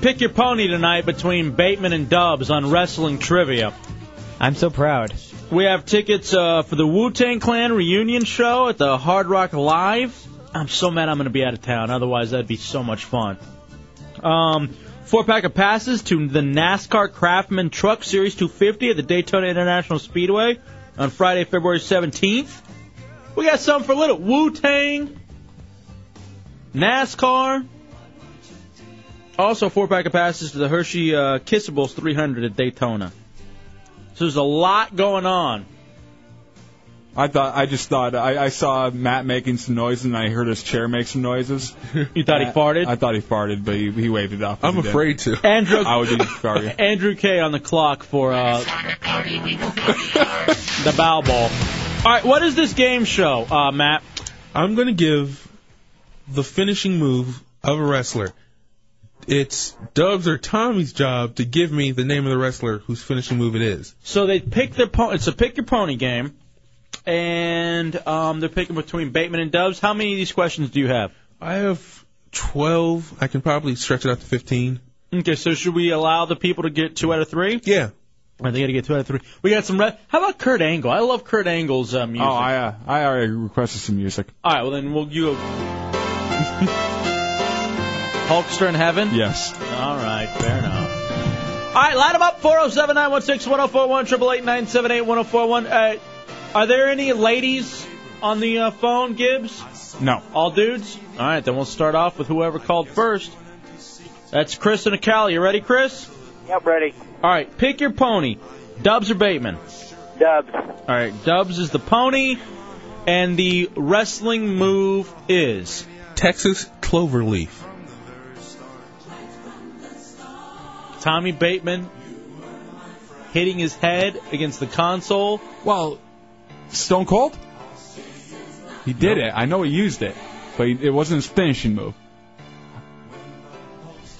Speaker 3: pick your pony tonight between Bateman and Dubs on wrestling trivia.
Speaker 6: I'm so proud.
Speaker 3: We have tickets uh, for the Wu Tang Clan reunion show at the Hard Rock Live. I'm so mad I'm going to be out of town. Otherwise, that'd be so much fun. Um, four pack of passes to the NASCAR Craftsman Truck Series 250 at the Daytona International Speedway on Friday, February 17th. We got some for little Wu Tang, NASCAR. Also, four pack of passes to the Hershey uh, Kissables 300 at Daytona. So there's a lot going on.
Speaker 4: I thought I just thought I, I saw Matt making some noises and I heard his chair make some noises.
Speaker 3: You thought he farted?
Speaker 4: I thought he farted, but he, he waved it off.
Speaker 3: I'm
Speaker 4: as he did.
Speaker 3: afraid to. Andrew-
Speaker 4: I would be sorry.
Speaker 3: Andrew K on the clock for uh, the bow ball. All right, what is this game show, uh, Matt?
Speaker 9: I'm going to give the finishing move of a wrestler. It's Dubs or Tommy's job to give me the name of the wrestler whose finishing move it is.
Speaker 3: So they pick their pony. It's a pick your pony game, and um, they're picking between Bateman and Dubs. How many of these questions do you have?
Speaker 9: I have 12. I can probably stretch it out to 15.
Speaker 3: Okay, so should we allow the people to get two out of three?
Speaker 9: Yeah.
Speaker 3: I think I get two out of three. We got some. Re- How about Kurt Angle? I love Kurt Angle's uh, music.
Speaker 4: Oh, I uh, I already requested some music.
Speaker 3: All right, well then we'll you. Hulkster in heaven.
Speaker 4: Yes.
Speaker 3: All right, fair enough. All right, line them up 407 916 1041, 888 978 1041. Uh, Are there any ladies on the uh, phone, Gibbs?
Speaker 4: No.
Speaker 3: All dudes? All right, then we'll start off with whoever called first. That's Chris and Akali. You ready, Chris?
Speaker 7: Yep, ready.
Speaker 3: All right, pick your pony Dubs or Bateman?
Speaker 7: Dubs.
Speaker 3: All right, Dubs is the pony, and the wrestling move is.
Speaker 9: Texas Cloverleaf.
Speaker 3: Tommy Bateman hitting his head against the console.
Speaker 4: Well, Stone Cold. He did it. I know he used it, but he, it wasn't his finishing move.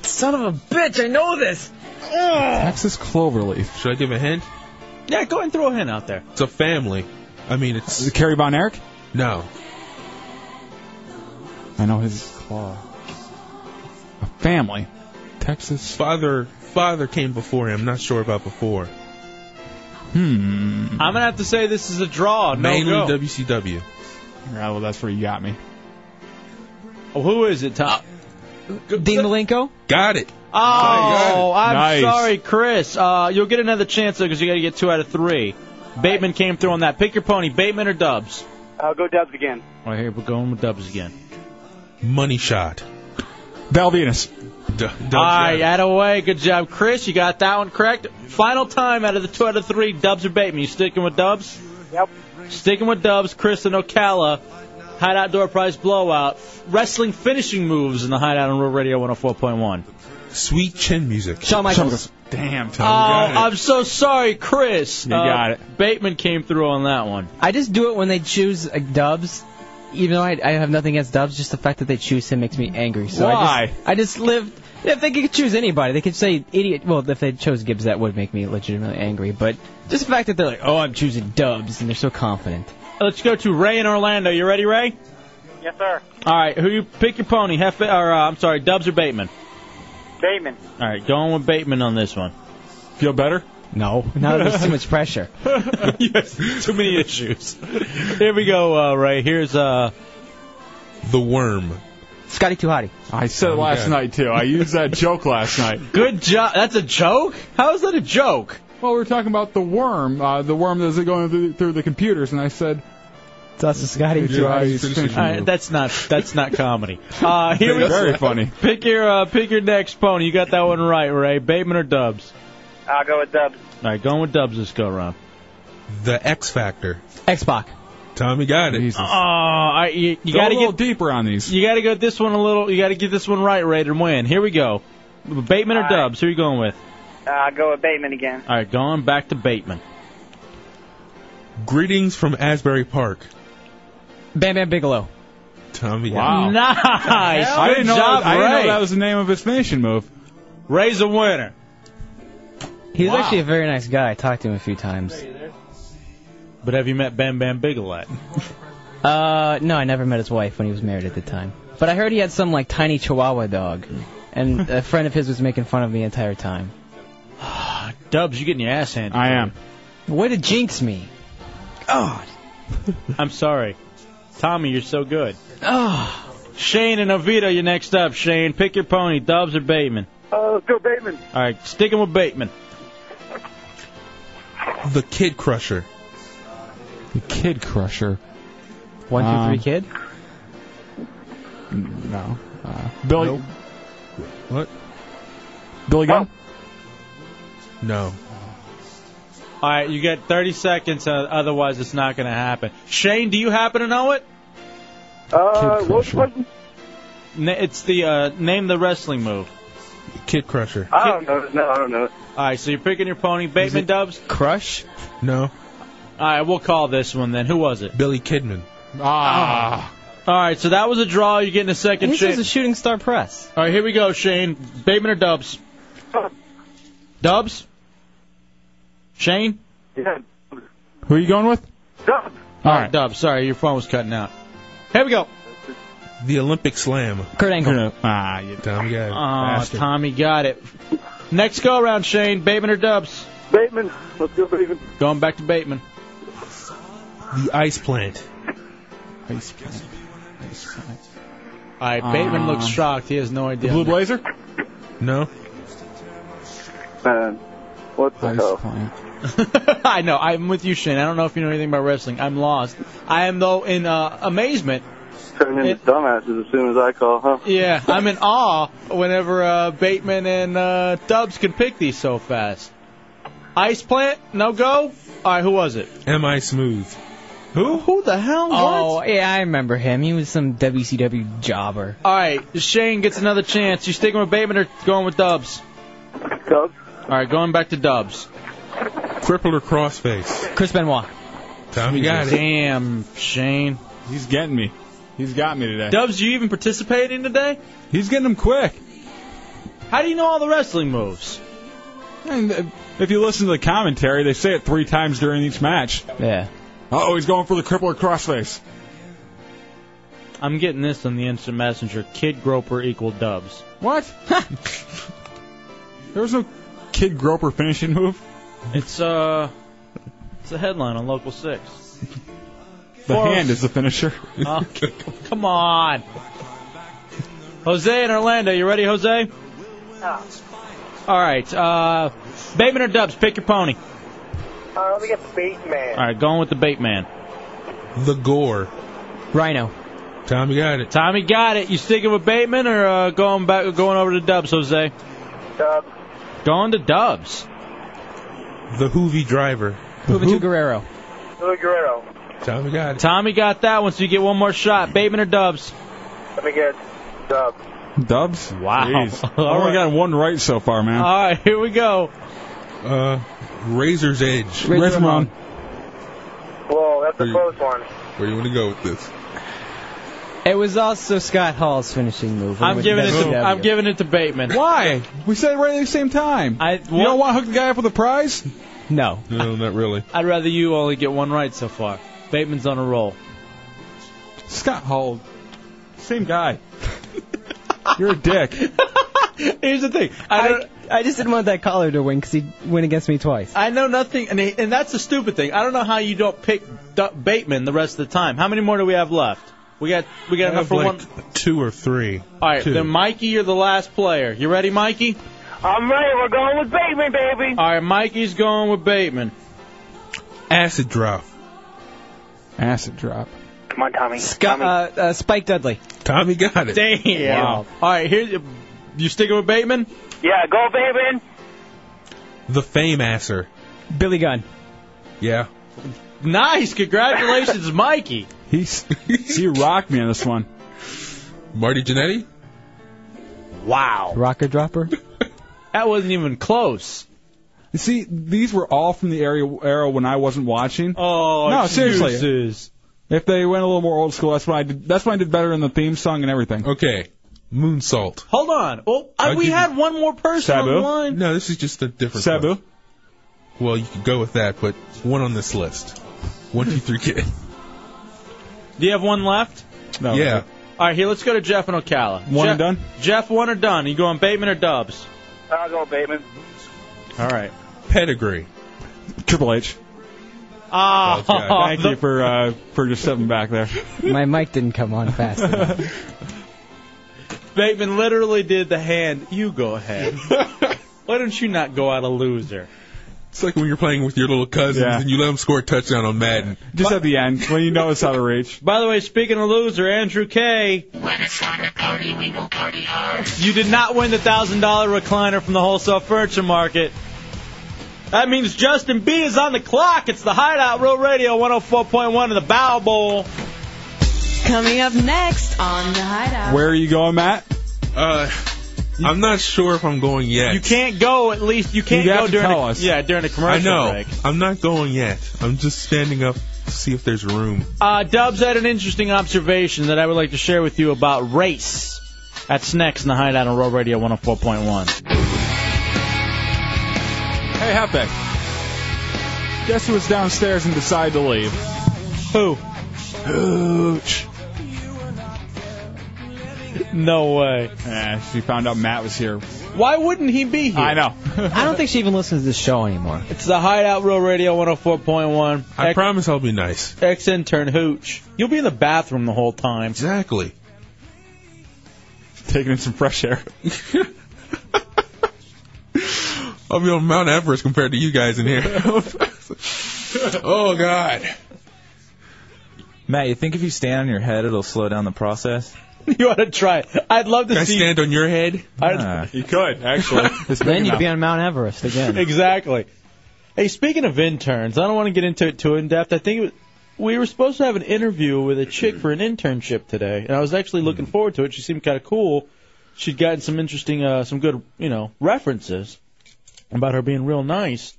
Speaker 6: Son of a bitch, I know this.
Speaker 4: Ah.
Speaker 6: Ugh.
Speaker 4: Texas Cloverleaf.
Speaker 9: Should I give a hint?
Speaker 3: Yeah, go and throw a hint out there.
Speaker 9: It's a family. I mean, it's.
Speaker 4: Is it Kerry Von Erich?
Speaker 9: No.
Speaker 4: I know his claw. A family. Texas.
Speaker 9: Father father came before him. Not sure about before.
Speaker 4: Hmm.
Speaker 3: I'm going to have to say this is a draw. No
Speaker 9: Mainly
Speaker 3: go.
Speaker 9: WCW.
Speaker 4: Yeah, well, that's where you got me.
Speaker 3: Oh, who is it, Tom?
Speaker 6: Dean Malenko?
Speaker 9: Got it.
Speaker 3: Oh, I'm
Speaker 4: Nice.
Speaker 3: sorry, Chris. Uh, you'll get another chance though, because you got to get two out of three. Bateman came through on that. Pick your pony, Bateman or Dubs.
Speaker 7: I'll go Dubs again.
Speaker 3: All right, here we're going with Dubs again.
Speaker 9: Money shot.
Speaker 4: Val Venus.
Speaker 9: D-
Speaker 3: All right, out of way. Good job, Chris. You got that one correct. Final time out of the two out of three, Dubs or Bateman. You sticking with Dubs?
Speaker 7: Yep.
Speaker 3: Sticking with Dubs, Chris and Ocala. Hide outdoor prize blowout. Wrestling finishing moves in the Hideout on Real Radio 104.1.
Speaker 9: Sweet chin music.
Speaker 6: Shawn Michaels.
Speaker 4: Damn,
Speaker 3: Oh, I'm so sorry, Chris. Uh,
Speaker 6: You got it.
Speaker 3: Bateman came through on that one.
Speaker 6: I just do it when they choose like, Dubs. Even though I, I have nothing against Dubs, just the fact that they choose him makes me angry. So I
Speaker 3: Why?
Speaker 6: just, I just live. If they could choose anybody, they could say idiot. Well, if they chose Gibbs, that would make me legitimately angry. But just the fact that they're like, oh, I'm choosing Dubs, and they're so confident.
Speaker 3: Let's go to Ray in Orlando. You ready, Ray?
Speaker 7: Yes, sir.
Speaker 3: All right, who you pick your pony? Hefe, or uh, I'm sorry, Dubs or Bateman?
Speaker 7: Bateman.
Speaker 3: All right, going with Bateman on this one.
Speaker 4: Feel better?
Speaker 6: No. Now there's too much pressure.
Speaker 3: yes, too many issues. Here we go, uh, Ray. Here's uh,
Speaker 9: the worm.
Speaker 6: Scotty Tuhati.
Speaker 4: I said it last
Speaker 9: Okay.
Speaker 4: night too. I used that joke last night.
Speaker 3: Good job. That's a joke. How is that a joke?
Speaker 4: Well, we were talking about the worm, uh, the worm that's going through, through the computers, and I said
Speaker 6: It's also Scotty
Speaker 4: Yeah,
Speaker 6: Tuhati.
Speaker 4: he's
Speaker 3: All
Speaker 4: finishing
Speaker 3: right,
Speaker 4: move.
Speaker 3: that's not that's not comedy. Uh, here we
Speaker 4: very funny.
Speaker 3: Pick your uh, pick your next pony. You got that one right, Ray. Bateman or Dubs?
Speaker 7: I'll go with Dubs.
Speaker 3: All right, going with Dubs this go round.
Speaker 9: The X Factor.
Speaker 6: X Pac.
Speaker 9: Tommy got it.
Speaker 4: Jesus.
Speaker 3: Oh, I, you, you
Speaker 4: Go
Speaker 3: got
Speaker 4: a
Speaker 3: to
Speaker 4: little
Speaker 3: get
Speaker 4: deeper on these.
Speaker 3: you got to get this one a little. You got to get this one right, Ray, and win. Here we go. Bateman or
Speaker 7: All right.
Speaker 3: Dubs? Who are you going with?
Speaker 7: Uh, I'll go with Bateman again.
Speaker 3: All right, going back to Bateman.
Speaker 9: Greetings from Asbury Park.
Speaker 6: Bam Bam Bigelow.
Speaker 9: Tommy
Speaker 4: Wow.
Speaker 9: got it.
Speaker 3: Nice.
Speaker 4: I
Speaker 3: Good
Speaker 4: didn't, know
Speaker 3: job,
Speaker 4: that, I didn't
Speaker 3: Ray.
Speaker 4: know that was the name of his finishing move.
Speaker 3: Ray's a winner.
Speaker 6: He was
Speaker 3: Wow.
Speaker 6: actually a very nice guy. I talked to him a few times.
Speaker 3: But have you met Bam Bam Bigelow?
Speaker 6: Uh, no, I never met his wife when he was married at the time. But I heard he had some like tiny Chihuahua dog, and a friend of his was making fun of me the entire time.
Speaker 3: Dubs, you getting your ass handed.
Speaker 4: I am.
Speaker 6: Way to jinx me! God.
Speaker 3: I'm sorry. Tommy, you're so good.
Speaker 6: Oh.
Speaker 3: Shane and Oviedo, you're next up. Shane, pick your pony, Dubs or Bateman.
Speaker 18: Uh,
Speaker 7: Oh,
Speaker 18: let's go Bateman.
Speaker 3: All right, sticking with Bateman.
Speaker 9: The Kid Crusher.
Speaker 4: The Kid Crusher.
Speaker 6: One, two,
Speaker 3: Uh,
Speaker 6: three, kid?
Speaker 4: kid? No. Uh, Billy.
Speaker 9: What?
Speaker 4: Billy Gunn?
Speaker 9: No.
Speaker 3: All right, you get 30 seconds, uh, otherwise it's not going to happen. Shane, do you happen to know it?
Speaker 18: Uh, what was
Speaker 3: Na- it's the uh, name the wrestling move.
Speaker 9: Kid Crusher.
Speaker 18: I don't know. No, I don't know.
Speaker 3: All right, so you're picking your pony, Bateman Dubs.
Speaker 4: Crush?
Speaker 9: No.
Speaker 3: All right, we'll call this one then. Who was it?
Speaker 9: Billy Kidman.
Speaker 3: Ah. All right, so that was a draw. You're getting a second
Speaker 6: This
Speaker 3: chance.
Speaker 6: is a shooting star press.
Speaker 3: All right, here we go, Shane. Bateman or Dubs? Dubs? Shane?
Speaker 18: Yeah.
Speaker 4: Who are you going with?
Speaker 18: Dubs.
Speaker 3: All right, Dubs. Sorry, your phone was cutting out. Here we go.
Speaker 9: The Olympic Slam.
Speaker 6: Kurt Angle.
Speaker 4: Ah, you
Speaker 9: Tommy guy.
Speaker 3: Oh,
Speaker 9: bastard.
Speaker 3: Tommy got it. Next go around, Shane. Bateman or Dubs?
Speaker 18: Bateman. Let's go Bateman.
Speaker 3: Going back to Bateman.
Speaker 9: The Ice Plant.
Speaker 4: Ice Plant. Ice Plant.
Speaker 3: All right, Bateman
Speaker 4: Um,
Speaker 3: looks shocked. He has no idea.
Speaker 4: Blue Blazer?
Speaker 9: No.
Speaker 18: Man, what the hell?
Speaker 3: I know. I'm with you, Shane. I don't know if you know anything about wrestling. I'm lost. I am though in uh, amazement.
Speaker 18: Turning into dumbasses as soon as I call, huh?
Speaker 3: Yeah, I'm in awe whenever uh, Bateman and uh, Dubs can pick these so fast. Ice plant, no go. All right, who was it?
Speaker 9: Am I smooth?
Speaker 3: Who? Who the hell?
Speaker 6: Oh, yeah, I remember him. He was some WCW jobber.
Speaker 3: All right, Shane gets another chance. You sticking with Bateman or going with Dubs?
Speaker 18: Dubs.
Speaker 3: All right, going back to Dubs.
Speaker 9: Crippled or Crossface?
Speaker 6: Chris Benoit.
Speaker 9: Tommy got it.
Speaker 3: Damn, Shane.
Speaker 4: He's getting me. He's got me today.
Speaker 3: Dubs, you even participating today?
Speaker 4: He's getting them quick.
Speaker 3: How do you know all the wrestling moves?
Speaker 4: And uh, if you listen to the commentary, they say it three times during each match.
Speaker 6: Yeah.
Speaker 4: Oh, he's going for the crippler crossface.
Speaker 3: I'm getting this on the instant messenger. Kid Groper equal Dubs.
Speaker 4: What? there was no Kid Groper finishing move.
Speaker 3: It's uh, it's a headline on Local Six.
Speaker 4: The
Speaker 3: Well-
Speaker 4: hand is the finisher.
Speaker 3: Oh, come on, Jose in Orlando. You ready, Jose? All right. Uh, Bateman or Dubs? Pick your pony.
Speaker 18: Uh, let me get Bateman.
Speaker 3: All right, going with the bait man.
Speaker 9: The Gore.
Speaker 6: Rhino.
Speaker 9: Tommy got it.
Speaker 3: Tommy got it. You sticking with Bateman or uh, going back, going over to Dubs, Jose?
Speaker 18: Dubs.
Speaker 3: Going to Dubs.
Speaker 9: The Hoovy Driver.
Speaker 6: Puvachu Guerrero.
Speaker 18: Little Guerrero.
Speaker 9: Tommy got it.
Speaker 3: Tommy got that one, so you get one more shot. Bateman or Dubs?
Speaker 18: Let me get Dubs.
Speaker 4: Dubs.
Speaker 3: Wow.
Speaker 4: Jeez. I've
Speaker 3: All
Speaker 4: only
Speaker 3: right.
Speaker 4: got one right so far, man.
Speaker 3: All right, here we go.
Speaker 9: Uh, Razor's Edge.
Speaker 6: Razor
Speaker 4: Razor
Speaker 6: Ramon.
Speaker 4: Ramon.
Speaker 18: Whoa, that's
Speaker 9: Hmm.
Speaker 18: a close one.
Speaker 9: Where you want to go with this?
Speaker 6: It was also Scott Hall's finishing move.
Speaker 3: I'm giving it to
Speaker 6: WCW.
Speaker 3: I'm giving it to Bateman.
Speaker 4: Why? We said it right at the same time.
Speaker 3: I
Speaker 4: you don't want to hook the guy up with a prize?
Speaker 6: No.
Speaker 9: No, not really.
Speaker 3: I'd rather you only get one right so far. Bateman's on a roll.
Speaker 4: Scott Hall, same guy. You're a dick.
Speaker 3: Here's the thing. I
Speaker 6: I,
Speaker 3: don't,
Speaker 6: I just didn't want that caller to win because he went against me twice.
Speaker 3: I know nothing, and, he- and that's the stupid thing. I don't know how you don't pick D- Bateman the rest of the time. How many more do we have left? We got we
Speaker 9: I
Speaker 3: got enough
Speaker 9: have
Speaker 3: for
Speaker 9: like
Speaker 3: one.
Speaker 9: two or three.
Speaker 3: All right,
Speaker 9: two.
Speaker 3: then Mikey, you're the last player. You ready, Mikey?
Speaker 18: I'm ready. We're going with Bateman, baby.
Speaker 3: All right, Mikey's going with Bateman.
Speaker 9: Acid Drop.
Speaker 4: Acid drop.
Speaker 18: Come on, Tommy.
Speaker 6: Scott, uh, uh, Spike Dudley.
Speaker 9: Tommy got it.
Speaker 3: Damn.
Speaker 6: Wow.
Speaker 3: All right, here you sticking with Bateman?
Speaker 18: Yeah, go Bateman.
Speaker 9: The Fame Asser.
Speaker 6: Billy Gunn.
Speaker 9: Yeah.
Speaker 3: Nice, congratulations, Mikey. Uh,
Speaker 4: He's, he rocked me on this one.
Speaker 9: Marty Jannetty.
Speaker 3: Wow,
Speaker 6: Rocker dropper.
Speaker 3: that wasn't even close.
Speaker 4: You see, these were all from the area era when I wasn't watching.
Speaker 3: Oh,
Speaker 4: No, seriously.
Speaker 3: excuses.
Speaker 4: If they went a little more old school, that's when I did. That's when I did better in the theme song and everything.
Speaker 9: Okay. Moonsault.
Speaker 3: Hold on. Oh, I,
Speaker 9: I'll
Speaker 3: we
Speaker 9: give
Speaker 3: had one more person
Speaker 4: Sabu?
Speaker 3: on the line.
Speaker 9: No, this is just a different.
Speaker 4: Sabu.
Speaker 9: one. Well, you could go with that, but one on this list. One, two, three, kid.
Speaker 3: Do you have one left?
Speaker 4: No,
Speaker 9: yeah.
Speaker 3: All right, here, let's go to Jeff and Ocala.
Speaker 4: One
Speaker 3: Jeff,
Speaker 4: and done.
Speaker 3: Jeff, one or done? You going Bateman or Dubs?
Speaker 18: I'll go Bateman.
Speaker 3: All right.
Speaker 9: Pedigree.
Speaker 4: Triple H. Oh.
Speaker 3: Ah,
Speaker 9: Well, yeah,
Speaker 4: Thank you for uh, for just stepping back there.
Speaker 6: My mic didn't come on fast enough.
Speaker 3: Bateman literally did the hand. You go ahead. Why don't you not go out a loser?
Speaker 9: It's like when you're playing with your little cousins
Speaker 3: Yeah.
Speaker 9: and you let them score a touchdown on Madden.
Speaker 4: Just at the end, when you know it's out of reach.
Speaker 3: By the way, speaking of loser, Andrew K.
Speaker 27: When it's time to party, we will party hard.
Speaker 3: You did not win the thousand dollar recliner from the wholesale furniture market. That means Justin B is on the clock. It's the Hideout Real Radio 104.1 in the Bow Bowl.
Speaker 24: Coming up next on the Hideout.
Speaker 4: Where are you going, Matt?
Speaker 9: Uh, I'm not sure if I'm going yet.
Speaker 3: You can't go. At least you can't
Speaker 9: You'd have
Speaker 3: go
Speaker 9: to
Speaker 3: during.
Speaker 9: tell
Speaker 3: a,
Speaker 9: us.
Speaker 3: Yeah, during a commercial
Speaker 9: I know.
Speaker 3: break.
Speaker 9: I'm not going yet. I'm just standing up to see if there's room.
Speaker 3: Uh, Dubs had an interesting observation that I would like to share with you about race. That's next in the Hideout on Roll Radio 104.1.
Speaker 4: Hey, Halfback. Guess who was downstairs and decided to leave?
Speaker 3: Who?
Speaker 4: Hooch.
Speaker 3: No way.
Speaker 4: Yeah, she found out Matt was here.
Speaker 3: Why wouldn't he be here?
Speaker 4: I know.
Speaker 3: I don't think she even listens to this show anymore. It's the Hideout Real Radio 104.1. I
Speaker 9: promise I'll be nice.
Speaker 3: Ex intern Hooch. You'll be in the bathroom the whole time.
Speaker 9: Exactly.
Speaker 4: Taking in some fresh air.
Speaker 9: I'll be on Mount Everest compared to you guys in here. oh God.
Speaker 8: Matt, you think if you stand on your head, it'll slow down the process?
Speaker 3: you ought to try it. I'd love to
Speaker 8: Can I
Speaker 3: see.
Speaker 9: stand on your head?
Speaker 4: You could, actually.
Speaker 6: then you'd be on Mount Everest again.
Speaker 3: exactly. Hey, speaking of interns, I don't want to get into it too in depth. I think it was, we were supposed to have an interview with a chick for an internship today, and I was actually looking
Speaker 6: Hmm.
Speaker 3: forward to it. She seemed kind of cool. She'd gotten some interesting, uh, some good, you know, references about her being real nice,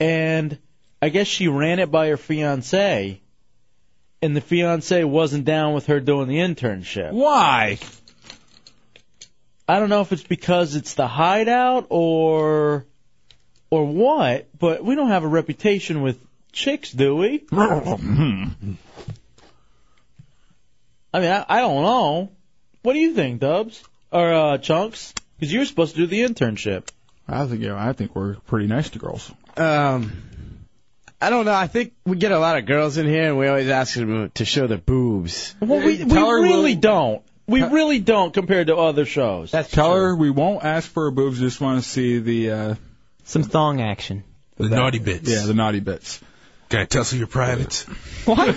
Speaker 3: and I guess she ran it by her fiance, and the fiance wasn't down with her doing the internship.
Speaker 4: Why?
Speaker 3: I don't know if it's because it's the hideout or or what, but we don't have a reputation with chicks, do we? I
Speaker 4: Hmm.
Speaker 3: mean, I, I don't know. What do you think, Dubs or uh, Chunks? Because you were supposed to do the internship.
Speaker 4: I think yeah, I think we're pretty nice to girls.
Speaker 12: Um, I don't know. I think we get a lot of girls in here, and we always ask them to show their boobs.
Speaker 3: Well, we we
Speaker 12: Tell her
Speaker 3: really
Speaker 12: we'll-
Speaker 3: don't. We really don't compared to other shows. That's
Speaker 4: Tell her we won't ask for her boobs. Just want to see the uh,
Speaker 6: some thong action.
Speaker 9: The naughty bits.
Speaker 4: Yeah, the naughty bits.
Speaker 9: Can I tussle your privates?
Speaker 6: What?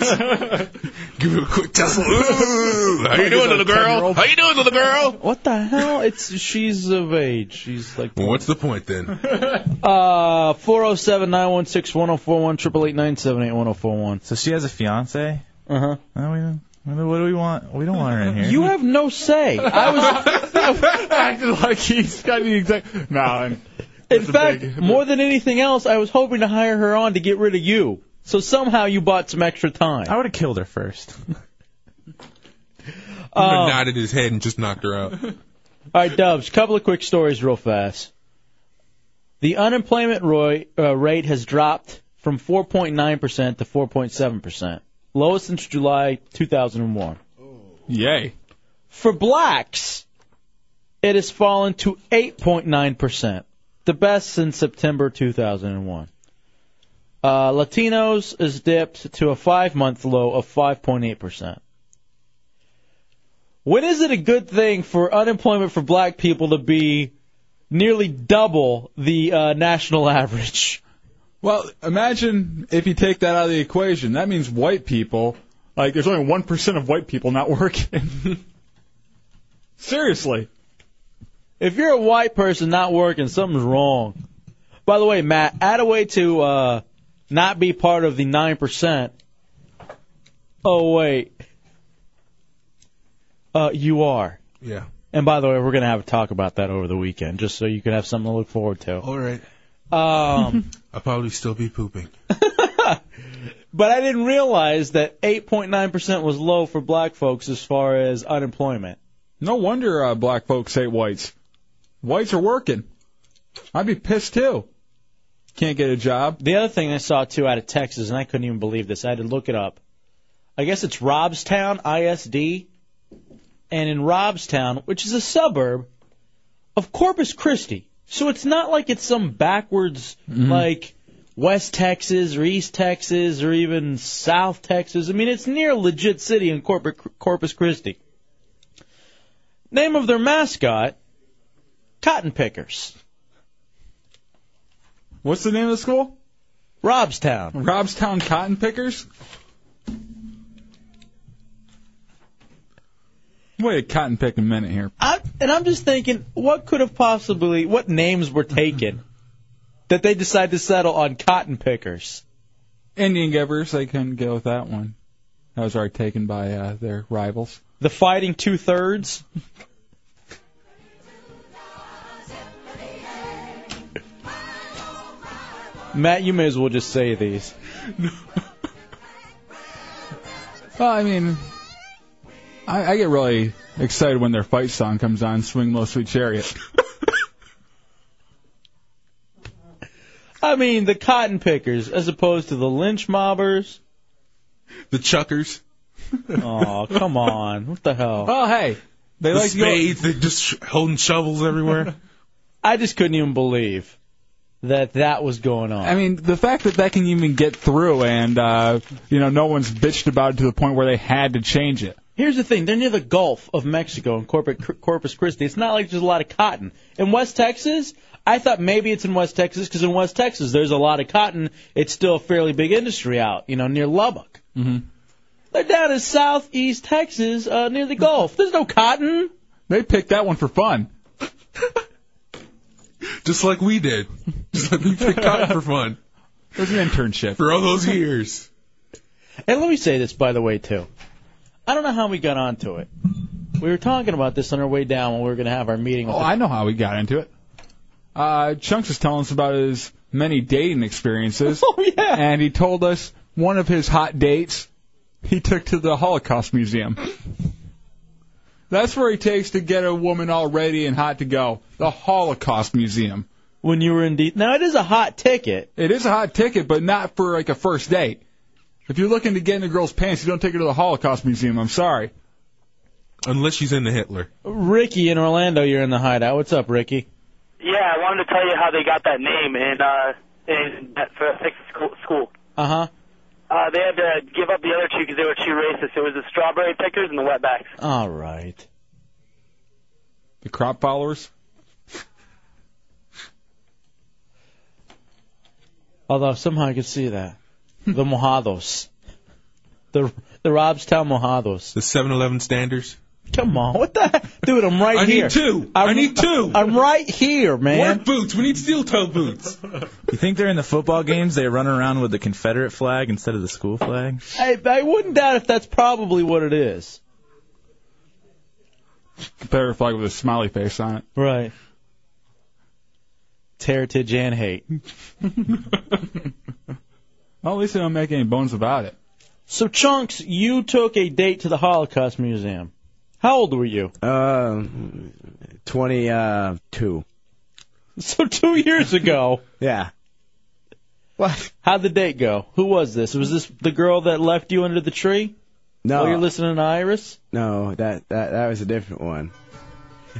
Speaker 9: Give it a quick tussle. Ooh, how you doing, little girl? How you doing, little girl?
Speaker 3: What the hell? It's she's of age. She's like.
Speaker 9: Well, what's the point then?
Speaker 3: Uh, four zero seven nine one six one zero four one triple eight nine seven eight one zero four one.
Speaker 8: So she has a fiance.
Speaker 3: Uh huh.
Speaker 8: No, we don't. What do we want? We don't want her in here.
Speaker 3: You have no say. I was
Speaker 4: acting like he's got the exact. No.
Speaker 3: In fact, more than anything else, I was hoping to hire her on to get rid of you. So somehow you bought some extra time. I
Speaker 8: would have killed her first.
Speaker 9: I
Speaker 3: Um,
Speaker 9: nodded his head and just knocked her out.
Speaker 3: All right, Dubs, couple of quick stories real fast. The unemployment roy, uh, rate has dropped from 4.9% to 4.7%, lowest since July 2001.
Speaker 4: Yay.
Speaker 3: For blacks, it has fallen to 8.9%, the best since September 2001. Uh, Latinos is dipped to a five month low of 5.8%. When is it a good thing for unemployment for black people to be nearly double the uh, national average?
Speaker 4: Well, imagine if you take that out of the equation. That means white people, like, there's only 1% of white people not working. Seriously.
Speaker 3: If you're a white person not working, something's wrong. By the way, Matt, add a way to uh, not be part of the 9%. Oh, wait. Uh, you are.
Speaker 9: Yeah.
Speaker 3: And by the way, we're going to have a talk about that over the weekend, just so you can have something to look forward to.
Speaker 9: All right.
Speaker 3: Um,
Speaker 9: I'll probably still be pooping.
Speaker 3: but I didn't realize that 8.9% was low for black folks as far as unemployment.
Speaker 4: No wonder uh, black folks hate whites. Whites are working. I'd be pissed too. Can't get a job.
Speaker 3: The other thing I saw too out of Texas, and I couldn't even believe this. I had to look it up. I guess it's Robstown ISD, and in Robstown, which is a suburb of Corpus Christi, so it's not like it's some backwards
Speaker 4: Mm-hmm.
Speaker 3: like West Texas or East Texas or even South Texas. I mean, it's near a legit city in Corpus Corpus Christi. Name of their mascot, Cotton Pickers.
Speaker 4: What's the name of the school?
Speaker 3: Robstown.
Speaker 4: Robstown Cotton Pickers? Wait a cotton picking minute here.
Speaker 3: I, and I'm just thinking, what could have possibly, what names were taken that they decided to settle on Cotton Pickers?
Speaker 4: Indian Givers, they couldn't go with that one. That was already taken by uh, their rivals.
Speaker 3: The Fighting Two Thirds? Matt, you may as well just say these.
Speaker 4: Well, I mean, I, I get really excited when their fight song comes on, Swing Low Sweet Chariot.
Speaker 3: I mean, the Cotton Pickers as opposed to the Lynch Mobbers.
Speaker 9: The Chuckers.
Speaker 3: Oh, come on. What the hell?
Speaker 4: Oh, hey.
Speaker 9: the spades, they're just sh- holding shovels everywhere.
Speaker 3: I just couldn't even believe that that was going on.
Speaker 4: I mean, the fact that that can even get through and, uh, you know, no one's bitched about it to the point where they had to change it.
Speaker 3: Here's the thing: they're near the Gulf of Mexico in corporate Corpus Christi. It's not like there's a lot of cotton in West Texas. I thought maybe it's in West Texas because in West Texas there's a lot of cotton. It's still a fairly big industry out, you know, near Lubbock.
Speaker 4: Mm-hmm.
Speaker 3: They're down in southeast Texas, uh, near the Gulf. There's no cotton.
Speaker 4: They picked that one for fun.
Speaker 9: Just like we did. Just like we picked cotton for fun.
Speaker 4: It was an internship.
Speaker 9: For all those years.
Speaker 3: And let me say this, by the way, too. I don't know how we got onto it. We were talking about this on our way down when we were going to have our meeting. With
Speaker 4: Oh, I know how we got into it. Uh, Chunks was telling us about his many dating experiences. oh,
Speaker 3: yeah.
Speaker 4: And he told us one of his hot dates he took to the Holocaust Museum. That's where he takes to get a woman all ready and hot to go. The Holocaust Museum.
Speaker 3: When you were in D. Now, it is a hot ticket.
Speaker 4: It is a hot ticket, but not for like a first date. If you're looking to get in a girl's pants, you don't take her to the Holocaust Museum. I'm sorry.
Speaker 9: Unless she's into Hitler.
Speaker 3: Ricky in Orlando, you're in the hideout. What's up, Ricky?
Speaker 18: Yeah, I wanted to tell you how they got that name in uh in that for Texas school- school.
Speaker 3: Uh huh.
Speaker 18: Uh, they had to give up the other two because they were too racist. It was the strawberry pickers and the wetbacks.
Speaker 3: All right.
Speaker 4: The crop followers?
Speaker 3: Although somehow I could see that. The Mojados. The the Robstown Mojados.
Speaker 9: The 7-Eleven standards.
Speaker 3: Come on, what the heck? Dude, I'm right
Speaker 9: I
Speaker 3: here.
Speaker 9: need two. I need two.
Speaker 3: I'm right here, man.
Speaker 9: Work boots. We need steel toe boots.
Speaker 8: You think during the football games they run around with the Confederate flag instead of the school flag?
Speaker 3: I, I wouldn't doubt if that's probably what it is.
Speaker 4: Confederate flag with a smiley face on it.
Speaker 3: Right. It's heritage and hate.
Speaker 4: Well, at least they don't make any bones about it.
Speaker 3: So, Chunks, you took a date to the Holocaust Museum. How old were you?
Speaker 12: Uh, 22.
Speaker 3: So, two years ago.
Speaker 12: yeah.
Speaker 3: What? How'd the date go? Who was this? Was this the girl that left you under the tree?
Speaker 12: No.
Speaker 3: While you're listening to Iris?
Speaker 12: No, that, that that was a different one.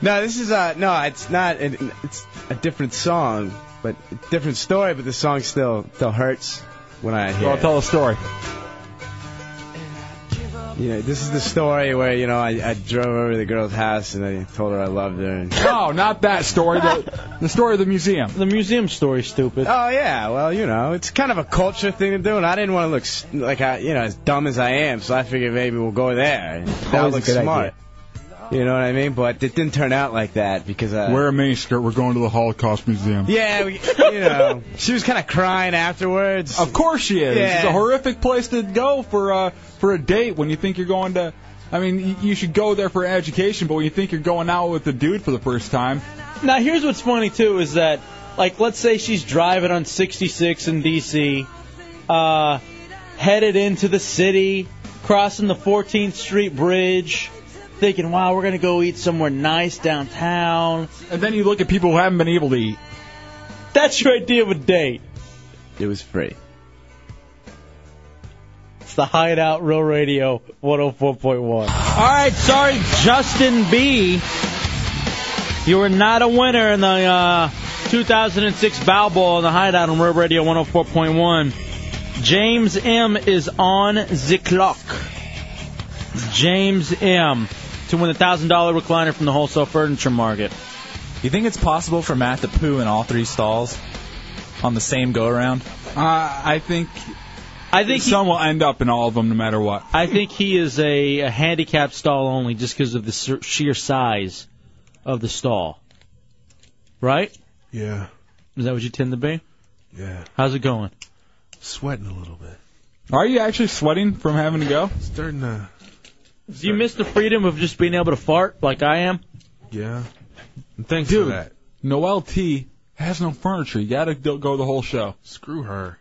Speaker 12: No, this is uh no, it's not. It, it's a different song, but different story. But the song still still hurts when I hear.
Speaker 4: Well,
Speaker 12: it.
Speaker 4: tell a story.
Speaker 12: You know, this is the story where you know I, I drove over to the girl's house and I told her I loved her. And,
Speaker 4: No, not that story. The, the story of the museum.
Speaker 3: The museum story, stupid.
Speaker 12: oh yeah, well you know it's kind of a culture thing to do, and I didn't want to look s- like I you know as dumb as I am, so I figured maybe we'll go there. That Always a looks good smart. You know what I mean? But it didn't turn out like that because uh,
Speaker 4: Wear a miniskirt. We're going to the Holocaust Museum.
Speaker 12: Yeah, we, you know, she was kind of crying afterwards.
Speaker 4: Of course she is.
Speaker 12: Yeah.
Speaker 4: It's a horrific place to go for uh, for a date when you think you're going to. I mean, y- you should go there for education, but when you think you're going out with the dude for the first time,
Speaker 3: Now, here's what's funny too is that, like, let's say she's driving on 66 in D.C., uh, headed into the city, crossing the 14th Street Bridge, thinking, "Wow, we're gonna go eat somewhere nice downtown."
Speaker 4: and then you look at people who haven't been able to eat.
Speaker 3: That's your idea of a date.
Speaker 12: It was free.
Speaker 3: It's the Hideout Real Radio 104.1. All right, sorry, Justin B. You were not a winner in the uh, 2006 Bow Bowl in the Hideout on Real Radio 104.1. James M is on the clock. James M. to win the thousand dollar recliner from the wholesale furniture market.
Speaker 8: You think it's possible for Matt to poo in all three stalls on the same go around?
Speaker 4: Uh, I think.
Speaker 3: I think
Speaker 4: some will end up in all of them, no matter what.
Speaker 3: I think he is a, a handicap stall only just because of the ser- sheer size of the stall. Right?
Speaker 9: Yeah.
Speaker 3: Is that what you tend to be?
Speaker 9: Yeah.
Speaker 3: How's it going?
Speaker 9: Sweating a little bit.
Speaker 4: Are you actually sweating from having to go?
Speaker 9: Starting to.
Speaker 3: Do you miss the freedom of just being able to fart like I am?
Speaker 9: Yeah.
Speaker 4: Thanks Dude, for that. Noel T has no furniture. You gotta do- go the whole show.
Speaker 9: Screw her.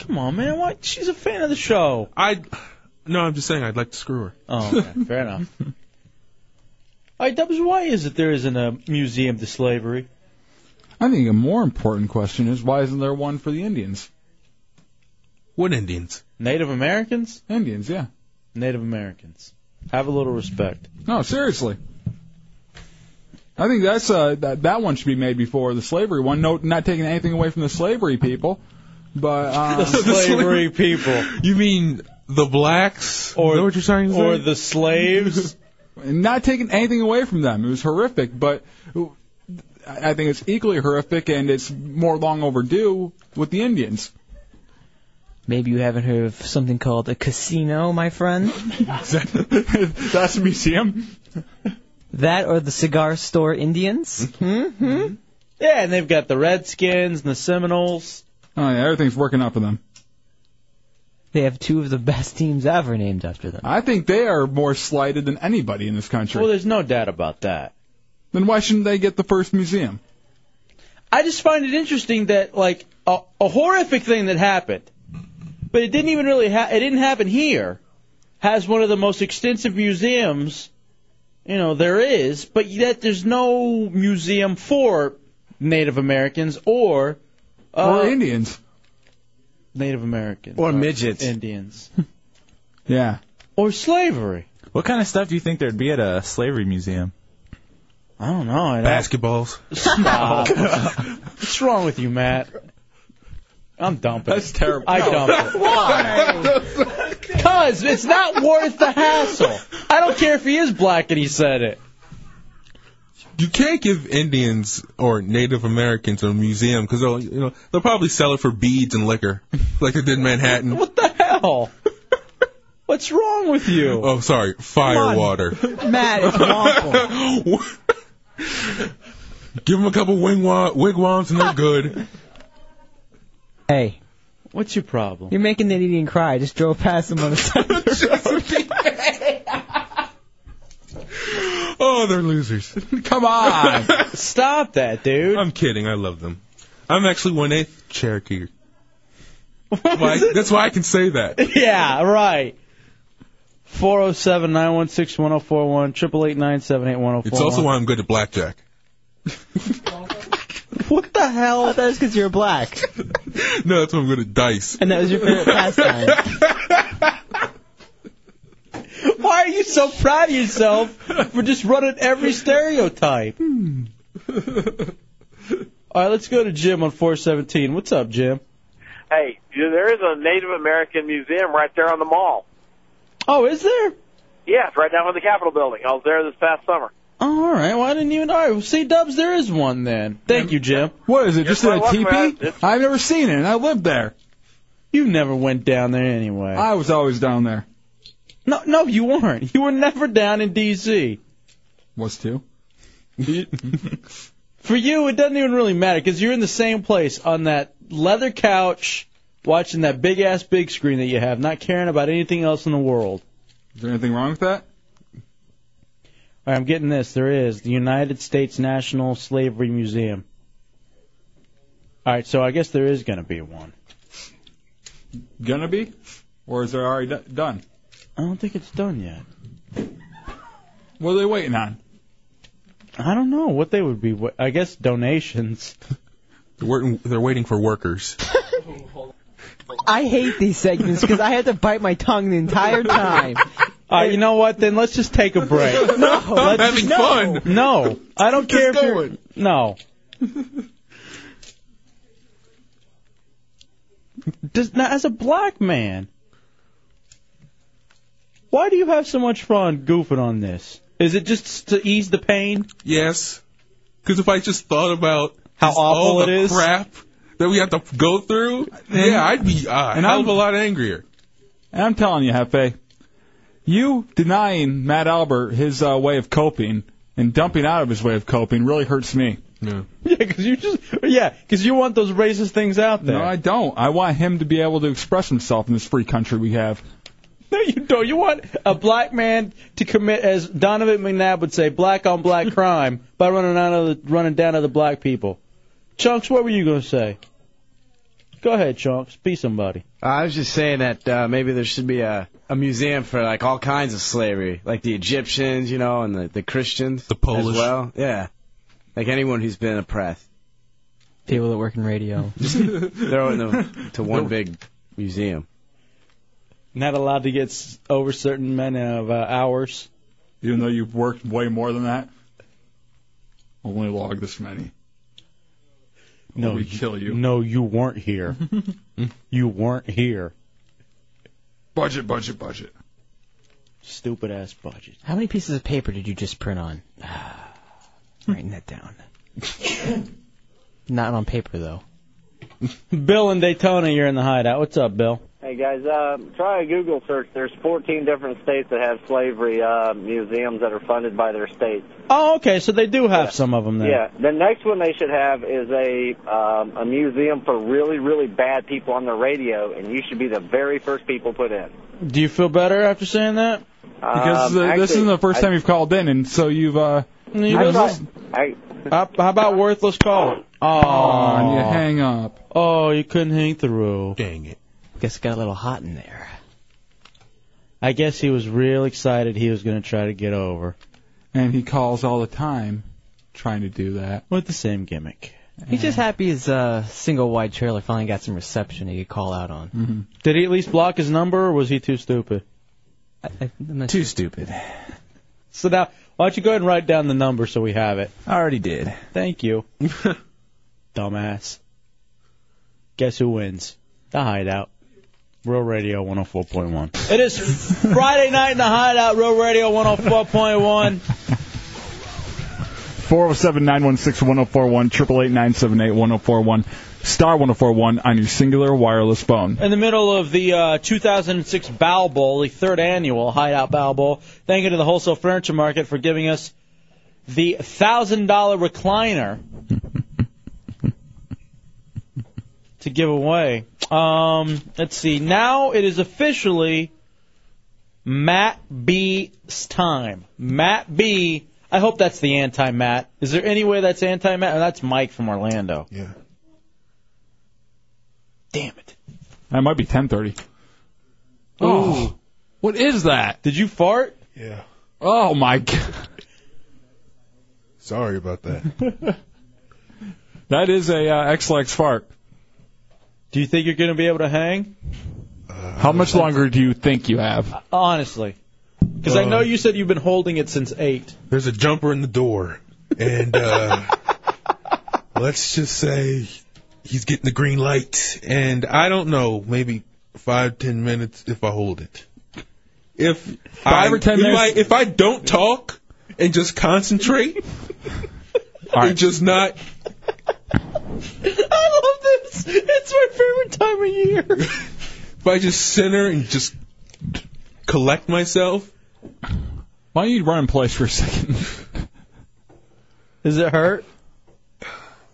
Speaker 3: Come on, man. What? She's a fan of the show.
Speaker 9: I. No, I'm just saying I'd like to screw her.
Speaker 3: Oh, okay. fair enough. All right, Dubs, why is it there isn't a museum to slavery?
Speaker 4: I think a more important question is why isn't there one for the Indians?
Speaker 9: What Indians?
Speaker 3: Native Americans?
Speaker 4: Indians, yeah.
Speaker 3: Native Americans. Have a little respect.
Speaker 4: No, seriously. I think that's uh, that that one should be made before the slavery one. No, not taking anything away from the slavery people, but um,
Speaker 3: The slavery people.
Speaker 9: You mean the blacks?
Speaker 3: Or
Speaker 9: Is that what you're trying to say?
Speaker 3: or the slaves?
Speaker 4: not taking anything away from them. It was horrific, but I I think it's equally horrific, and it's more long overdue with the Indians.
Speaker 6: Maybe you haven't heard of something called a casino, my friend.
Speaker 4: That's a museum.
Speaker 6: That or the cigar store Indians. hmm
Speaker 3: Mm-hmm. Yeah, and they've got the Redskins and the Seminoles.
Speaker 4: Oh yeah, everything's working out for them.
Speaker 6: They have two of the best teams ever named after them.
Speaker 4: I think they are more slighted than anybody in this country. Well,
Speaker 3: there's no doubt about that.
Speaker 4: Then why shouldn't they get the first museum?
Speaker 3: I just find it interesting that like a, a horrific thing that happened, but it didn't even really ha- it didn't happen here, has one of the most extensive museums, you know there is, but yet there's no museum for Native Americans or uh,
Speaker 4: or Indians,
Speaker 3: Native Americans,
Speaker 12: or midgets,
Speaker 3: Indians,
Speaker 4: yeah,
Speaker 3: or slavery.
Speaker 8: What kind of stuff do you think there'd be at a slavery museum?
Speaker 3: I don't know. I
Speaker 9: Basketballs.
Speaker 3: Stop. What's wrong with you, Matt? I'm dumping. That's
Speaker 4: terrible.
Speaker 3: I dump it. Cause it's not worth the hassle. I don't care if he is black and he said it.
Speaker 9: You can't give Indians or Native Americans a museum because they'll, you know, they'll probably sell it for beads and liquor, like they did in Manhattan. What
Speaker 3: the hell? What's wrong with you?
Speaker 9: Oh, sorry,
Speaker 3: Come
Speaker 9: fire
Speaker 3: on.
Speaker 9: water.
Speaker 3: Matt, it's
Speaker 9: awful. Give them a couple wingwa- wigwams and they're good.
Speaker 6: Hey,
Speaker 3: what's your problem?
Speaker 6: You're making that Indian cry. I just drove past him on the side. of the road.
Speaker 9: Oh, they're losers.
Speaker 4: Come on.
Speaker 3: Stop that, dude.
Speaker 9: I'm kidding. I love them. I'm actually one eighth Cherokee. Why, that's why I can say that.
Speaker 3: yeah, right. 407 916 1041, 888 oh
Speaker 9: It's also why I'm good at blackjack.
Speaker 6: what the hell? I thought it was because you were black.
Speaker 9: No, that's why I'm good at dice.
Speaker 6: And that was your favorite pastime.
Speaker 3: Why are you so proud of yourself for just running every stereotype?
Speaker 9: Hmm.
Speaker 3: All right, let's go to Jim on 417. What's up, Jim?
Speaker 11: Hey, there is a Native American museum right there on the mall.
Speaker 3: Oh, is there?
Speaker 11: Yes, right down by the Capitol building. I was there this past summer.
Speaker 3: Oh, all right. Well, I didn't even. All right. Well, see, Dubs, there is one then. Thank you, Jim.
Speaker 4: What is it? Just in a
Speaker 3: quite welcome,
Speaker 4: teepee? I've never seen it, and I lived there.
Speaker 3: You never went down there anyway.
Speaker 4: I was always down there.
Speaker 3: No, no, you weren't. You were never down in D.C.
Speaker 4: Was too.
Speaker 3: For you, it doesn't even really matter because you're in the same place on that leather couch, watching that big ass big screen that you have, not caring about anything else in the world.
Speaker 4: Is there anything wrong with that?
Speaker 3: All right, I'm getting this. There is the United States National Slavery Museum. All right, so I guess there is going to be one.
Speaker 4: Gonna be? Or is it already do- done?
Speaker 3: I don't think it's done yet.
Speaker 4: What are they waiting on?
Speaker 3: I don't know what they would be. wa- I guess donations.
Speaker 9: They're waiting, they're waiting for workers.
Speaker 6: I hate these segments because I had to bite my tongue the entire time.
Speaker 3: All right, you know what? Then let's just take a break.
Speaker 6: No.
Speaker 3: Let's-
Speaker 6: Having
Speaker 3: no.
Speaker 6: fun.
Speaker 3: No, I don't
Speaker 6: Just
Speaker 3: care if you're.
Speaker 6: going.
Speaker 3: No. Does, now, as a black man, Why do you have so much fun goofing on this? Is it just to ease the pain?
Speaker 9: Yes. Because if I just thought about
Speaker 3: How
Speaker 9: just
Speaker 3: awful
Speaker 9: all the
Speaker 3: it is?
Speaker 9: crap that we have to go through, yeah, I'd be uh,
Speaker 4: and
Speaker 9: hell
Speaker 4: I'm-
Speaker 9: of a lot angrier.
Speaker 4: And I'm telling you, Hefe, you denying Matt Albert his uh, way of coping and dumping out of his way of coping really hurts me.
Speaker 9: Yeah.
Speaker 3: Yeah, because you just yeah, because you want those racist things out there.
Speaker 4: No, I don't. I want him to be able to express himself in this free country we have.
Speaker 3: No, you don't. You want a black man to commit, as Donovan McNabb would say, black on black crime by running out of the, running down other black people. Chunks, what were you going to say? Go ahead, Chunks. Be somebody.
Speaker 12: I was just saying that uh, maybe there should be a, a museum for like all kinds of slavery, like the Egyptians, you know, and the, the Christians, the
Speaker 9: Polish.
Speaker 12: as well. Yeah, like anyone who's been oppressed.
Speaker 6: People that work in radio.
Speaker 12: Throw it in the, to one big museum.
Speaker 3: Not allowed to get s- over certain amount of uh, hours.
Speaker 4: Even though you've worked way more than that, only log this many.
Speaker 3: No,
Speaker 4: we kill you.
Speaker 3: No, you weren't here. you weren't here.
Speaker 4: Budget, budget, budget.
Speaker 3: Stupid ass budget.
Speaker 6: How many pieces of paper did you just print on? Writing that down. Not on paper though.
Speaker 3: Bill in Daytona, you're in the hideout. What's up, Bill?
Speaker 25: Hey guys, uh, try a Google search. There's 14 different states that have slavery uh, museums that are funded by their states.
Speaker 3: Oh, okay. So they do have some of them there.
Speaker 25: Yeah, the next one they should have is a um, a museum for really really bad people on the radio, and you should be the very first people put in.
Speaker 3: Do you feel better after saying that?
Speaker 25: Um,
Speaker 3: Um,
Speaker 4: Because uh, this isn't the first time you've called in, and so you've uh,
Speaker 3: You
Speaker 4: you've
Speaker 3: don't
Speaker 4: been
Speaker 3: listen. how, how about worthless call? Oh,
Speaker 4: on, you hang up.
Speaker 3: Oh, you couldn't hang through.
Speaker 9: Dang it.
Speaker 6: Guess it got a little hot in there.
Speaker 3: I guess he was real excited he was going to try to get over.
Speaker 4: And he calls all the time, trying to do that.
Speaker 3: With the same gimmick.
Speaker 6: He's just happy his uh, single wide trailer finally got some reception he could call out on.
Speaker 4: mm-hmm.
Speaker 3: Did he at least block his number, or was he too stupid?
Speaker 6: Too
Speaker 3: stupid. So now, why don't you go ahead and write down the number so we have it? I already did. Thank you. Dumbass. Guess who wins? The Hideout. Real Radio 104.1. It is Friday night in the Hideout, Real Radio 104.1.
Speaker 4: 407 916 1041, 888 978 1041, star 1041 on your singular wireless phone.
Speaker 3: In the middle of the uh, 2006 Bow Bowl, the third annual Hideout Bow Bowl, thank you to the Wholesale Furniture Market for giving us the $1,000 recliner to give away. Um, let's see. Now it is officially Matt B's time. Matt B. I hope that's the anti Matt. Is there any way that's anti Matt? that's Mike from Orlando.
Speaker 9: Yeah.
Speaker 4: That might be 1030.
Speaker 3: Oh.
Speaker 4: What is that?
Speaker 3: Did you fart?
Speaker 9: Yeah.
Speaker 4: Oh, my God.
Speaker 9: Sorry about that.
Speaker 4: That is a uh, X-Lax fart.
Speaker 3: Do you think you're going to be able to hang?
Speaker 4: How much longer do you think you have?
Speaker 3: Honestly. Because I know you said you've been holding it since 8.
Speaker 9: There's a jumper in the door, and uh, let's just say he's getting the green light, and I don't know, maybe five, ten minutes if I hold it. If
Speaker 4: Five
Speaker 9: I,
Speaker 4: or 10
Speaker 9: if
Speaker 4: minutes?
Speaker 9: I, if I don't talk and just concentrate, and just not
Speaker 3: I love this. It's my favorite time of year.
Speaker 9: if I just center and just collect myself.
Speaker 4: Why don't you run in place for a second?
Speaker 3: Does it hurt?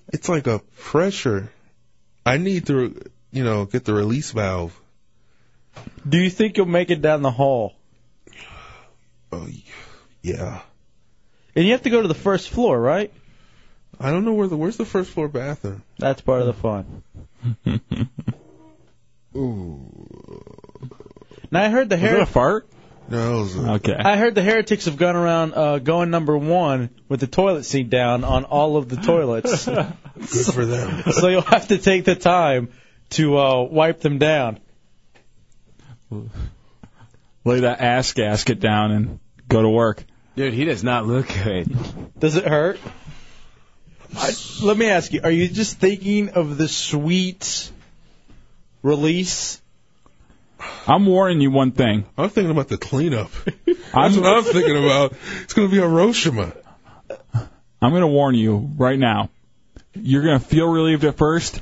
Speaker 9: It's like a pressure. I need to, you know, get the release valve.
Speaker 3: Do you think you'll make it down the hall?
Speaker 9: Yeah.
Speaker 3: And you have to go to the first floor, right?
Speaker 9: I don't know where the where's the first floor bathroom.
Speaker 3: That's part of the fun.
Speaker 9: Ooh.
Speaker 3: Now I heard the
Speaker 9: Was that
Speaker 3: hair.
Speaker 9: a
Speaker 4: fart?
Speaker 9: No. It was a,
Speaker 4: okay.
Speaker 3: I heard the heretics have gone around uh, going number one with the toilet seat down on all of the toilets.
Speaker 9: Good for them.
Speaker 3: so you'll have to take the time to uh, wipe them down.
Speaker 4: Lay that ass gasket down and go to work.
Speaker 12: Dude, he does not look good.
Speaker 3: Does it hurt? I, let me ask you: Are you just thinking of the sweet release?
Speaker 4: I'm warning you one thing.
Speaker 9: I'm thinking about the cleanup. That's what I'm thinking about. It's going to be Hiroshima.
Speaker 4: I'm going to warn you right now. You're going to feel relieved at first.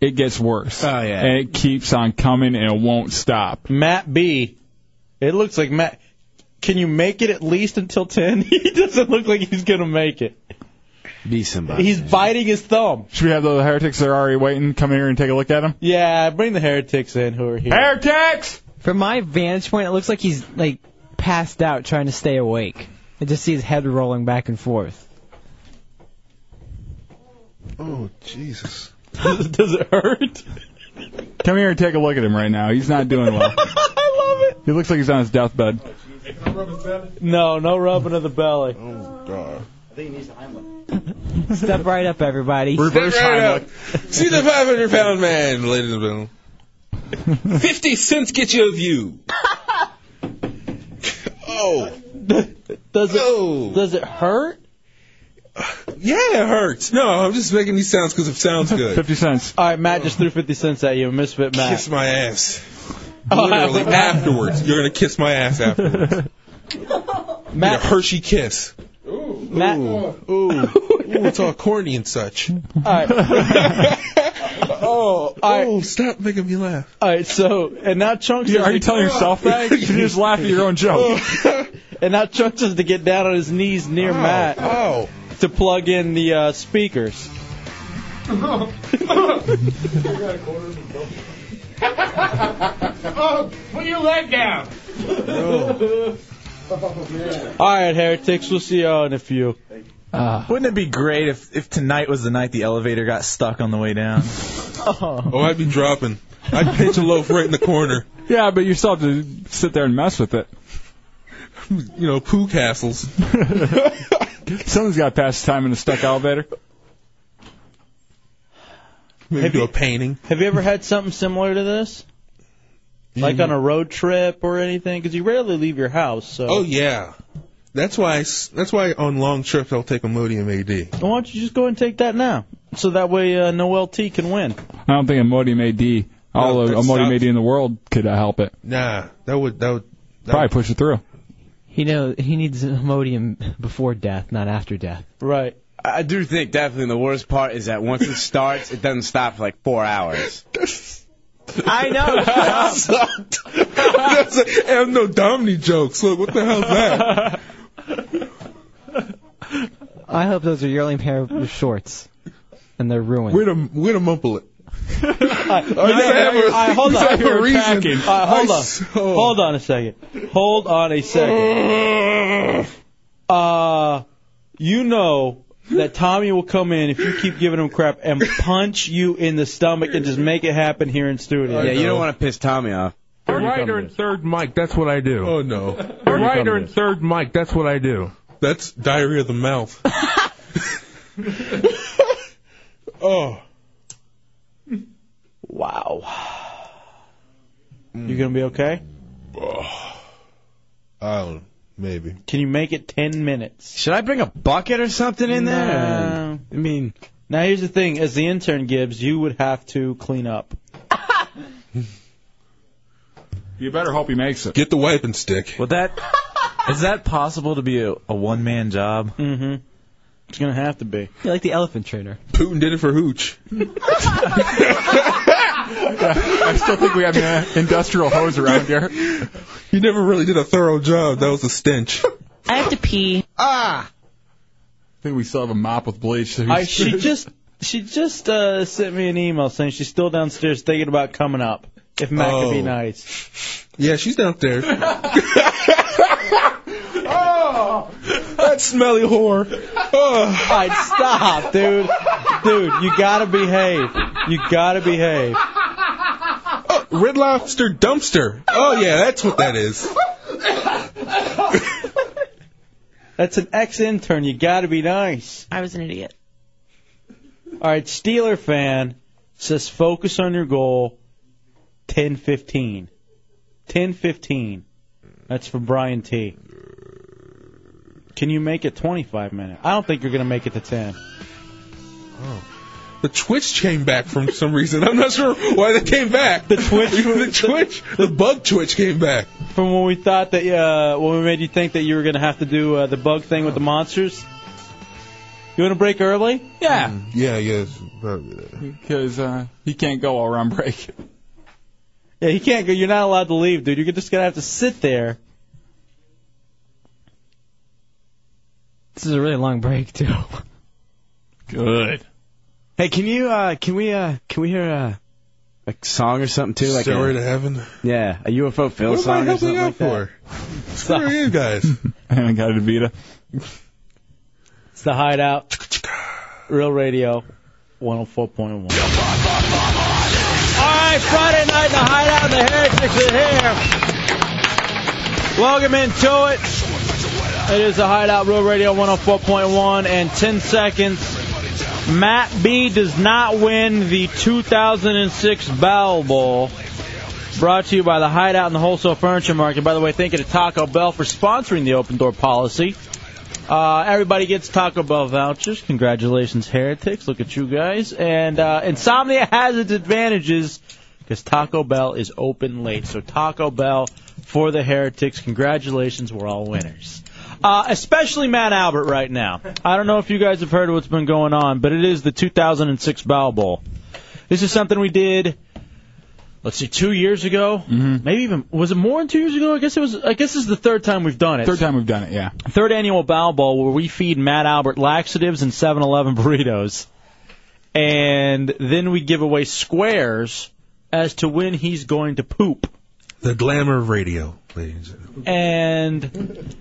Speaker 4: It gets worse. Oh, yeah. And it keeps on coming and it won't stop.
Speaker 3: Matt B. It looks like Matt. Can you make it at least until 10? he doesn't look like he's going to make it.
Speaker 12: Be somebody.
Speaker 3: He's biting his thumb.
Speaker 4: Should we have the heretics that are already waiting come here and take a look at them?
Speaker 3: Yeah, bring the heretics in who are here.
Speaker 4: Heretics!
Speaker 6: From my vantage point, it looks like he's like passed out trying to stay awake. I just see his head rolling back and forth.
Speaker 9: Oh, Jesus.
Speaker 3: does, does it hurt?
Speaker 4: Come here and take a look at him right now. He's not doing well.
Speaker 3: I love it.
Speaker 4: He looks like he's on his deathbed.
Speaker 3: No, no rubbing of the belly.
Speaker 9: Oh, God.
Speaker 6: I think he needs Step right up, everybody.
Speaker 9: Reverse See the 500 pound man, ladies and gentlemen. 50 cents get you a view. oh.
Speaker 3: Does it, does it hurt?
Speaker 9: Yeah, it hurts. No, I'm just making these sounds because it sounds good.
Speaker 4: 50 cents.
Speaker 3: All right, Matt just threw 50 cents at you. Misfit Matt.
Speaker 9: Kiss my ass. Literally afterwards. You're going to kiss my ass afterwards. Matt. A Hershey kiss.
Speaker 3: Matt-
Speaker 9: Ooh. Ooh. Ooh, it's all corny and such.
Speaker 3: All right. oh, all right.
Speaker 9: Oh, stop making me laugh.
Speaker 3: All right, so and now chunks.
Speaker 4: You-
Speaker 3: is
Speaker 4: are you
Speaker 3: to-
Speaker 4: telling yourself that? You just laugh at your own joke.
Speaker 3: and now chunks is to get down on his knees near Matt
Speaker 9: Oh.
Speaker 3: to plug in the uh, speakers.
Speaker 27: oh, put your leg down.
Speaker 6: Oh.
Speaker 3: All right, heretics. We'll see y'all in a few. Ah.
Speaker 8: Wouldn't it be great if, if tonight was the night the elevator got stuck on the way down?
Speaker 9: Oh, I'd be dropping. I'd pinch a loaf right in the corner.
Speaker 4: Yeah, but you still have to sit there and mess with it.
Speaker 9: You know, poo castles.
Speaker 4: Someone's got to pass the time in a stuck elevator.
Speaker 9: Maybe do a painting.
Speaker 3: Have you ever had something similar to this?
Speaker 9: Mm-hmm.
Speaker 3: Like on a road trip or anything? Because you rarely leave your house. So
Speaker 9: Oh yeah. That's why. I s that's why on long trips I'll take Imodium AD.
Speaker 3: why don't you just go and take that now? So that way uh, Noel T can win.
Speaker 4: I don't think Imodium AD, all
Speaker 9: No,
Speaker 4: of
Speaker 9: that
Speaker 4: Imodium AD
Speaker 9: sucks.
Speaker 4: in the world could uh, help it.
Speaker 9: Nah, that would that would. That
Speaker 4: Probably push it through.
Speaker 6: He know he needs Imodium before death, not after death.
Speaker 3: Right.
Speaker 12: I do think definitely the worst part is that once it starts, it doesn't stop for like four hours.
Speaker 6: I
Speaker 9: That sucked. That's a, I have no Domini jokes. Look, what the hell's that?
Speaker 6: I hope those are your only pair of shorts, and they're ruined.
Speaker 9: Where to where to mumble it?
Speaker 3: All right,
Speaker 9: You
Speaker 3: now-
Speaker 9: have a-
Speaker 3: all right, hold
Speaker 9: you
Speaker 3: on.
Speaker 9: have a reason.
Speaker 3: All right, hold
Speaker 9: I
Speaker 3: on.
Speaker 9: s- oh.
Speaker 3: Hold on a second. Hold on a second. Uh, you know that Tommy will come in if you keep giving him crap and punch you in the stomach and just make it happen here in studio.
Speaker 12: Yeah, you don't want to piss Tommy off.
Speaker 13: Rider and third mic, that's what I do.
Speaker 9: Oh no.
Speaker 13: Rider and third mic, that's what I do.
Speaker 9: That's diarrhea of the mouth. oh.
Speaker 3: Wow. You gonna be okay?
Speaker 9: I don't know. Oh, Maybe.
Speaker 3: Can you make it ten minutes?
Speaker 12: Should I bring a bucket or something in there?
Speaker 3: No.
Speaker 12: I mean,
Speaker 3: Now here's the thing: as the intern Gibbs, you would have to clean up.
Speaker 4: You better hope he makes it.
Speaker 9: Get the wiping stick.
Speaker 8: Would that is that possible to be a, a one man job?
Speaker 3: Mm-hmm. It's gonna have to be.
Speaker 6: You're like the elephant trainer.
Speaker 9: Putin did it for Hooch.
Speaker 4: I still think we have an industrial hose around here.
Speaker 9: He never really did a thorough job. That was a stench.
Speaker 24: I have to pee.
Speaker 9: Ah!
Speaker 4: I think we still have a mop with bleach.
Speaker 3: I, she just she just uh, sent me an email saying she's still downstairs thinking about coming up. If Matt could be
Speaker 9: Oh.
Speaker 3: nice.
Speaker 9: Yeah, she's downstairs. oh! That smelly whore. Oh.
Speaker 3: All right, stop, dude. Dude, you gotta behave. You gotta behave.
Speaker 9: Oh, Red Lobster dumpster. Oh yeah, that's what that is.
Speaker 3: That's an ex-intern. You gotta be nice.
Speaker 24: I was an idiot.
Speaker 3: All right, Steeler fan says focus on your goal. 10-15. 10-15. That's for Brian T. Can you make it 25 minutes? I don't think you're gonna make it to 10.
Speaker 9: The Twitch came back from some reason. I'm not sure why they came back. The Twitch, the Twitch, the, bug Twitch came back.
Speaker 3: From when we thought that, uh, when we made you think that you were going to have to do uh, the bug thing with the monsters. You want to break early? Yeah.
Speaker 9: Mm-hmm. Yeah, yes.
Speaker 4: Because uh, he can't go while we're on break.
Speaker 3: Yeah, you can't go. You're not allowed to leave, dude. You're just gonna have to sit there.
Speaker 6: This is a really long break too.
Speaker 3: Good.
Speaker 12: Hey, can you uh can we uh can we hear uh a song or something too? Like
Speaker 9: Stairway
Speaker 12: a,
Speaker 9: to Heaven?
Speaker 12: Yeah, a UFO Phil
Speaker 9: What am I
Speaker 12: song or
Speaker 9: helping
Speaker 12: something
Speaker 9: out
Speaker 12: like that.
Speaker 9: Who are you guys?
Speaker 4: and I got it, Vita.
Speaker 3: It's the hideout. Real radio, 104.1. All right, Friday night in the hideout, the heretics are here. Welcome into it. It is the hideout, Real Radio 104.1, and 10 seconds. Matt B does not win the 2006 Bowl Bowl. Brought to you by the Hideout and the Wholesale Furniture Market. By the way, thank you to Taco Bell for sponsoring the open door policy. Uh, everybody gets Taco Bell vouchers. Congratulations, heretics. Look at you guys. And uh, Insomnia has its advantages because Taco Bell is open late. So Taco Bell for the heretics. Congratulations, we're all winners. Uh, especially Matt Albert right now. I don't know if you guys have heard what's been going on, but it is the 2006 Bow Bowl. This is something we did let's see, two years ago,
Speaker 4: Mm-hmm.
Speaker 3: maybe even was it more than two years ago? I guess it was. I guess this is the third time we've done it.
Speaker 4: Third time we've done it, yeah.
Speaker 3: Third annual Bow Bowl where we feed Matt Albert laxatives and 7-Eleven burritos, and then we give away squares as to when he's going to poop.
Speaker 9: The glamour of radio, ladies.
Speaker 3: And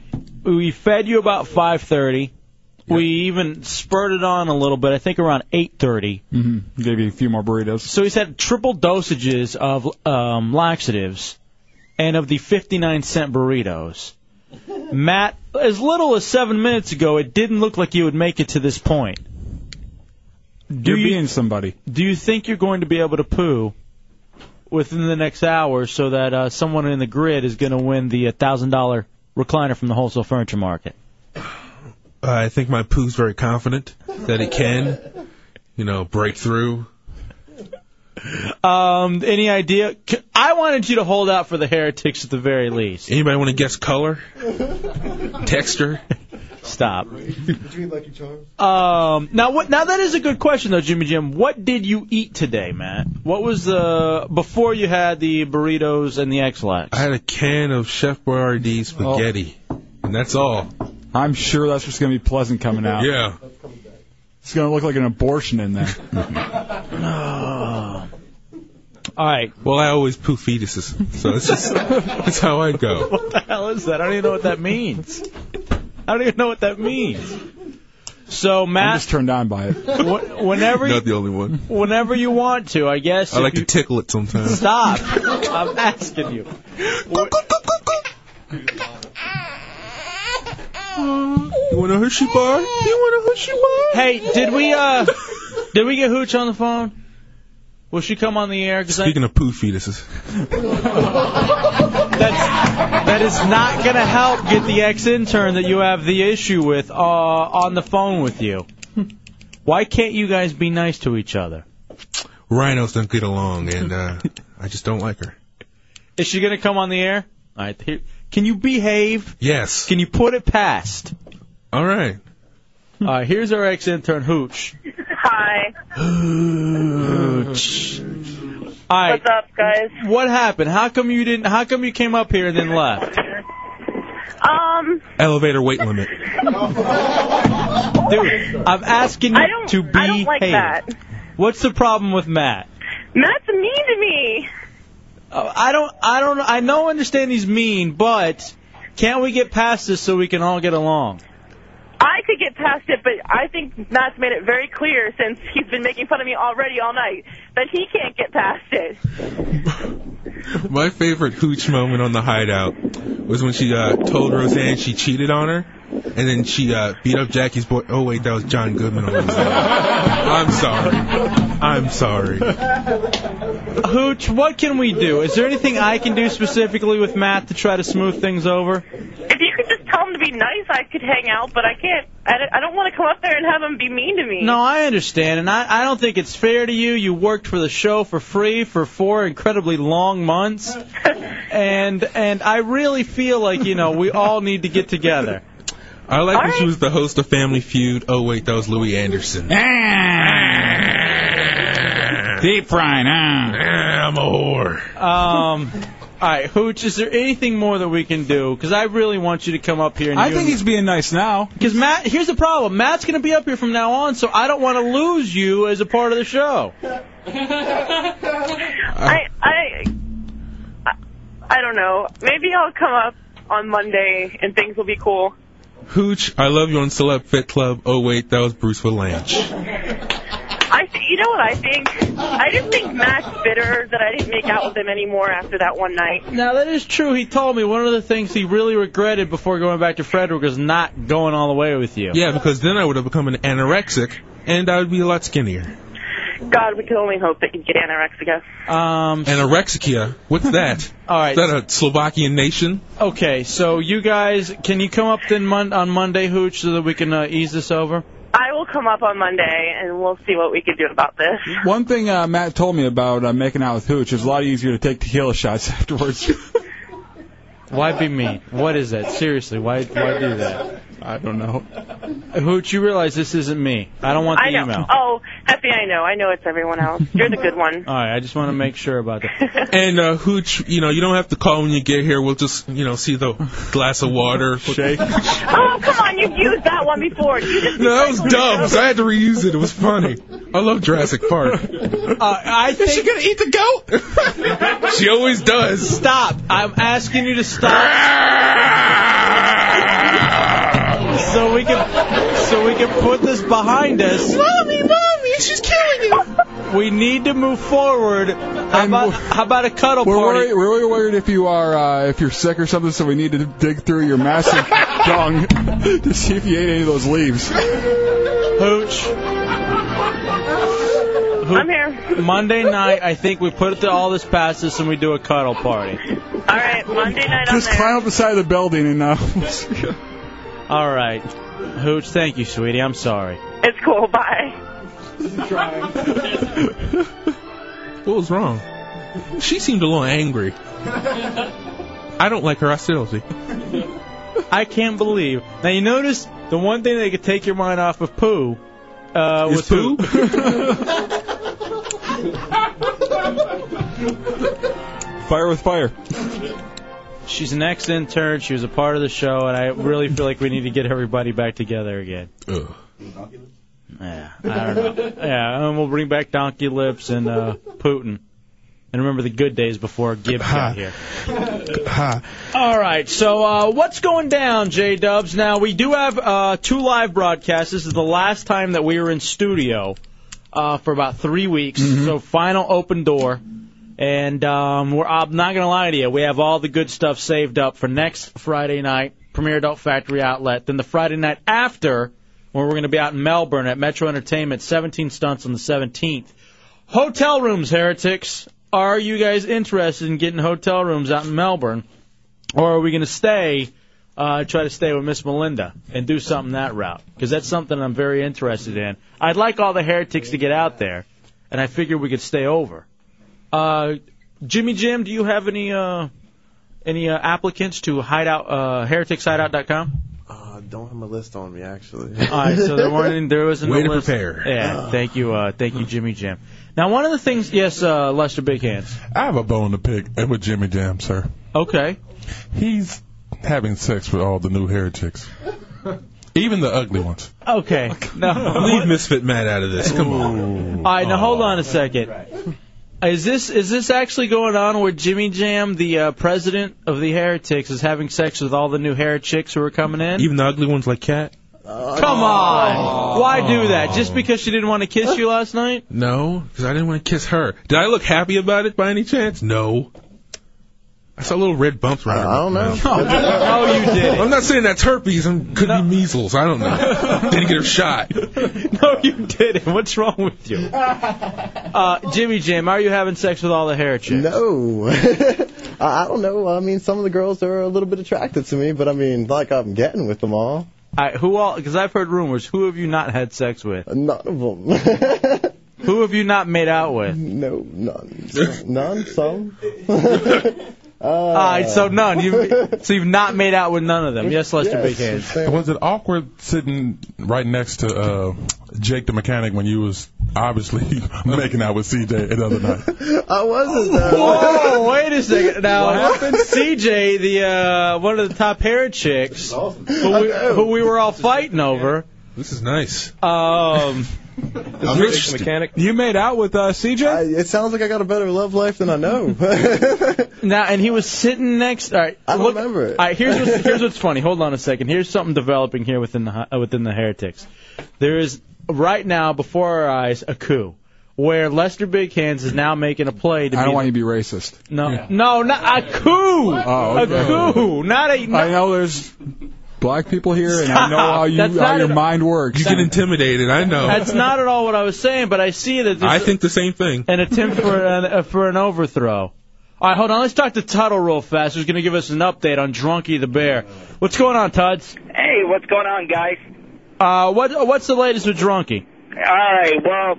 Speaker 3: we fed you about 5:30. We even spurted on a little bit. I think around 8:30.
Speaker 4: Mm-hmm. Gave you a few more burritos.
Speaker 3: So he's had triple dosages of um, laxatives and of the 59 cent burritos. Matt, as little as seven minutes ago, it didn't look like you would make it to this point. Do
Speaker 4: You're
Speaker 3: you-
Speaker 4: being somebody.
Speaker 3: Do you think you're going to be able to poo within the next hour so that uh, someone in the grid is going to win the $1,000 recliner from the wholesale furniture market?
Speaker 9: I think my poo's very confident that it can, you know, break through.
Speaker 3: Um, any idea? C- I wanted you to hold out for the heretics at the very least.
Speaker 9: Anybody want to guess color? Texture?
Speaker 3: Stop.
Speaker 26: Between Lucky Charms.
Speaker 3: Um, now what? Now that is a good question though, Jimmy Jim. What did you eat today, Matt? What was the before you had the burritos and the X-Lax?
Speaker 9: I had a can of Chef Boyardee
Speaker 12: Oh.
Speaker 9: spaghetti, and that's all.
Speaker 4: I'm sure that's what's going to be pleasant coming out.
Speaker 9: Yeah.
Speaker 4: It's going to look like an abortion in there.
Speaker 3: All right.
Speaker 9: Well, I always poo fetuses, so that's just that's how I go.
Speaker 3: What the hell is that? I don't even know what that means. I don't even know what that means. So
Speaker 4: I'm
Speaker 3: Matt,
Speaker 4: just turned on by it.
Speaker 3: wh- whenever you,
Speaker 9: Not the only one.
Speaker 3: whenever you want to, I guess.
Speaker 9: I
Speaker 3: if
Speaker 9: like
Speaker 3: you-
Speaker 9: to tickle it sometimes.
Speaker 3: Stop! I'm asking you.
Speaker 9: You want a hoochie bar? You want a hoochie bar?
Speaker 3: Hey, did we uh, did we get Hooch on the phone? Will she come on the air? 'Cause I-
Speaker 9: Speaking of poo fetuses,
Speaker 3: that is not going to help get the ex intern that you have the issue with uh, on the phone with you. Why can't you guys be nice to each other?
Speaker 9: rhinos don't get along, and uh, I just don't like her.
Speaker 3: Is she going to come on the air? All right, here- can you behave?
Speaker 9: Yes.
Speaker 3: Can you put it past?
Speaker 9: All right.
Speaker 3: All right, here's our ex intern, Hooch.
Speaker 2: Hi.
Speaker 3: Hooch. All right. What's
Speaker 2: up, guys?
Speaker 3: What happened? How come you didn't? How come you came up here and then left?
Speaker 2: Um,
Speaker 9: Elevator weight limit.
Speaker 3: Dude, I'm asking
Speaker 2: I
Speaker 13: don't-
Speaker 3: you to be
Speaker 2: I don't like that.
Speaker 3: What's the problem with Matt?
Speaker 2: Matt's mean to me.
Speaker 3: Uh, I don't, I don't, I know, understand he's mean, but can't we get past this so we can all get along?
Speaker 2: I could get past it, but I think Matt's made it very clear since he's been making fun of me already all night that he can't get past it.
Speaker 9: My favorite hooch moment on the hideout was when she uh, told Roseanne she cheated on her, and then she uh, beat up Jackie's boy. Oh wait, that was John Goodman on Roseanne. I'm sorry. I'm sorry.
Speaker 3: Hooch, what can we do? Is there anything I can do specifically with Matt to try to smooth things over?
Speaker 2: If you could just tell him to be nice, I could hang out, but I can't. I don't, I don't want to come up there and have them be mean to me.
Speaker 3: No, I understand, and I, I don't think it's fair to you. You worked for the show for free for four incredibly long months, and and I really feel like you know we all need to get together.
Speaker 9: I like when she was the host of Family Feud. Oh wait, that was Louis Anderson.
Speaker 4: Ah. Deep frying. ah.
Speaker 9: Ah, I'm a whore.
Speaker 3: Um, all right, Hooch, is there anything more that we can do? Because I really want you to come up here. And
Speaker 4: I think he's being nice now.
Speaker 3: because Matt. Here's the problem: Matt's going to be up here from now on, so I don't want to lose you as a part of the show.
Speaker 2: I, I, I- I don't know. Maybe I'll come up on Monday and things will be cool.
Speaker 9: Hooch, I love you on Celeb Fit Club. Oh wait, that was Bruce Willanch.
Speaker 2: I, th- you know what I think? I just think Matt's bitter that I didn't make out with him anymore after that one night.
Speaker 3: Now that is true. He told me one of the things he really regretted before going back to Frederick was not going all the way with you.
Speaker 9: Yeah, because then I would have become an anorexic, and I would be a lot skinnier.
Speaker 2: God, we can only hope that you get anorexia.
Speaker 3: Um,
Speaker 9: Anorexia? What's that?
Speaker 3: All
Speaker 9: Is
Speaker 3: right.
Speaker 9: that a Slovakian nation?
Speaker 3: Okay, so you guys, can you come up then mon- on Monday, Hooch, so that we can uh, ease this over?
Speaker 2: I will come up on Monday and we'll see what we can do about this.
Speaker 4: One thing uh, Matt told me about uh, making out with Hooch is a lot easier to take tequila shots afterwards.
Speaker 3: Why be mean? What is that? Seriously, why why do that?
Speaker 4: I don't know.
Speaker 3: Hooch, you realize this isn't me. I don't want the
Speaker 2: I know.
Speaker 3: email.
Speaker 2: Oh, Happy, I know. I know it's everyone else. You're the good one.
Speaker 3: All right, I just want to make sure about that.
Speaker 9: And uh, Hooch, you know, you don't have to call when you get here. We'll just, you know, see the glass of water. Shake. no,
Speaker 2: Oh, come on. You've used that one before. You just
Speaker 9: that was dumb. So I had to reuse it. It was funny. I love Jurassic Park.
Speaker 3: I think... Is she
Speaker 9: gonna eat the goat? she always does.
Speaker 3: Stop! I'm asking you to stop. so we can so we can put this behind us.
Speaker 27: Mommy, mommy, she's killing you.
Speaker 3: We need to move forward. How about, how about a cuddle
Speaker 4: We're
Speaker 3: party?
Speaker 4: worried, we're really worried if you are uh, if you're sick or something, so we need to dig through your massive dong to see if you ate any of those leaves.
Speaker 3: Hooch. I'm
Speaker 2: here.
Speaker 3: Monday night, I think we put it all this past us and we do a cuddle party.
Speaker 2: All right, Monday night on
Speaker 4: Just
Speaker 2: there.
Speaker 4: climb up the side of the building and uh,
Speaker 3: All right. Hooch, thank you, sweetie. I'm sorry.
Speaker 2: It's cool. Bye.
Speaker 9: What was wrong? She seemed a little angry. I don't like her hostility.
Speaker 3: I can't believe. Now, you notice the one thing that could take your mind off of poo. Uh, was poo?
Speaker 4: fire with fire.
Speaker 3: She's an ex intern. She was a part of the show, and I really feel like we need to get everybody back together again.
Speaker 9: Ugh.
Speaker 3: Yeah, I don't know. Yeah, and we'll bring back Donkey Lips and uh, Putin. And remember the good days before Gibbs got here. All right, so uh, what's going down, J Dubs? Now we do have uh, two live broadcasts. This is the last time that we were in studio uh, for about three weeks. So final open door, and um, we're I'm not gonna lie to you. We have all the good stuff saved up for next Friday night, Premier Adult Factory Outlet. Then the Friday night after, when we're gonna be out in Melbourne at Metro Entertainment, 17 stunts on the 17th. Hotel rooms, heretics. Are you guys interested in getting hotel rooms out in Melbourne? Or are we going to stay, uh, try to stay with Miss Melinda and do something that route? Because that's something I'm very interested in. I'd like all the heretics to get out there, and I figure we could stay over. Uh, Jimmy Jim, do you have any uh, any uh, applicants to hideout uh, hereticshideout.com?
Speaker 14: I don't have my list on me actually.
Speaker 3: All right, so there weren't any- there wasn't
Speaker 14: Way
Speaker 3: a
Speaker 14: to
Speaker 3: list.
Speaker 14: prepare.
Speaker 3: Yeah, thank you, uh, thank you, Jimmy Jim. Now, one of the things, yes, uh, Lester Big Hands.
Speaker 26: I have a bone to pick with Jimmy Jam, sir.
Speaker 3: Okay.
Speaker 26: He's having sex with all the new heretics, even the ugly ones.
Speaker 3: Okay. No.
Speaker 9: Leave Misfit Matt out of this. Come on.
Speaker 3: All right, now hold on a second. Is this is this actually going on where Jimmy Jam, the uh, president of the Heretics, is having sex with all the new heretics who are coming in? Uh,
Speaker 9: Even the ugly ones like Cat?
Speaker 3: Come on, why do that? Just because she didn't want to kiss you last night?
Speaker 9: No, because I didn't want to kiss her. Did I look happy about it by any chance? No. I saw little red bumps around. I don't know.
Speaker 3: oh, you did.
Speaker 9: I'm not saying that's herpes. It could be measles. I don't know. Didn't get her shot.
Speaker 3: No, you didn't. What's wrong with you? Uh, Jimmy Jam, are you having sex with all the heretics?
Speaker 14: No. I, I don't know. I mean, some of the girls are a little bit attracted to me, but I mean, like I'm getting with them all.
Speaker 3: All right, who all? Because I've heard rumors. Who have you not had sex with?
Speaker 14: None of them.
Speaker 3: who have you not made out with?
Speaker 14: No, none. None. Some. Uh,
Speaker 3: all right, so none. You so you've not made out with none of them. Yes, Lester Big Hands.
Speaker 26: Was it awkward sitting right next to uh, Jake the mechanic when you was obviously making out with CJ the other night?
Speaker 14: I wasn't. Though.
Speaker 3: Whoa! Oh, Wait a second. Now, CJ, the uh, one of the top hair chicks, who, we, who we were all fighting over.
Speaker 9: This is nice.
Speaker 3: Um,
Speaker 9: I'm
Speaker 3: Rich-
Speaker 9: Jake the
Speaker 4: You made out with uh, CJ.
Speaker 14: it sounds like I got a better love life than I know.
Speaker 3: now, and he was sitting next. All right,
Speaker 14: I don't
Speaker 3: look-
Speaker 14: remember it.
Speaker 3: All right, here's what's, here's what's funny. Hold on a second. Here's something developing here within the hi- uh, within the heretics. There is right now before our eyes a coup where Lester Big Hands is now making a play to
Speaker 4: I
Speaker 3: be
Speaker 4: don't want you to be racist. Oh,
Speaker 3: no no not a coup a coup not a
Speaker 4: I know there's black people here, and I know
Speaker 3: Stop.
Speaker 4: how you
Speaker 3: That's
Speaker 4: how
Speaker 3: not
Speaker 4: your
Speaker 3: at-
Speaker 4: mind works.
Speaker 3: You get
Speaker 9: intimidated. I know.
Speaker 3: That's not at all what I was saying, but I see that. There's
Speaker 9: Oh. I think the same thing.
Speaker 3: An attempt for an, uh, for an overthrow. All right, hold on. Let's talk to Tuttle real fast. Who's going to give us an update on Drunky the Bear? What's going on, Tuds?
Speaker 28: Hey, what's going on, guys?
Speaker 3: Uh, what what's the latest with Drunky?
Speaker 28: All right. Well,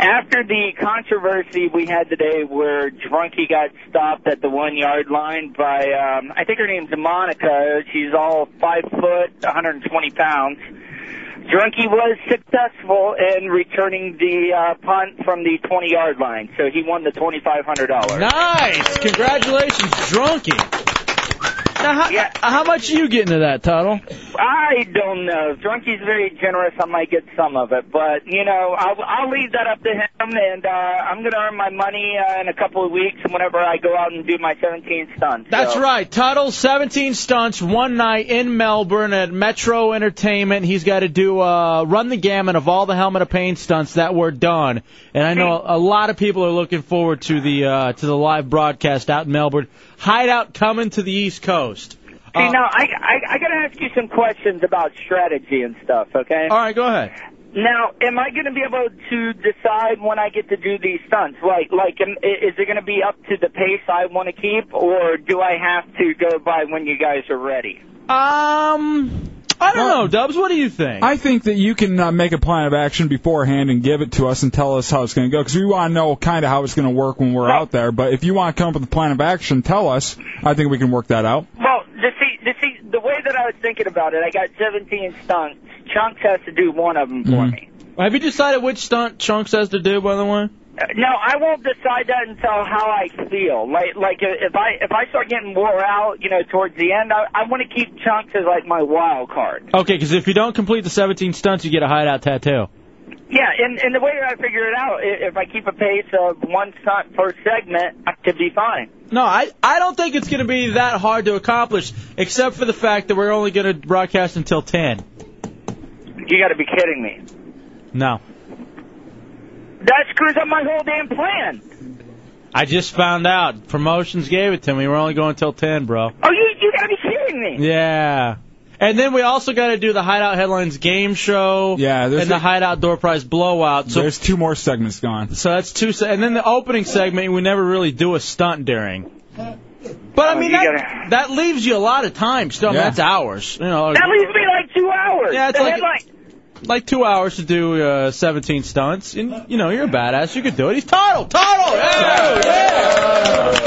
Speaker 28: after the controversy we had today where Drunky got stopped at the one yard line by, um, I think her name's Monica. She's all five foot, 120 pounds. Drunky was successful in returning the uh, punt from the 20 yard line, so he won the $2,500.
Speaker 3: Nice, congratulations, Drunky. Now, how, how much are you getting to that, Tuttle?
Speaker 28: I don't know. Drunky's very generous. I might get some of it, but you know, I'll, I'll leave that up to him. And uh, I'm gonna earn my money uh, in a couple of weeks whenever I go out and do my 17 stunts.
Speaker 3: That's
Speaker 28: so.
Speaker 3: right. Tuttle, 17 stunts, one night in Melbourne at Metro Entertainment. He's got to do uh, run the gamut of all the Helmet of Pain stunts that were done. And I know a lot of people are looking forward to the uh, to the live broadcast out in Melbourne. Hideout coming to the East Coast.
Speaker 28: See, now I, I I gotta ask you some questions about strategy and stuff. Okay.
Speaker 3: All right, go ahead.
Speaker 28: Now, am I going to be able to decide when I get to do these stunts? Like, like, am, i- is it going to be up to the pace I want to keep, or do I have to go by when you guys are ready?
Speaker 3: Uh, Um, I don't know, Dubs. What do you think?
Speaker 4: I think that you can uh, make a plan of action beforehand and give it to us and tell us how it's going to go because we want to know kind of how it's going to work when we're out there. But if you want to come up with a plan of action, tell us. I think we can work that out.
Speaker 28: Well, to see, to see, the way that I was thinking about it, I got 17 stunts. Chunks has to do one of them for me.
Speaker 3: Have you decided which stunt Chunks has to do, by the way?
Speaker 28: Uh, No, I won't decide that until how I feel. Like, like uh, if I if I start getting wore out, you know, towards the end, I, I want to keep chunks as like my wild card.
Speaker 3: Okay, because if you don't complete the 17 stunts, you get a hideout tattoo.
Speaker 28: Yeah, and, and the way that I figure it out, i- if I keep a pace of one stunt per segment, I could be fine.
Speaker 3: No, I I don't think it's going to be that hard to accomplish, except for the fact that we're only going to broadcast until 10.
Speaker 28: You got to be kidding me.
Speaker 3: No.
Speaker 28: That screws up my whole damn plan.
Speaker 3: I just found out. Promotions gave it to me. We're only going till 10, bro.
Speaker 28: Oh, you you got to be kidding me.
Speaker 3: Yeah. And then we also got to do the Hideout Headlines game show.
Speaker 4: Yeah, there's
Speaker 3: and the
Speaker 4: a-
Speaker 3: Hideout Door Prize blowout. So,
Speaker 4: There's two more segments gone.
Speaker 3: so that's two. Se- and then the opening segment, we never really do a stunt during. But I mean, that, that leaves you a lot of time still. I mean, Yeah. that's hours. You know,
Speaker 28: That leaves me like two hours.
Speaker 3: Yeah, it's
Speaker 28: the
Speaker 3: like-
Speaker 28: headline.
Speaker 3: like two hours to do uh, 17 stunts, and you know you're a badass. You could do it. He's Toddle, Toddle. Yeah, yeah.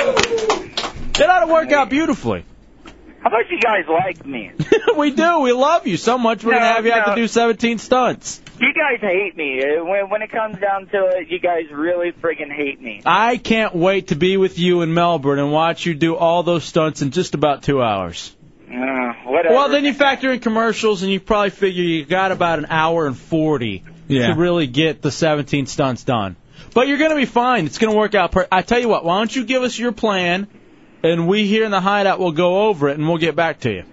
Speaker 3: It ought to work out beautifully.
Speaker 28: How about you guys like me?
Speaker 3: we do. We love you so much. We're
Speaker 28: No,
Speaker 3: gonna have you have
Speaker 28: no.
Speaker 3: to do 17 stunts.
Speaker 28: You guys hate me. Uh, When when it comes down to it, you guys really friggin' hate me.
Speaker 3: I can't wait to be with you in Melbourne and watch you do all those stunts in just about two hours.
Speaker 28: Uh, whatever.
Speaker 3: Well, then you factor in commercials, and you probably figure you got about an hour and 40
Speaker 4: Yeah.
Speaker 3: to really get the 17 stunts done. But you're going to be fine. It's going to work out. Per- I tell you what, why don't you give us your plan, and we here in the hideout will go over it, and we'll get back to you.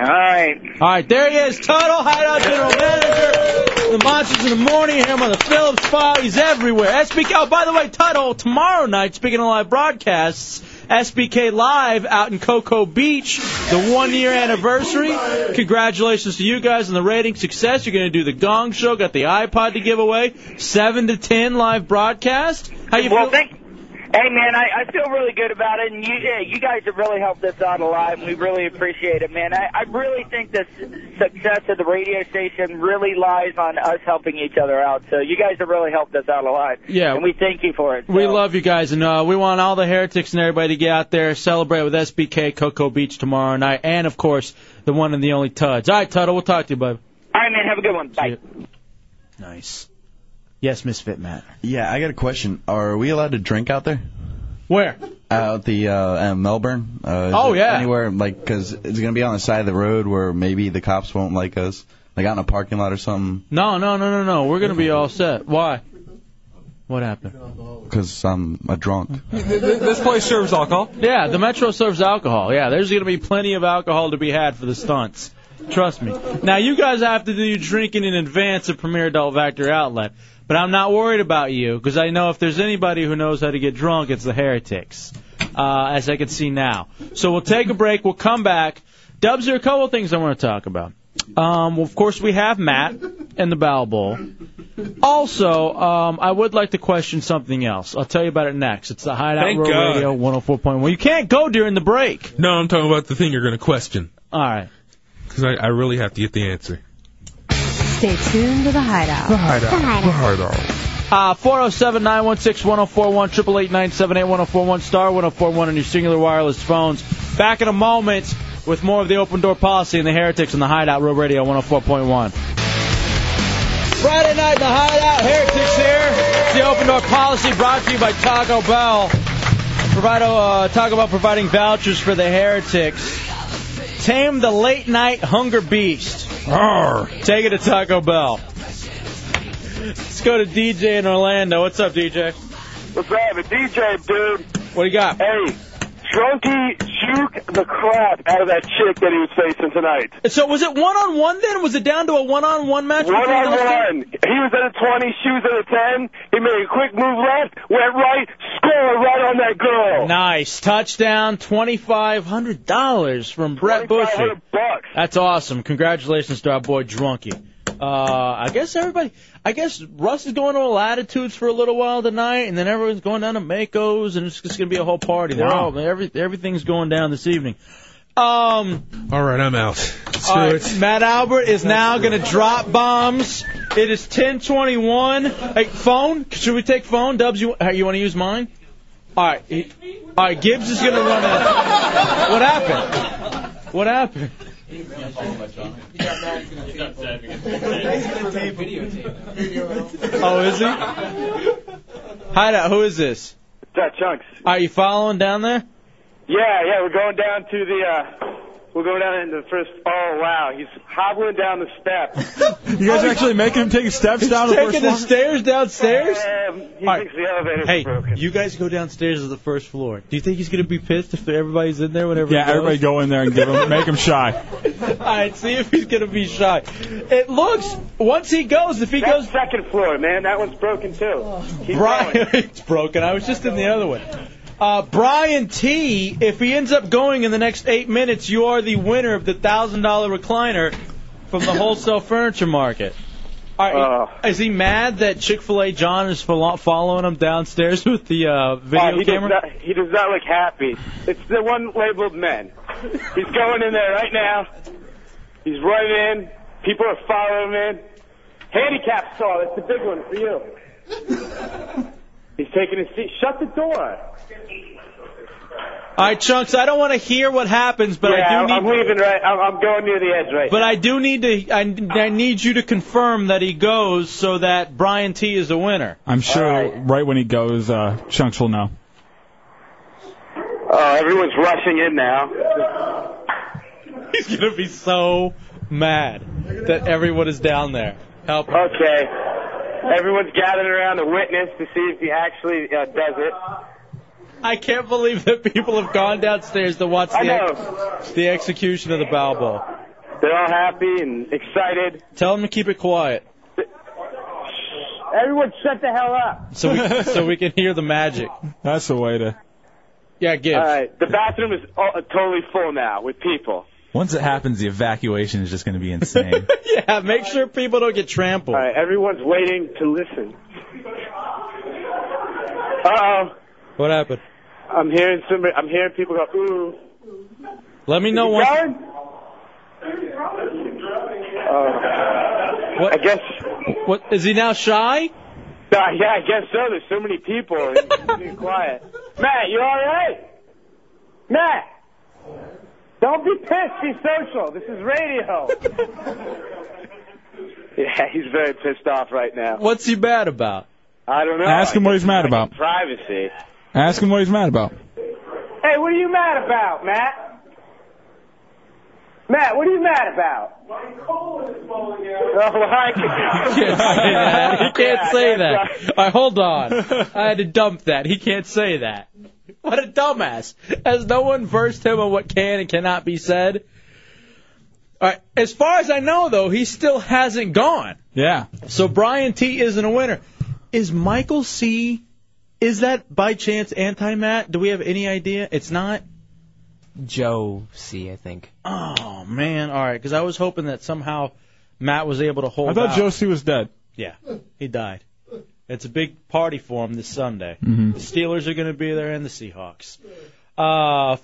Speaker 28: All right.
Speaker 3: All right, there he is, Tuttle Hideout General Manager. The Monsters in the Morning, him on the Phillips File. He's everywhere. SBK. Oh, by the way, Tuttle, tomorrow night, speaking of live broadcasts, SBK Live out in Cocoa Beach, the one year anniversary. Congratulations to you guys on the rating success. You're going to do the Gong Show, got the iPod to give away, 7 to 10 live broadcast. How you
Speaker 28: well,
Speaker 3: feel?
Speaker 28: thank. Hey man, I, I feel really good about it, and you yeah, you guys have really helped us out a lot, and we really appreciate it, man. I, I really think the s- success of the radio station really lies on us helping each other out. So you guys have really helped us out a lot,
Speaker 3: Yeah.
Speaker 28: and we thank you for it.
Speaker 3: We love you guys, and uh, we want all the heretics and everybody to get out there, celebrate with SBK Cocoa Beach tomorrow night, and of course the one and the only Tuds. All right, Tuddle, we'll talk to you, bud.
Speaker 28: All right, man, have a good one. Bye.
Speaker 3: Nice. Yes, Misfit Matt.
Speaker 29: Yeah, I got a question. Are we allowed to drink out there?
Speaker 3: Where?
Speaker 29: Out the uh, uh, Melbourne. Uh, is
Speaker 3: Oh,
Speaker 29: it
Speaker 3: yeah.
Speaker 29: Anywhere like because it's gonna be on the side of the road where maybe the cops won't like us. Like out in a parking lot or something.
Speaker 3: No, no, no, no, no. We're gonna be all set. Why? What happened?
Speaker 29: Because I'm a drunk.
Speaker 3: This place serves alcohol. Yeah, the Metro serves alcohol. Yeah, there's going to be plenty of alcohol to be had for the stunts. Trust me. Now, you guys have to do your drinking in advance of Premier Adult Factory Outlet, but I'm not worried about you because I know if there's anybody who knows how to get drunk, it's the heretics, uh, as I can see now. So we'll take a break. We'll come back. Dubs, there are a couple of things I want to talk about. Um, well, of course, we have Matt and the Bowel Bowl. Also, um, I would like to question something else. I'll tell you about it next. It's the Hideout
Speaker 9: Thank
Speaker 3: Row
Speaker 9: God.
Speaker 3: Radio 104.1. You can't go during the break.
Speaker 9: No, I'm talking about the thing you're going to question.
Speaker 3: All right.
Speaker 9: Because I, I really have to get the answer.
Speaker 24: Stay tuned to the hideout. The
Speaker 9: hideout. The
Speaker 3: Uh, 407 916 1041, 888 978 1041, star 1041 on your singular wireless phones. Back in a moment with more of the open door policy and the heretics on the Hideout Row Radio 104.1. Friday night in the hideout, Heretics here. It's the open door policy brought to you by Taco Bell. Provide, uh, talk about providing vouchers for the heretics. Tame the late night hunger beast. Take it to Taco Bell. Let's go to DJ in Orlando. What's up, DJ?
Speaker 7: What's up, it's DJ, dude?
Speaker 3: What do you got?
Speaker 7: Hey, drunky, juke the crap out of that chick that he was facing tonight.
Speaker 3: So was it one on one then? Was it down to a one on one match?
Speaker 7: One on one. He was at a 20, she was at a 10. He made a quick move left, went right, scored right on that girl.
Speaker 3: Nice touchdown, twenty five hundred dollars from Brett Bushy.
Speaker 7: bucks.
Speaker 3: That's awesome. Congratulations to our boy Drunky. Uh, I guess everybody. I guess Russ is going to all latitudes for a little while tonight, and then everyone's going down to Mako's, and it's just gonna be a whole party. They're
Speaker 9: Wow.
Speaker 3: all- every, everything's going down this evevening. Um.
Speaker 9: All right, I'm out.
Speaker 3: All
Speaker 9: Screw
Speaker 3: right,
Speaker 9: it.
Speaker 3: Matt Albert is now going to drop bombs. It is 10:21. Hey, phone? Should we take phone? Dubs, you, hey, you want to use mine? All right. he- All right. Gibbs is going to run out. What happened? What happened? Oh, is he? Hideout. Who is this?
Speaker 7: That chunks.
Speaker 3: Are you following down there?
Speaker 7: Yeah, yeah, we're going down to the, uh, we're going down into the first, oh wow, he's hobbling down the steps.
Speaker 3: You guys are actually making him take steps down.
Speaker 7: the
Speaker 3: Oh, Taking
Speaker 7: first
Speaker 3: the
Speaker 7: floor?
Speaker 3: stairs downstairs.
Speaker 7: Um, he thinks the elevator's
Speaker 3: Hey,
Speaker 7: broken.
Speaker 3: you guys go downstairs to the first floor. Do you think he's gonna be pissed if everybody's in there whenever?
Speaker 4: Yeah,
Speaker 3: he goes?
Speaker 4: everybody go in there and give him, make him shy.
Speaker 3: All right, see if he's gonna be shy. It looks once he goes, if he
Speaker 7: That
Speaker 3: goes, Oh.
Speaker 7: second floor, man, that one's broken too. Uh, Keep
Speaker 3: Brian, it's broken. I was just in the other one. Uh, Brian T, if he ends up going in the next eight minutes, you are the winner of the thousand dollar recliner from the wholesale furniture market. All
Speaker 7: Uh.
Speaker 3: right, is he mad that Chick Fil A John is fol- following him downstairs with the uh, video
Speaker 7: Uh, he
Speaker 3: camera?
Speaker 7: Does not, he does not look happy. It's the one labeled men. He's going in there right now. He's running in. People are following him in. Handicap stall. That's the big one for you. He's taking his seat. Shut the door.
Speaker 3: All right, chunks. I don't want to hear what happens, but
Speaker 7: yeah,
Speaker 3: I do need.
Speaker 7: I'm leaving right. I'm, I'm going near the edge right.
Speaker 3: But
Speaker 7: now.
Speaker 3: I do need to. I, I need you to confirm that he goes, so that Brian T is the winner.
Speaker 4: I'm sure right. when he goes, uh, Chunks will know.
Speaker 7: Oh, everyone's rushing in now.
Speaker 3: He's gonna be so mad that everyone is down there. Help. him.
Speaker 7: Okay. Everyone's gathered around to witness to see if he actually uh, does it.
Speaker 3: I can't believe that people have gone downstairs to watch the
Speaker 7: I
Speaker 3: ex- the execution of the bow ball.
Speaker 7: They're all happy and excited.
Speaker 3: Tell them to keep it quiet,
Speaker 7: Everyone, shut the hell up.
Speaker 3: so we so we can hear the magic.
Speaker 4: That's the way to.
Speaker 3: Yeah, Gibbs.
Speaker 7: All right. The bathroom is all, uh, totally full now with people.
Speaker 8: Once it happens, the evacuation is just going to be insane.
Speaker 3: Yeah, make sure people don't get trampled.
Speaker 7: All right, everyone's waiting to listen. Uh oh.
Speaker 3: What happened?
Speaker 7: I'm hearing somebody. I'm hearing people go, ooh.
Speaker 3: Let me know when.
Speaker 7: Oh.
Speaker 3: What?
Speaker 7: I guess.
Speaker 3: What is he now shy?
Speaker 7: Uh, yeah, I guess so. There's so many people. It's being quiet. Matt, you all right? Matt, don't be pissed. Be social. This is radio. yeah, he's very pissed off right now.
Speaker 3: What's he bad about?
Speaker 7: I don't know.
Speaker 4: Ask him what he's mad about.
Speaker 7: Privacy.
Speaker 4: Ask him what he's mad about.
Speaker 7: Hey, what are you mad about, Matt? Matt, what are you mad about? Oh, My colon is falling out. Oh, I
Speaker 3: He can't say that. He can't say that. All right, hold on. I had to dump that. He can't say that. What a dumbass. Has no one versed him on what can and cannot be said? All right. As far as I know, though, he still hasn't gone.
Speaker 4: Yeah.
Speaker 3: So Brian T isn't a winner. Is Michael C? Is that by chance anti Matt? Do we have any idea? It's not.
Speaker 6: Joe C, I think.
Speaker 3: Oh man. All right. Because I was hoping that somehow Matt was able to hold.
Speaker 4: I thought
Speaker 3: out.
Speaker 4: Josie was dead.
Speaker 3: Yeah, he died. It's a big party for him this Sunday.
Speaker 4: Mhm.
Speaker 3: The Steelers are going to be there and the Seahawks. Uh,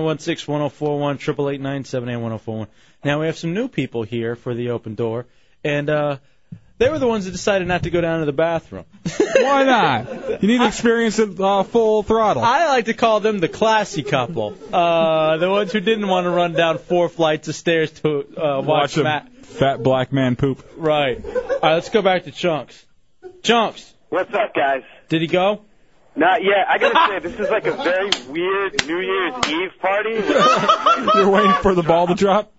Speaker 3: 407-916-1041, 888 oh Now we have some new people here for the open door, and uh, they were the ones that decided not to go down to the bathroom.
Speaker 4: Why not? You need to experience it uh, full throttle.
Speaker 3: I like to call them the classy couple, uh, the ones who didn't want to run down four flights of stairs to uh, watch
Speaker 4: a
Speaker 3: Matt.
Speaker 4: fat black man poop.
Speaker 3: Right. All right, let's go back to Chunks. Chunks,
Speaker 7: What's up, guys?
Speaker 3: did he go?
Speaker 7: Not yet. I gotta say, this is like a very weird New Year's Eve party.
Speaker 4: You're waiting for the ball to drop.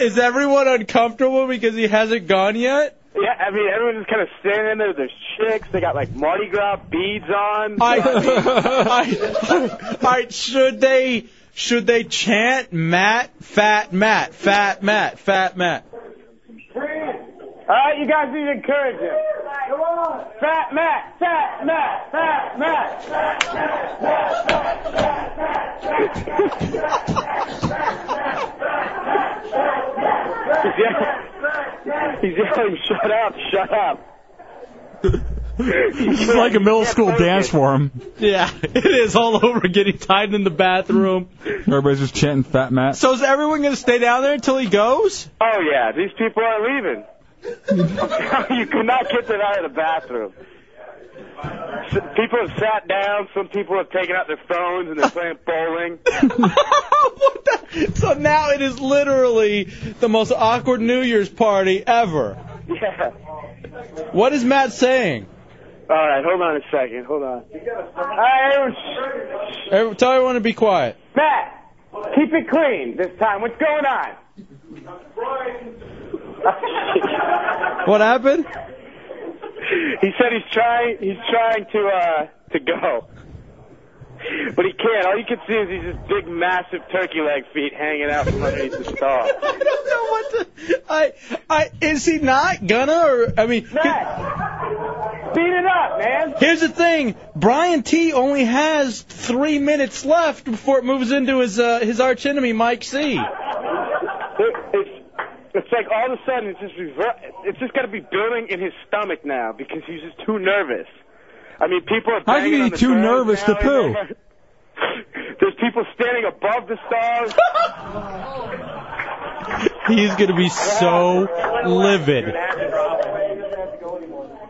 Speaker 3: Is everyone uncomfortable because he hasn't gone yet?
Speaker 7: Yeah, I mean, everyone's kind of standing there. There's chicks. They got like Mardi Gras beads on.
Speaker 3: I,
Speaker 7: I-
Speaker 3: I- should they should they chant Matt, Fat Matt, Fat Matt, Fat Matt?
Speaker 7: All right, you guys need to encourage him. Come on. Fat Matt, Fat Matt, Fat Matt. He's yelling, he's yelling, shut up, shut up.
Speaker 4: It's like a middle school dance for him.
Speaker 3: Yeah, it is all over getting tied in the bathroom.
Speaker 4: Everybody's just chanting Fat Matt.
Speaker 3: So is everyone gonna stay down there until he goes?
Speaker 7: Oh yeah, these people are leaving. you could not get them out of the bathroom. S people have sat down. Some people have taken out their phones and they're playing bowling.
Speaker 3: So now it is literally the most awkward New Year's party ever.
Speaker 7: Yeah.
Speaker 3: What is Matt saying?
Speaker 7: All right, hold on a second. Hold on. All right, everyone, shh, shh.
Speaker 3: Every- Tell everyone to be quiet.
Speaker 7: Matt, keep it clean this time. What's going on?
Speaker 3: What happened?
Speaker 7: he said he's trying. He's trying to uh to go, but he can't. All you can see is these just big, massive turkey leg feet hanging out from underneath the stall.
Speaker 3: I don't know what to. I, I, is he not gonna? Or I mean,
Speaker 7: Beat it up, man.
Speaker 3: Here's the thing: Brian T only has three minutes left before it moves into his uh, his arch enemy, Mike C.
Speaker 7: It's it's like all of a sudden it's just rever- It's just got to be building in his stomach now because he's just too nervous. I mean, people are.
Speaker 4: How can
Speaker 7: banging
Speaker 4: you
Speaker 7: on
Speaker 4: be
Speaker 7: the
Speaker 4: too
Speaker 7: doors
Speaker 4: nervous to
Speaker 7: now and
Speaker 4: poo?
Speaker 7: there. There's people standing above the stars.
Speaker 3: He's gonna be so livid.
Speaker 7: it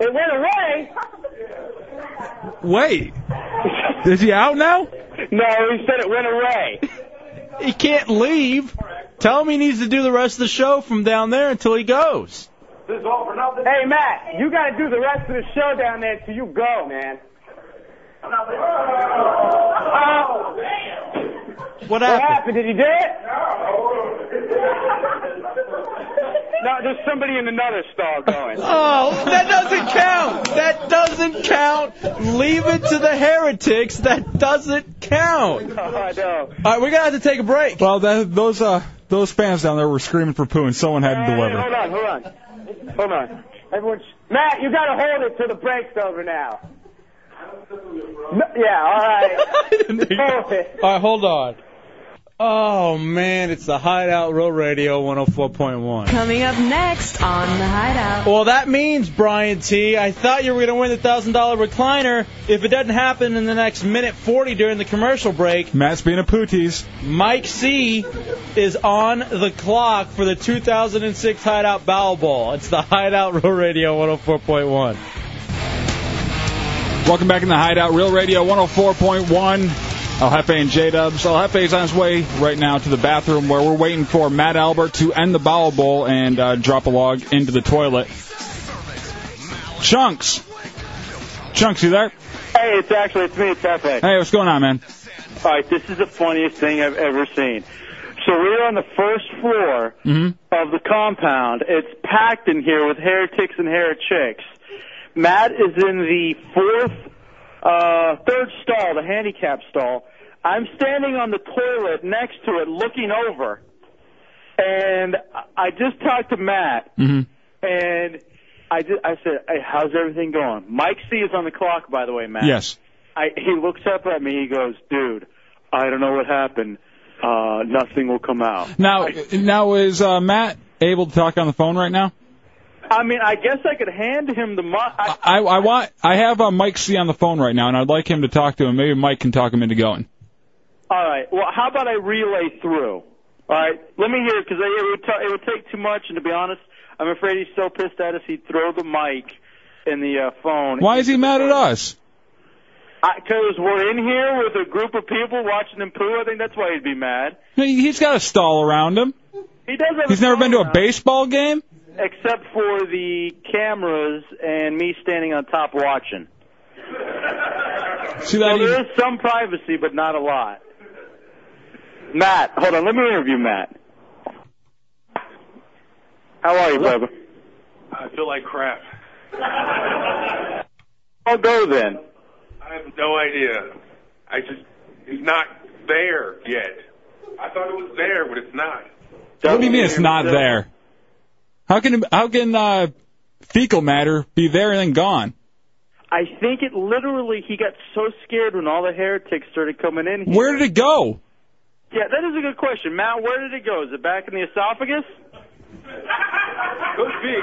Speaker 7: went away.
Speaker 4: Wait, is he out now?
Speaker 7: No, he said it went away.
Speaker 3: He can't leave. Tell him he needs to do the rest of the show from down there until he goes.
Speaker 7: This is all for nothing. Hey, Matt, you got to do the rest of the show down there till you go, man. I'm not leaving. Oh,
Speaker 3: What
Speaker 7: happened?
Speaker 3: happened?
Speaker 7: Did you do it? No, there's somebody in another stall going.
Speaker 3: Oh, that doesn't count. That doesn't count. Leave it to the heretics. That doesn't count.
Speaker 7: Oh, I know.
Speaker 3: All right, we're gonna have to take a break.
Speaker 4: Well, that, those uh, those fans down there were screaming for poo, and someone had to
Speaker 7: Hey,
Speaker 4: deliver.
Speaker 7: hold on, hold on. Hold on. Everyone, sh- Matt, you got to hold it till the break's over now. No, yeah, all right.
Speaker 3: All right, hold on. Oh man, it's the Hideout Row Radio 104.1.
Speaker 24: Coming up next on The Hideout.
Speaker 3: Well, that means, Brian T, I thought you were going to win the $1,000 recliner. If it doesn't happen in the next minute 40 during the commercial break,
Speaker 4: Matt's being a pooties.
Speaker 3: Mike C is on the clock for the 2006 Hideout Bow Ball. It's the Hideout Row Radio 104.1.
Speaker 4: Welcome back in the Hideout, Real Radio 104.1. El Jefe and J Dubs. El Jefe is on his way right now to the bathroom where we're waiting for Matt Albert to end the bowel bowl and uh, drop a log into the toilet. Chunks. Chunks, you there?
Speaker 7: Hey, it's actually it's me, it's Pepe.
Speaker 4: Hey, what's going on, man?
Speaker 7: All right, this is the funniest thing I've ever seen. So we're on the first floor
Speaker 4: Mm-hmm.
Speaker 7: of the compound. It's packed in here with hair ticks and hair chicks. Matt is in the fourth, uh, third stall, the handicap stall. I'm standing on the toilet next to it, looking over, and I- I just talked to Matt, and I ju- I said, "Hey, how's everything going?" Mike C is on the clock, by the way, Matt.
Speaker 4: Yes.
Speaker 7: I, he looks up at me. He goes, "Dude, I don't know what happened. Uh, nothing will come out."
Speaker 4: Now, now is uh, Matt able to talk on the phone right now?
Speaker 7: I mean, I guess I could hand him the mo- I,
Speaker 4: I, I want, I have uh, Mike C on the phone right now, and I'd like him to talk to him. Maybe Mike can talk him into going.
Speaker 7: All right. Well, how about I relay through? All right. Let me hear it because it would ta- it would take too much, and to be honest, I'm afraid he's so pissed at us he'd throw the mic in the uh, phone.
Speaker 4: Why is he mad at us?
Speaker 7: Because we're in here with a group of people watching him poo. I think that's why he'd be mad.
Speaker 4: He- He's got a stall around him.
Speaker 7: He does have.
Speaker 4: He's
Speaker 7: a
Speaker 4: never been to a
Speaker 7: phone,
Speaker 4: baseball game.
Speaker 7: uh, Except for the cameras and me standing on top watching.
Speaker 4: See that?
Speaker 7: So there is some privacy, but not a lot. Matt, hold on. Let me interview Matt. How are you, brother?
Speaker 30: I feel like crap.
Speaker 7: I'll go then.
Speaker 30: I have no idea. I just, it's not there yet. I thought it was there, but it's not.
Speaker 4: What do you mean it's not there? How can how can uh, fecal matter be there and then gone?
Speaker 7: I think it literally, he got so scared when all the heretics started coming in.
Speaker 4: Where did it go?
Speaker 7: Yeah, that is a good question. Matt, where did it go? Is it back in the esophagus? Could be.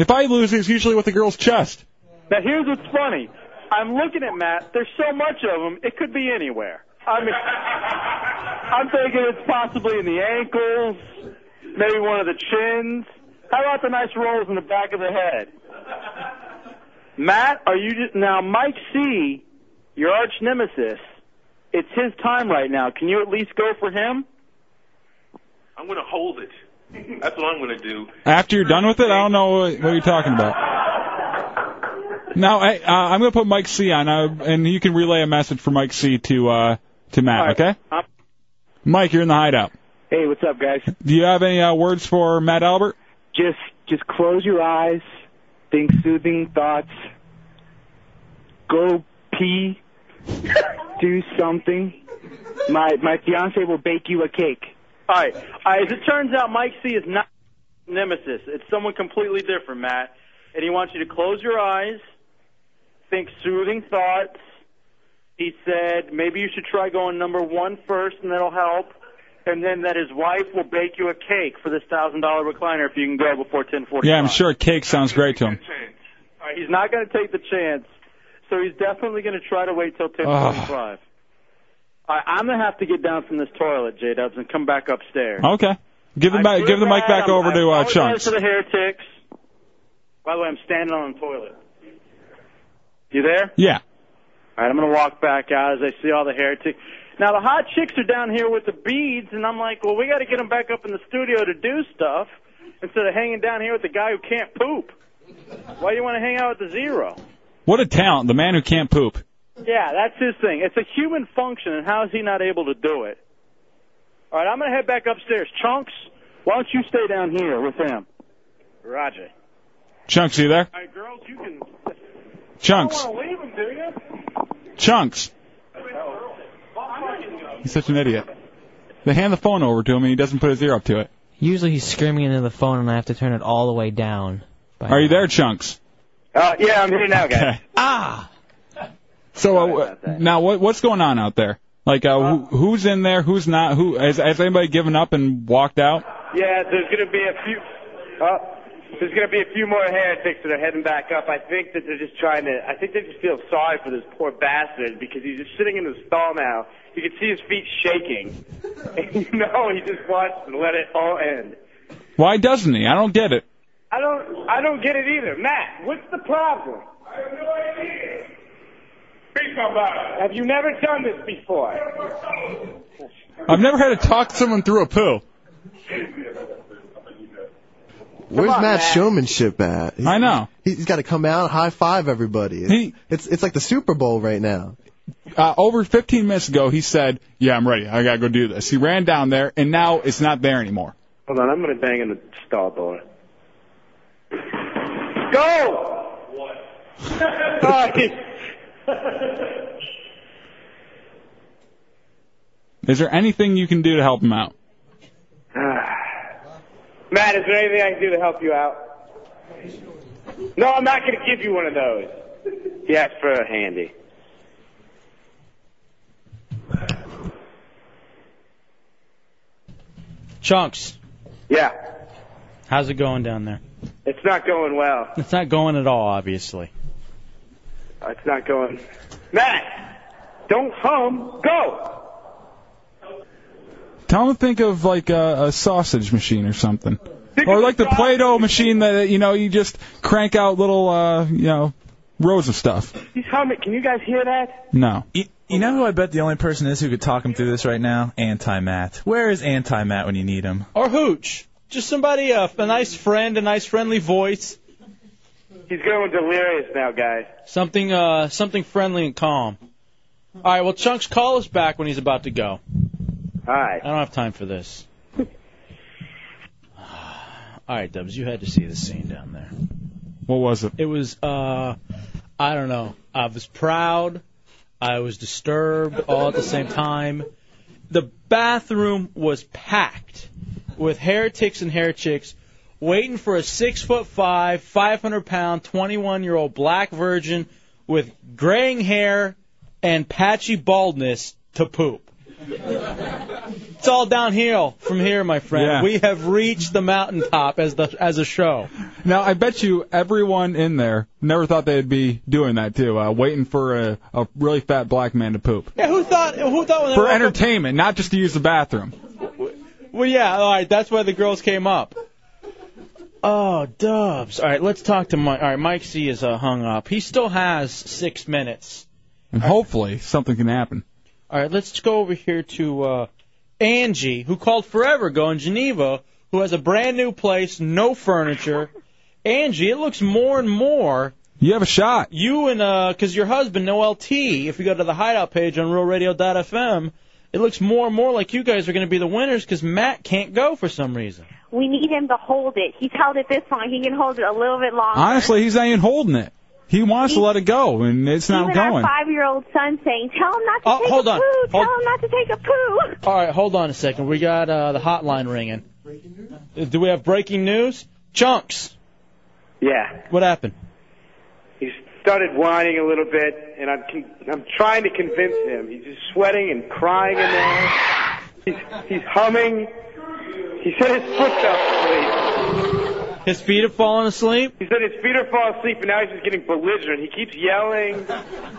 Speaker 4: If I lose, it's usually with the girl's chest.
Speaker 7: Now, here's what's funny. I'm looking at Matt. There's so much of them, it could be anywhere. I mean, I'm thinking it's possibly in the ankles, maybe one of the chins. How about the nice rolls in the back of the head? Matt, are you just, now Mike C, your arch nemesis? It's his time right now. Can you at least go for him?
Speaker 30: I'm going to hold it. That's what I'm going to do.
Speaker 4: After you're done with it, I don't know what what you're talking about. Now I, uh, I'm going to put Mike C on, uh, and you can relay a message for Mike C to uh, to Matt. Okay?
Speaker 7: I'm-
Speaker 4: Mike, you're in the hideout.
Speaker 21: Hey, what's up, guys?
Speaker 4: Do you have any uh, words for Matt Albert?
Speaker 21: Just just close your eyes, think soothing thoughts. Go pee. do something. My my fiance will bake you a cake.
Speaker 7: All right. Uh, as it turns out, Mike C is not Nemesis. It's someone completely different, Matt. And he wants you to close your eyes, think soothing thoughts. He said maybe you should try going number one first, and that'll help. And then that his wife will bake you a cake for this thousand dollar recliner if you can go before ten forty.
Speaker 4: Yeah, I'm sure cake sounds great to him.
Speaker 7: He's not going to take the chance, so he's definitely going to try to wait till ten forty-five. I, I'm going to have to get down from this toilet, J Dubs, and come back upstairs.
Speaker 4: Okay. Give the,
Speaker 7: I
Speaker 4: mic. give the mic
Speaker 7: feel
Speaker 4: back
Speaker 7: bad.
Speaker 4: over
Speaker 7: I'm,
Speaker 4: to
Speaker 7: I
Speaker 4: uh,
Speaker 7: apologize
Speaker 4: Chunks.
Speaker 7: to the heretics. By the way, I'm standing on the toilet. You there?
Speaker 4: Yeah.
Speaker 7: All right, I'm gonna walk back out as I see all the heretics. Now the hot chicks are down here with the beads, and I'm like, well, we got to get them back up in the studio to do stuff instead of hanging down here with the guy who can't poop. Why do you want to hang out with the zero?
Speaker 4: uh, What a talent, the man who can't poop.
Speaker 7: Yeah, that's his thing. It's a human function, and how is he not able to do it? All right, I'm gonna head back upstairs. Chunks, why don't you stay down here with him? Roger.
Speaker 4: Chunks, you there?
Speaker 7: All right, girls, you can.
Speaker 4: Chunks.
Speaker 7: You don't want to leave him, do you?
Speaker 4: Chunks. He's such an idiot. They hand the phone over to him and he doesn't put his ear up to it.
Speaker 6: Usually he's screaming into the phone and I have to turn it all the way down.
Speaker 4: Are you there, Chunks?
Speaker 7: Uh, yeah, I'm here now, guys.
Speaker 4: Ah. So uh, now what what's going on out there? Like, uh, who, who's in there? Who's not? Who has, has anybody given up and walked out?
Speaker 7: Yeah, there's going to be a few. Uh, there's going to be a few more heretics that are heading back up. I think that they're just trying to. I think they just feel sorry for this poor bastard because he's just sitting in the stall now. You can see his feet shaking, and you know he just wants to let it all end.
Speaker 4: Why doesn't he? I don't get it.
Speaker 7: I don't. I don't get it either, Matt. What's the problem? I have no idea. Speak somebody. Have you never done this before?
Speaker 4: I've never had to talk someone through a poo.
Speaker 14: Where's
Speaker 7: on,
Speaker 14: Matt's
Speaker 7: Matt.
Speaker 14: showmanship at? He's,
Speaker 4: I know.
Speaker 14: He's got to come out, high five everybody. It's,
Speaker 4: He-
Speaker 14: it's it's like the Super Bowl right now.
Speaker 4: Uh, over 15 minutes ago, he said, "Yeah, I'm ready. I gotta go do this." He ran down there, and now it's not there anymore.
Speaker 7: Hold on, I'm going to bang in the stall door. Go! What? Sorry.
Speaker 4: Is there anything you can do to help him out?
Speaker 7: Matt, is there anything I can do to help you out? No, I'm not going to give you one of those. He asked for a handy.
Speaker 3: Chunks,
Speaker 7: Yeah,
Speaker 3: how's it going down there?
Speaker 7: it's not going well.
Speaker 3: It's not going at all, obviously.
Speaker 7: It's not going. Matt, don't hum. Go.
Speaker 4: Tell him to think of like a, a sausage machine or something, or like the Play-Doh machine that you know you just crank out little uh, you know rows of stuff.
Speaker 7: He's humming. Can you guys hear that?
Speaker 4: No.
Speaker 8: You, you know who I bet the only person is who could talk him through this right now? Anti Matt. Where is Anti Matt when you need him?
Speaker 3: Or Hooch. Just somebody, uh, a nice friend, a nice friendly voice,
Speaker 7: He's going delirious now, guys.
Speaker 3: something, uh, something friendly and calm. All right, well, Chunks, call us back when he's about to go.
Speaker 7: All right.
Speaker 3: I don't have time for this. All right, Dubs, you had to see the scene down there.
Speaker 4: What was it?
Speaker 3: It was, uh, I don't know. I was proud. I was disturbed all at the same time. The bathroom was packed with heretics and heretics waiting for a six foot five, 500 pound, 21 year old black virgin with graying hair and patchy baldness to poop. It's all downhill from here, my friend.
Speaker 4: Yeah.
Speaker 3: We have reached the mountaintop as the as a show.
Speaker 4: Now I bet you everyone in there never thought they'd be doing that too, uh, waiting for a, a really fat black man to poop
Speaker 3: Yeah, who thought? Who thought when they
Speaker 4: for
Speaker 3: woke up-
Speaker 4: entertainment, not just to use the bathroom.
Speaker 3: Well, yeah, all right. That's why the girls came up. Oh, Dubs. All right, let's talk to Mike. All right, Mike C is uh, hung up. He still has six minutes.
Speaker 4: And hopefully something can happen.
Speaker 3: All right, let's go over here to uh, Angie, who called forever ago in Geneva, who has a brand new place, no furniture. Angie, it looks more and more.
Speaker 4: You have a shot.
Speaker 3: You and uh 'cause your husband, Noel T. If you go to the Hideout page on RealRadio.fm, it looks more and more like you guys are going to be the winners 'cause Matt can't go for some reason.
Speaker 1: We need him to hold it. He's held it this long. He can hold it a little bit longer.
Speaker 4: Honestly, he's not even holding it. He wants to let it go, and it's not
Speaker 1: Even
Speaker 4: going.
Speaker 1: our five-year-old son saying, "Tell him not to
Speaker 3: Oh,
Speaker 1: take
Speaker 3: hold
Speaker 1: a
Speaker 3: on.
Speaker 1: poo.
Speaker 3: Hold-
Speaker 1: Tell him not to take a poo."
Speaker 3: All right, hold on a second. We got uh, the hotline ringing. Uh, Do we have breaking news? Chunks,
Speaker 7: Yeah.
Speaker 3: what happened?
Speaker 7: He started whining a little bit, and I'm con- I'm trying to convince him. He's just sweating and crying in there. He's he's humming. He said his foot fell asleep.
Speaker 3: His feet have fallen asleep.
Speaker 7: He said his feet are falling asleep, and now he's just getting belligerent. He keeps yelling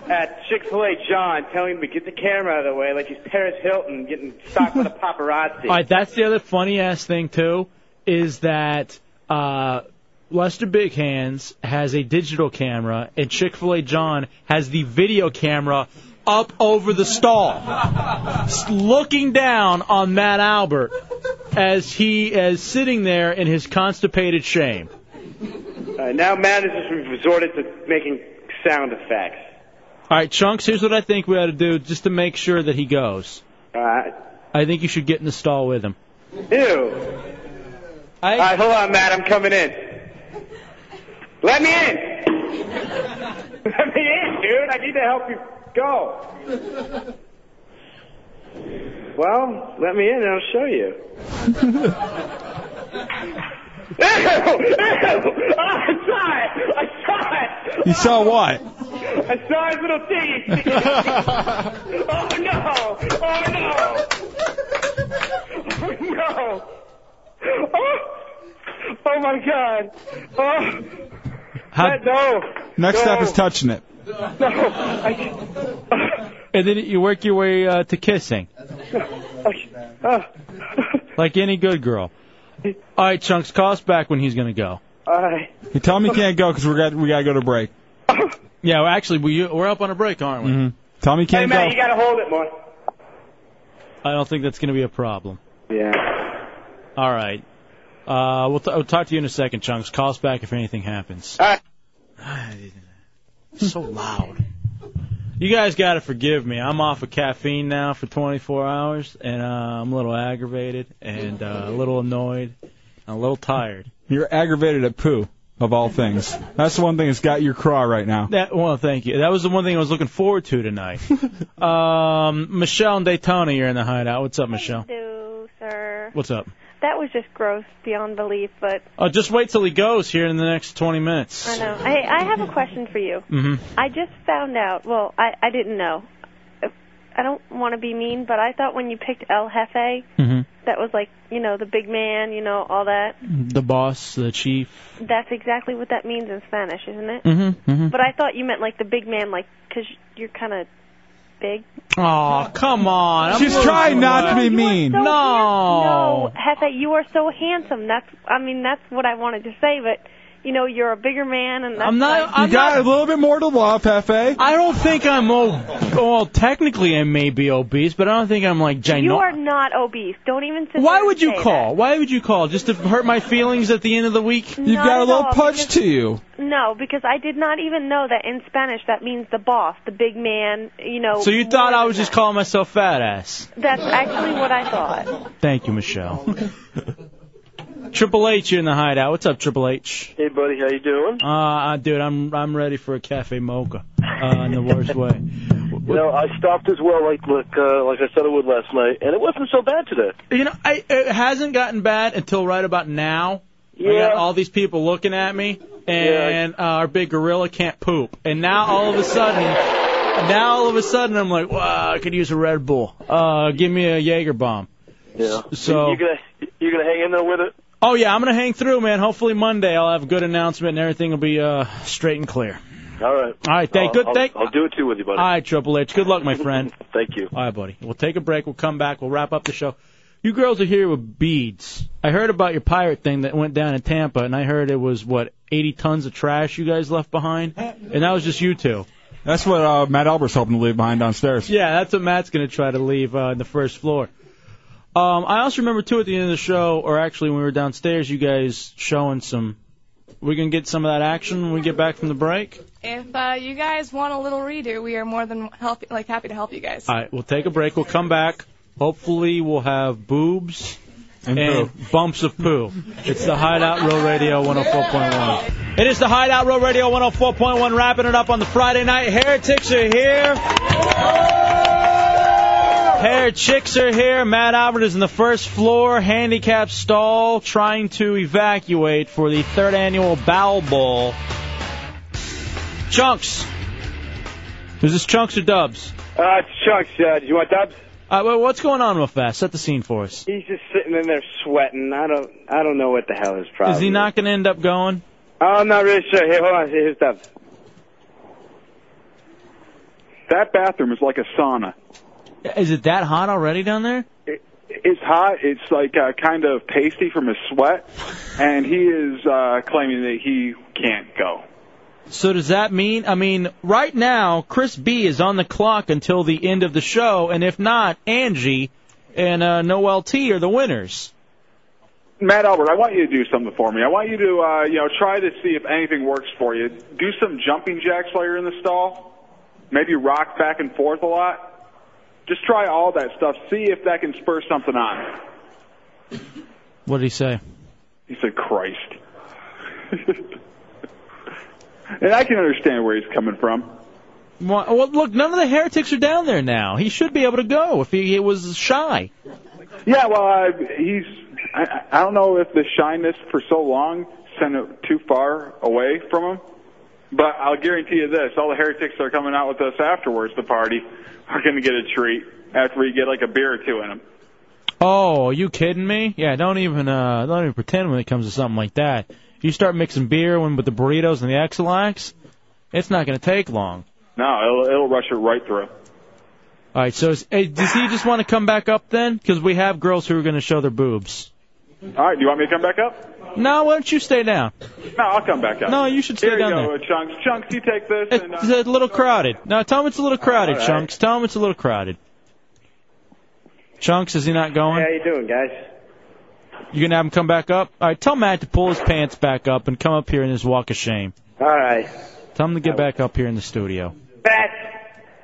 Speaker 7: at Chick-fil-A John, telling him to get the camera out of the way, like he's Paris Hilton getting stopped with a paparazzi.
Speaker 3: All right, that's the other funny ass thing too, is that uh, Lester Big Hands has a digital camera, and Chick Fil A John has the video camera up over the stall, s- looking down on Matt Albert as he is sitting there in his constipated shame.
Speaker 7: Uh, now Matt has just resorted to making sound effects.
Speaker 3: All right, Chunks, here's what I think we ought to do just to make sure that he goes.
Speaker 7: All right.
Speaker 3: I think you should get in the stall with him.
Speaker 7: Ew. All right, hold on, Matt. I'm coming in. Let me in. Let me in, dude. I need to help you go. Well, let me in and I'll show you. Ew! Ew! Oh, I saw it! I saw it!
Speaker 4: You saw what?
Speaker 7: I saw his little titties. oh no! Oh no! Oh no! Oh, oh my God! Oh,
Speaker 31: How-
Speaker 7: that, no!
Speaker 31: Next
Speaker 7: no.
Speaker 31: step is touching it.
Speaker 7: No, I can't.
Speaker 3: And then you work your way uh, to kissing,
Speaker 7: Uh,
Speaker 3: like any good girl. All right, Chunks, call us back when he's going to go.
Speaker 7: all right.
Speaker 31: You tell him he can't go because we got we gotta go to break.
Speaker 3: Yeah, well, actually, we, we're up on a break, aren't we?
Speaker 31: Mm-hmm. Tell him he
Speaker 3: Hey,
Speaker 31: can't
Speaker 3: man,
Speaker 31: go.
Speaker 3: you
Speaker 7: gotta hold it, man.
Speaker 3: I don't think that's going to be a problem.
Speaker 7: Yeah.
Speaker 3: All right. Uh, we'll, t- we'll talk to you in a second, Chunks. Call us back if anything happens. so loud. You guys got to forgive me. I'm off of caffeine now for 24 hours, and uh, I'm a little aggravated and uh, a little annoyed and a little tired.
Speaker 31: You're aggravated at poo of all things. That's the one thing that's got your craw right now.
Speaker 3: That well, thank you. That was the one thing I was looking forward to tonight. um, Michelle and Daytona, you're in the hideout. What's up, Michelle?
Speaker 14: do, sir.
Speaker 3: What's up?
Speaker 14: That was just gross beyond belief, but
Speaker 3: Oh, just wait till he goes here in the next 20 minutes.
Speaker 14: I know. Hey, I have a question for you.
Speaker 3: Mm-hmm.
Speaker 14: I just found out. Well, I I didn't know. I don't want to be mean, but I thought when you picked El Jefe,
Speaker 3: Mm-hmm.
Speaker 14: that was like you know the big man, you know all that.
Speaker 3: The boss, the chief.
Speaker 14: That's exactly what that means in Spanish, isn't it?
Speaker 3: Mm-hmm. mm-hmm.
Speaker 14: But I thought you meant like the big man, like 'cause you're kind of big.
Speaker 3: Oh, come on. I'm
Speaker 31: She's
Speaker 3: losing
Speaker 31: trying not to
Speaker 3: it.
Speaker 31: be mean.
Speaker 14: So
Speaker 3: No.
Speaker 14: handsome. No, Hefe, you are so handsome. That's I mean that's what I wanted to say, but you know you're a bigger man, and that's
Speaker 3: I'm not-
Speaker 14: like-
Speaker 31: You got a little bit more to love, Hefe.
Speaker 3: I don't think I'm ob- well. Technically, I may be obese, but I don't think I'm like ginormous.
Speaker 14: You are not obese. Don't even. Sit
Speaker 3: Why
Speaker 14: there
Speaker 3: would
Speaker 14: and
Speaker 3: you
Speaker 14: say
Speaker 3: call? Why would you call? Just to hurt my feelings at the end of the week?
Speaker 14: You've Not got a at little all, punch because-
Speaker 31: to you.
Speaker 14: that. No, because I did not even know that in Spanish that means the boss, the big man. You know.
Speaker 3: So you thought I was just calling myself fat ass?
Speaker 14: That's actually what I thought.
Speaker 3: Thank you, Michelle. Triple H, you're in the hideout. What's up, Triple H?
Speaker 7: Hey, buddy, how you doing?
Speaker 3: Uh, dude, I'm I'm ready for a cafe mocha uh, in the worst way.
Speaker 7: You know, I stopped as well, like look, uh, like I said I would last night, and it wasn't so bad today.
Speaker 3: You know, I, it hasn't gotten bad until right about now. I
Speaker 7: Yeah.
Speaker 3: got all these people looking at me, and uh, our big gorilla can't poop. And now all of a sudden, now all of a sudden, I'm like, wow, I could use a Red Bull. Uh, give me a Jaeger bomb.
Speaker 7: Yeah.
Speaker 3: So-
Speaker 7: you gonna you gonna hang in there with it?
Speaker 3: Oh yeah, I'm gonna hang through, man. Hopefully Monday I'll have a good announcement and everything will be uh, straight and clear.
Speaker 7: All right.
Speaker 3: All right, thank-
Speaker 7: I'll,
Speaker 3: good-
Speaker 7: Uh, I'll,
Speaker 3: thank-
Speaker 7: I'll do it too with you,
Speaker 3: All
Speaker 7: buddy.
Speaker 3: right, Triple H. Good luck, my friend.
Speaker 7: Thank you.
Speaker 3: All right, buddy. We'll take a break. We'll come back. We'll wrap up the show. You girls are here with beads. I heard about your pirate thing that went down in Tampa, and I heard it was what 80 tons of trash you guys left behind, and that was just you two.
Speaker 31: That's what uh, Matt Albert's hoping to leave behind downstairs.
Speaker 3: Yeah, that's what Matt's going to try to leave uh, on the first floor. Um, I also remember too at the end of the show, or actually when we were downstairs, you guys showing some. We're gonna get some of that action when we get back from the break.
Speaker 2: If uh, you guys want a little redo, we are more than help, like happy to help you guys.
Speaker 3: All right, we'll take a break. We'll come back. Hopefully, we'll have boobs and, bumps of poo. It's the Hideout Row Radio 104.1. It is the Hideout Row Radio 104.1, wrapping it up on the Friday night. Heretics are here. Hair chicks are here. Matt Albert is in the first floor handicap stall trying to evacuate for the third annual Bowel Bowl. Chunks. Is this Chunks or Dubs?
Speaker 7: Uh, it's Chunks. Uh, do you want dubs?
Speaker 3: Uh, well, what's going on real fast? Set the scene for us.
Speaker 7: He's just sitting in there sweating. I don't I don't know what the hell his problem. Oh,
Speaker 3: Is he not going to end up going?
Speaker 7: I'm not really sure. Here, hold on. Here's dubs.
Speaker 4: That bathroom is like a sauna.
Speaker 3: Is it that hot already down there?
Speaker 4: It's hot. It's like uh, kind of pasty from his sweat, and he is uh, claiming that he can't go.
Speaker 3: So does that mean? I mean, right now, Chris B is on the clock until the end of the show, and if not, Angie and uh, Noel T are the winners.
Speaker 4: Matt Albert, I want you to do something for me. I want you to, uh, you know, try to see if anything works for you. Do some jumping jacks while you're in the stall. Maybe rock back and forth a lot. Just try all that stuff. See if that can spur something on.
Speaker 3: What did he say?
Speaker 4: He said, "Christ." and I can understand where he's coming from.
Speaker 3: Well, well, look, none of the heretics are down there now. He should be able to go if he, he was shy.
Speaker 4: Yeah, well, I, he's. I, I- I don't know if the shyness for so long sent it too far away from him,
Speaker 17: But I'll guarantee you this: all the heretics that are coming out with us afterwards, the party, are going to get a treat after we get like a beer or two in them.
Speaker 3: Oh, are you kidding me? Yeah, don't even uh, don't even pretend when it comes to something like that. You start mixing beer when- with the burritos and the Exilax, it's not going to take long.
Speaker 17: No, it'll, it'll rush it right through.
Speaker 3: All right, so is, hey, does he just want to come back up then? Because we have girls who are going to show their boobs.
Speaker 17: All right, do you want me to come back up?
Speaker 3: No, why don't you stay down?
Speaker 17: No, I'll come back up.
Speaker 3: No, you should stay
Speaker 17: Here
Speaker 3: down
Speaker 17: you
Speaker 3: there.
Speaker 17: go, Chunks. Chunks, you take this. and, uh,
Speaker 3: It's a little crowded. No, tell him it's a little crowded,
Speaker 17: All right.
Speaker 3: Chunks. Tell him it's a little crowded. Chunks, is he not going?
Speaker 11: How you doing, guys?
Speaker 3: You gonna have him come back up? All right, tell Matt to pull his pants back up and come up here in his walk of shame.
Speaker 11: All right.
Speaker 3: Tell him to get back up here in the studio.
Speaker 11: Bat,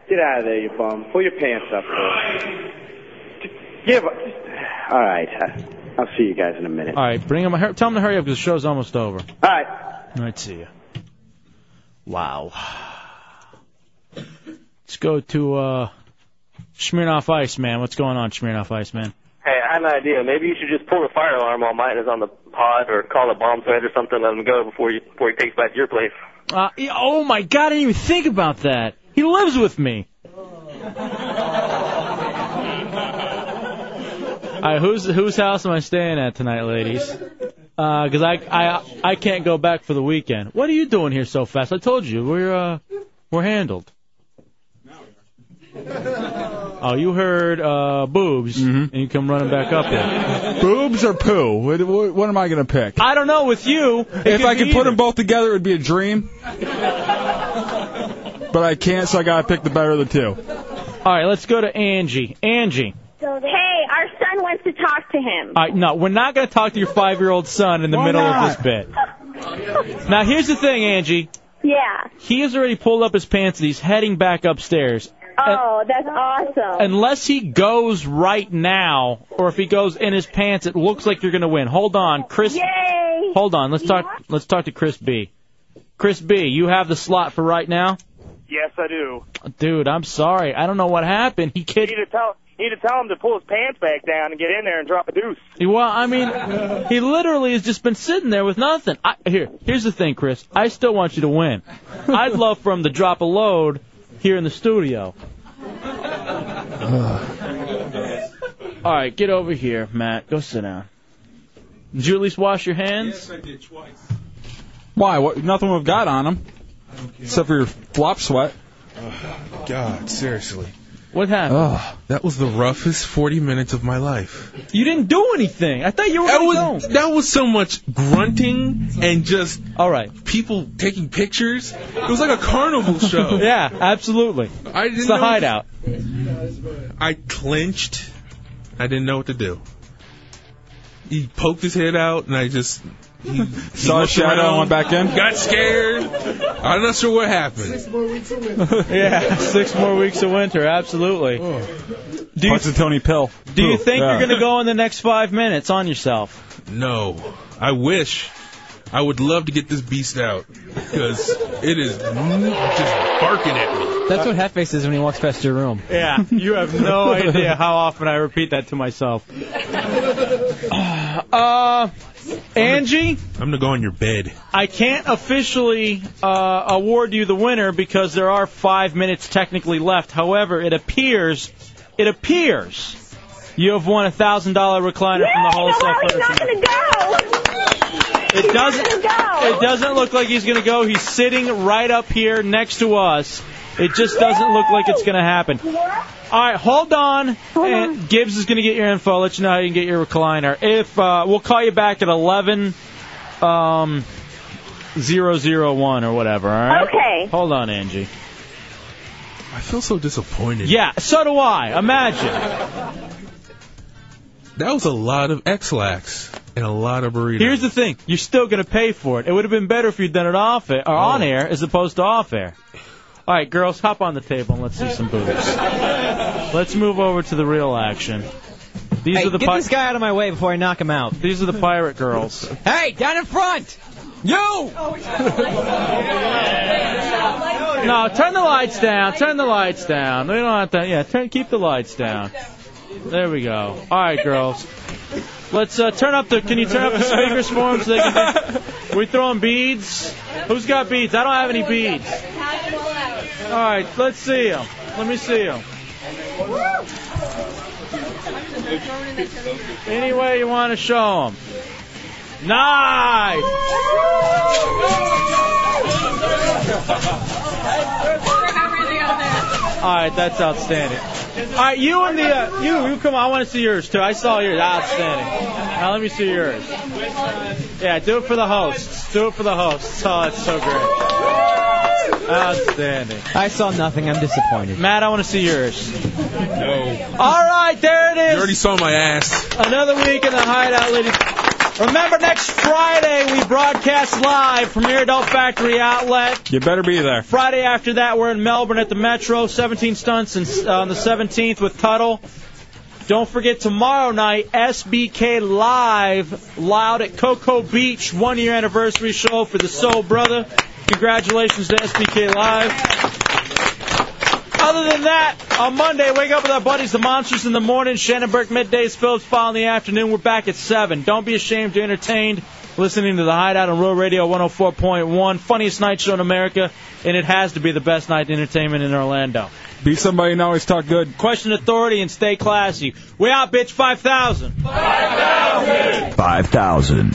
Speaker 11: get out of there, you bum. Pull your pants up. Give up. All right. uh, I'll see you guys in a minute.
Speaker 3: All right, bring him. Tell him to hurry up because the show's almost over.
Speaker 11: All right.
Speaker 3: All right, see you. Wow. Let's go to uh, Smirnoff Ice Man. What's going on, Smirnoff Ice Man?
Speaker 25: Hey, I have an idea. Maybe you should just pull the fire alarm while Mine is on the pod, or call a bomb threat or something. Let him go before you before he takes back your place.
Speaker 3: Uh, yeah, oh my God! I didn't even think about that. He lives with me. All right, whose whose house am I staying at tonight, ladies? Because I I I can't go back for the weekend. What are you doing here so fast? I told you we're uh we're handled. Oh, you heard uh boobs, and you come running back up there.
Speaker 4: Boobs or poo? What, what, what am I going to pick?
Speaker 3: I don't know with you. it
Speaker 4: if I
Speaker 3: be
Speaker 4: could put
Speaker 3: either.
Speaker 4: them both together, it would be a dream. but I can't, so I got to pick the better of the two.
Speaker 3: All right, let's go to Angie. Angie.
Speaker 1: Hey, our son wants to talk to him.
Speaker 3: All right, no, we're not going to talk to your five-year-old son in the
Speaker 1: Why
Speaker 3: middle
Speaker 1: not?
Speaker 3: of this bit. Now, here's the thing, Angie.
Speaker 1: Yeah.
Speaker 3: He has already pulled up his pants and he's heading back upstairs.
Speaker 1: Oh, that's awesome.
Speaker 3: Unless he goes right now, or if he goes in his pants, it looks like you're going to win. Hold on, Chris.
Speaker 1: Yay!
Speaker 3: Hold on. Let's talk. Let's talk to Chris B. Chris B, you have the slot for right now,
Speaker 25: Yes, I do.
Speaker 3: dude. I'm sorry. I don't know what happened. He kid.
Speaker 25: to tell need to tell him to pull his pants back down and get in there and drop a deuce.
Speaker 3: Well, I mean, he literally has just been sitting there with nothing. I, here, here's the thing, Chris. I still want you to win. I'd love for him to drop a load here in the studio. All right, get over here, Matt. Go sit down. Did you at least wash your hands?
Speaker 4: I did twice. Why? What? Nothing would have got on them, except for your flop sweat.
Speaker 9: God, seriously.
Speaker 3: What happened?
Speaker 9: that was the roughest 40 minutes of my life.
Speaker 3: You didn't do anything. I thought you were
Speaker 9: that was, that was so much grunting and just
Speaker 3: all right
Speaker 9: people taking pictures. It was like a carnival show.
Speaker 3: yeah, absolutely.
Speaker 9: I didn't
Speaker 3: it's the
Speaker 9: know what-
Speaker 3: hideout.
Speaker 9: I clenched. I didn't know what to do. He poked his head out, and I just he,
Speaker 4: Saw a
Speaker 9: looked
Speaker 4: shadow and
Speaker 9: around,
Speaker 4: went back in?
Speaker 9: Got scared. I'm not sure what happened.
Speaker 27: more weeks away.
Speaker 3: yeah, six more weeks of winter. Absolutely. Do you,
Speaker 4: Parts of Tony Pill.
Speaker 3: do you
Speaker 4: Poo.
Speaker 3: think
Speaker 4: Yeah.
Speaker 3: you're going to go in the next five minutes on yourself?
Speaker 9: No, I wish. I would love to get this beast out because it is m- just barking at me.
Speaker 6: That's what Hatface is when he walks past your room.
Speaker 3: Yeah, you have no idea how often I repeat that to myself. Uh, Angie,
Speaker 9: I'm gonna go on your bed.
Speaker 3: I can't officially uh, award you the winner because there are five minutes technically left. However, it appears, it appears, you have won a thousand dollar recliner from the wholesale. Furniture
Speaker 1: Oh, He's not going to go.
Speaker 3: it doesn't. It doesn't look like he's going to go. He's sitting right up here next to us. It just doesn't look like it's going to happen. All right, hold on. and Gibbs is going to get your info. Let you know how you can get your recliner. If uh, we'll call you back at eleven, um, zero zero one or whatever. All right.
Speaker 1: Okay.
Speaker 3: Hold on, Angie.
Speaker 9: I feel so disappointed.
Speaker 3: Yeah, so do I. Imagine.
Speaker 9: That was a lot of X-Lax and a lot of burritos.
Speaker 3: Here's the thing: you're still going to pay for it. It would have been better if you'd done it off air, or on
Speaker 6: Oh.
Speaker 3: air as opposed to off air. All right, girls, hop on the table and let's see some boobs. Let's move over to the real action. These
Speaker 6: Hey,
Speaker 3: are the
Speaker 6: get
Speaker 3: pi-
Speaker 6: this guy out of my way before I knock him out.
Speaker 3: These are the pirate girls.
Speaker 6: Hey, down in front! You!
Speaker 3: No, turn the lights down. Turn the lights down. We don't have to. Yeah, turn. Keep the lights down. There we go. All right, girls. Let's uh, turn up the. Can you turn up the speakers for 'em so they can? We're throwing beads. Who's got beads? I don't have any beads. All right, let's see them. Let me see them. Any way you want to show them. Nice. All right, that's outstanding. All right, you and the uh, you, you come on. I want to see yours too. I saw yours. Outstanding. Now let me see yours. Yeah, do it for the hosts. Do it for the hosts. Oh, that's so great. Uh, Outstanding.
Speaker 32: I saw nothing. I'm disappointed.
Speaker 3: Matt, I want to see yours. No. All right, there it is. You already
Speaker 33: saw my ass.
Speaker 3: Another week in the hideout, ladies. Remember, next Friday we broadcast live from Iredell Factory Outlet.
Speaker 4: You better be there.
Speaker 3: Friday after that, we're in Melbourne at the Metro, 17 stunts and, uh, on the 17th with Tuttle. Don't forget tomorrow night, SBK Live, loud at Cocoa Beach, one year anniversary show for the Soul Brother. Congratulations to SBK Live. Other than that, on Monday, wake up with our buddies, the Monsters in the morning, Shannon Burke middays, Phillips File in the afternoon. We're back at 7. Don't be ashamed to entertained listening to the Hideout on Real Radio 104.1, funniest night show in America, and it has to be the best night in entertainment in Orlando.
Speaker 4: Be somebody and always talk good.
Speaker 3: Question authority and stay classy. We out, bitch, 5,000.
Speaker 25: 5,000, 5,000,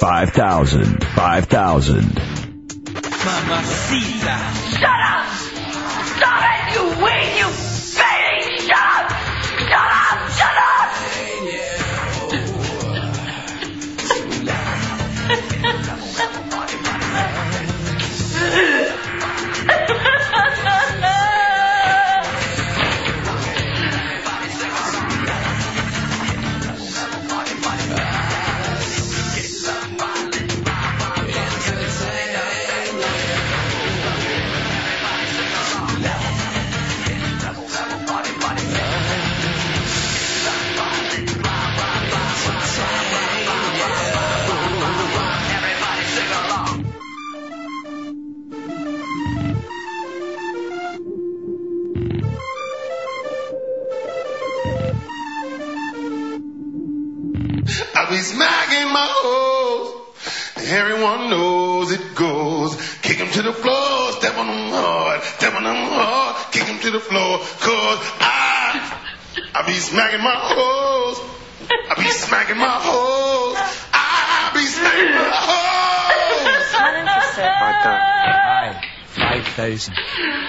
Speaker 25: 5,000, 5,000.
Speaker 7: Mamacita. Shut up! Stop it, you weak, you baby! Shut up! Shut up! Shut up!
Speaker 9: I be smacking my hoes. Everyone knows it goes. Kick 'em to the floor, step on 'em hard, step on 'em hard, kick 'em to the floor, cause I, I be smacking my hoes. I be smacking my hoes. I be smacking my hoes.
Speaker 7: Hi,
Speaker 25: Five thousand.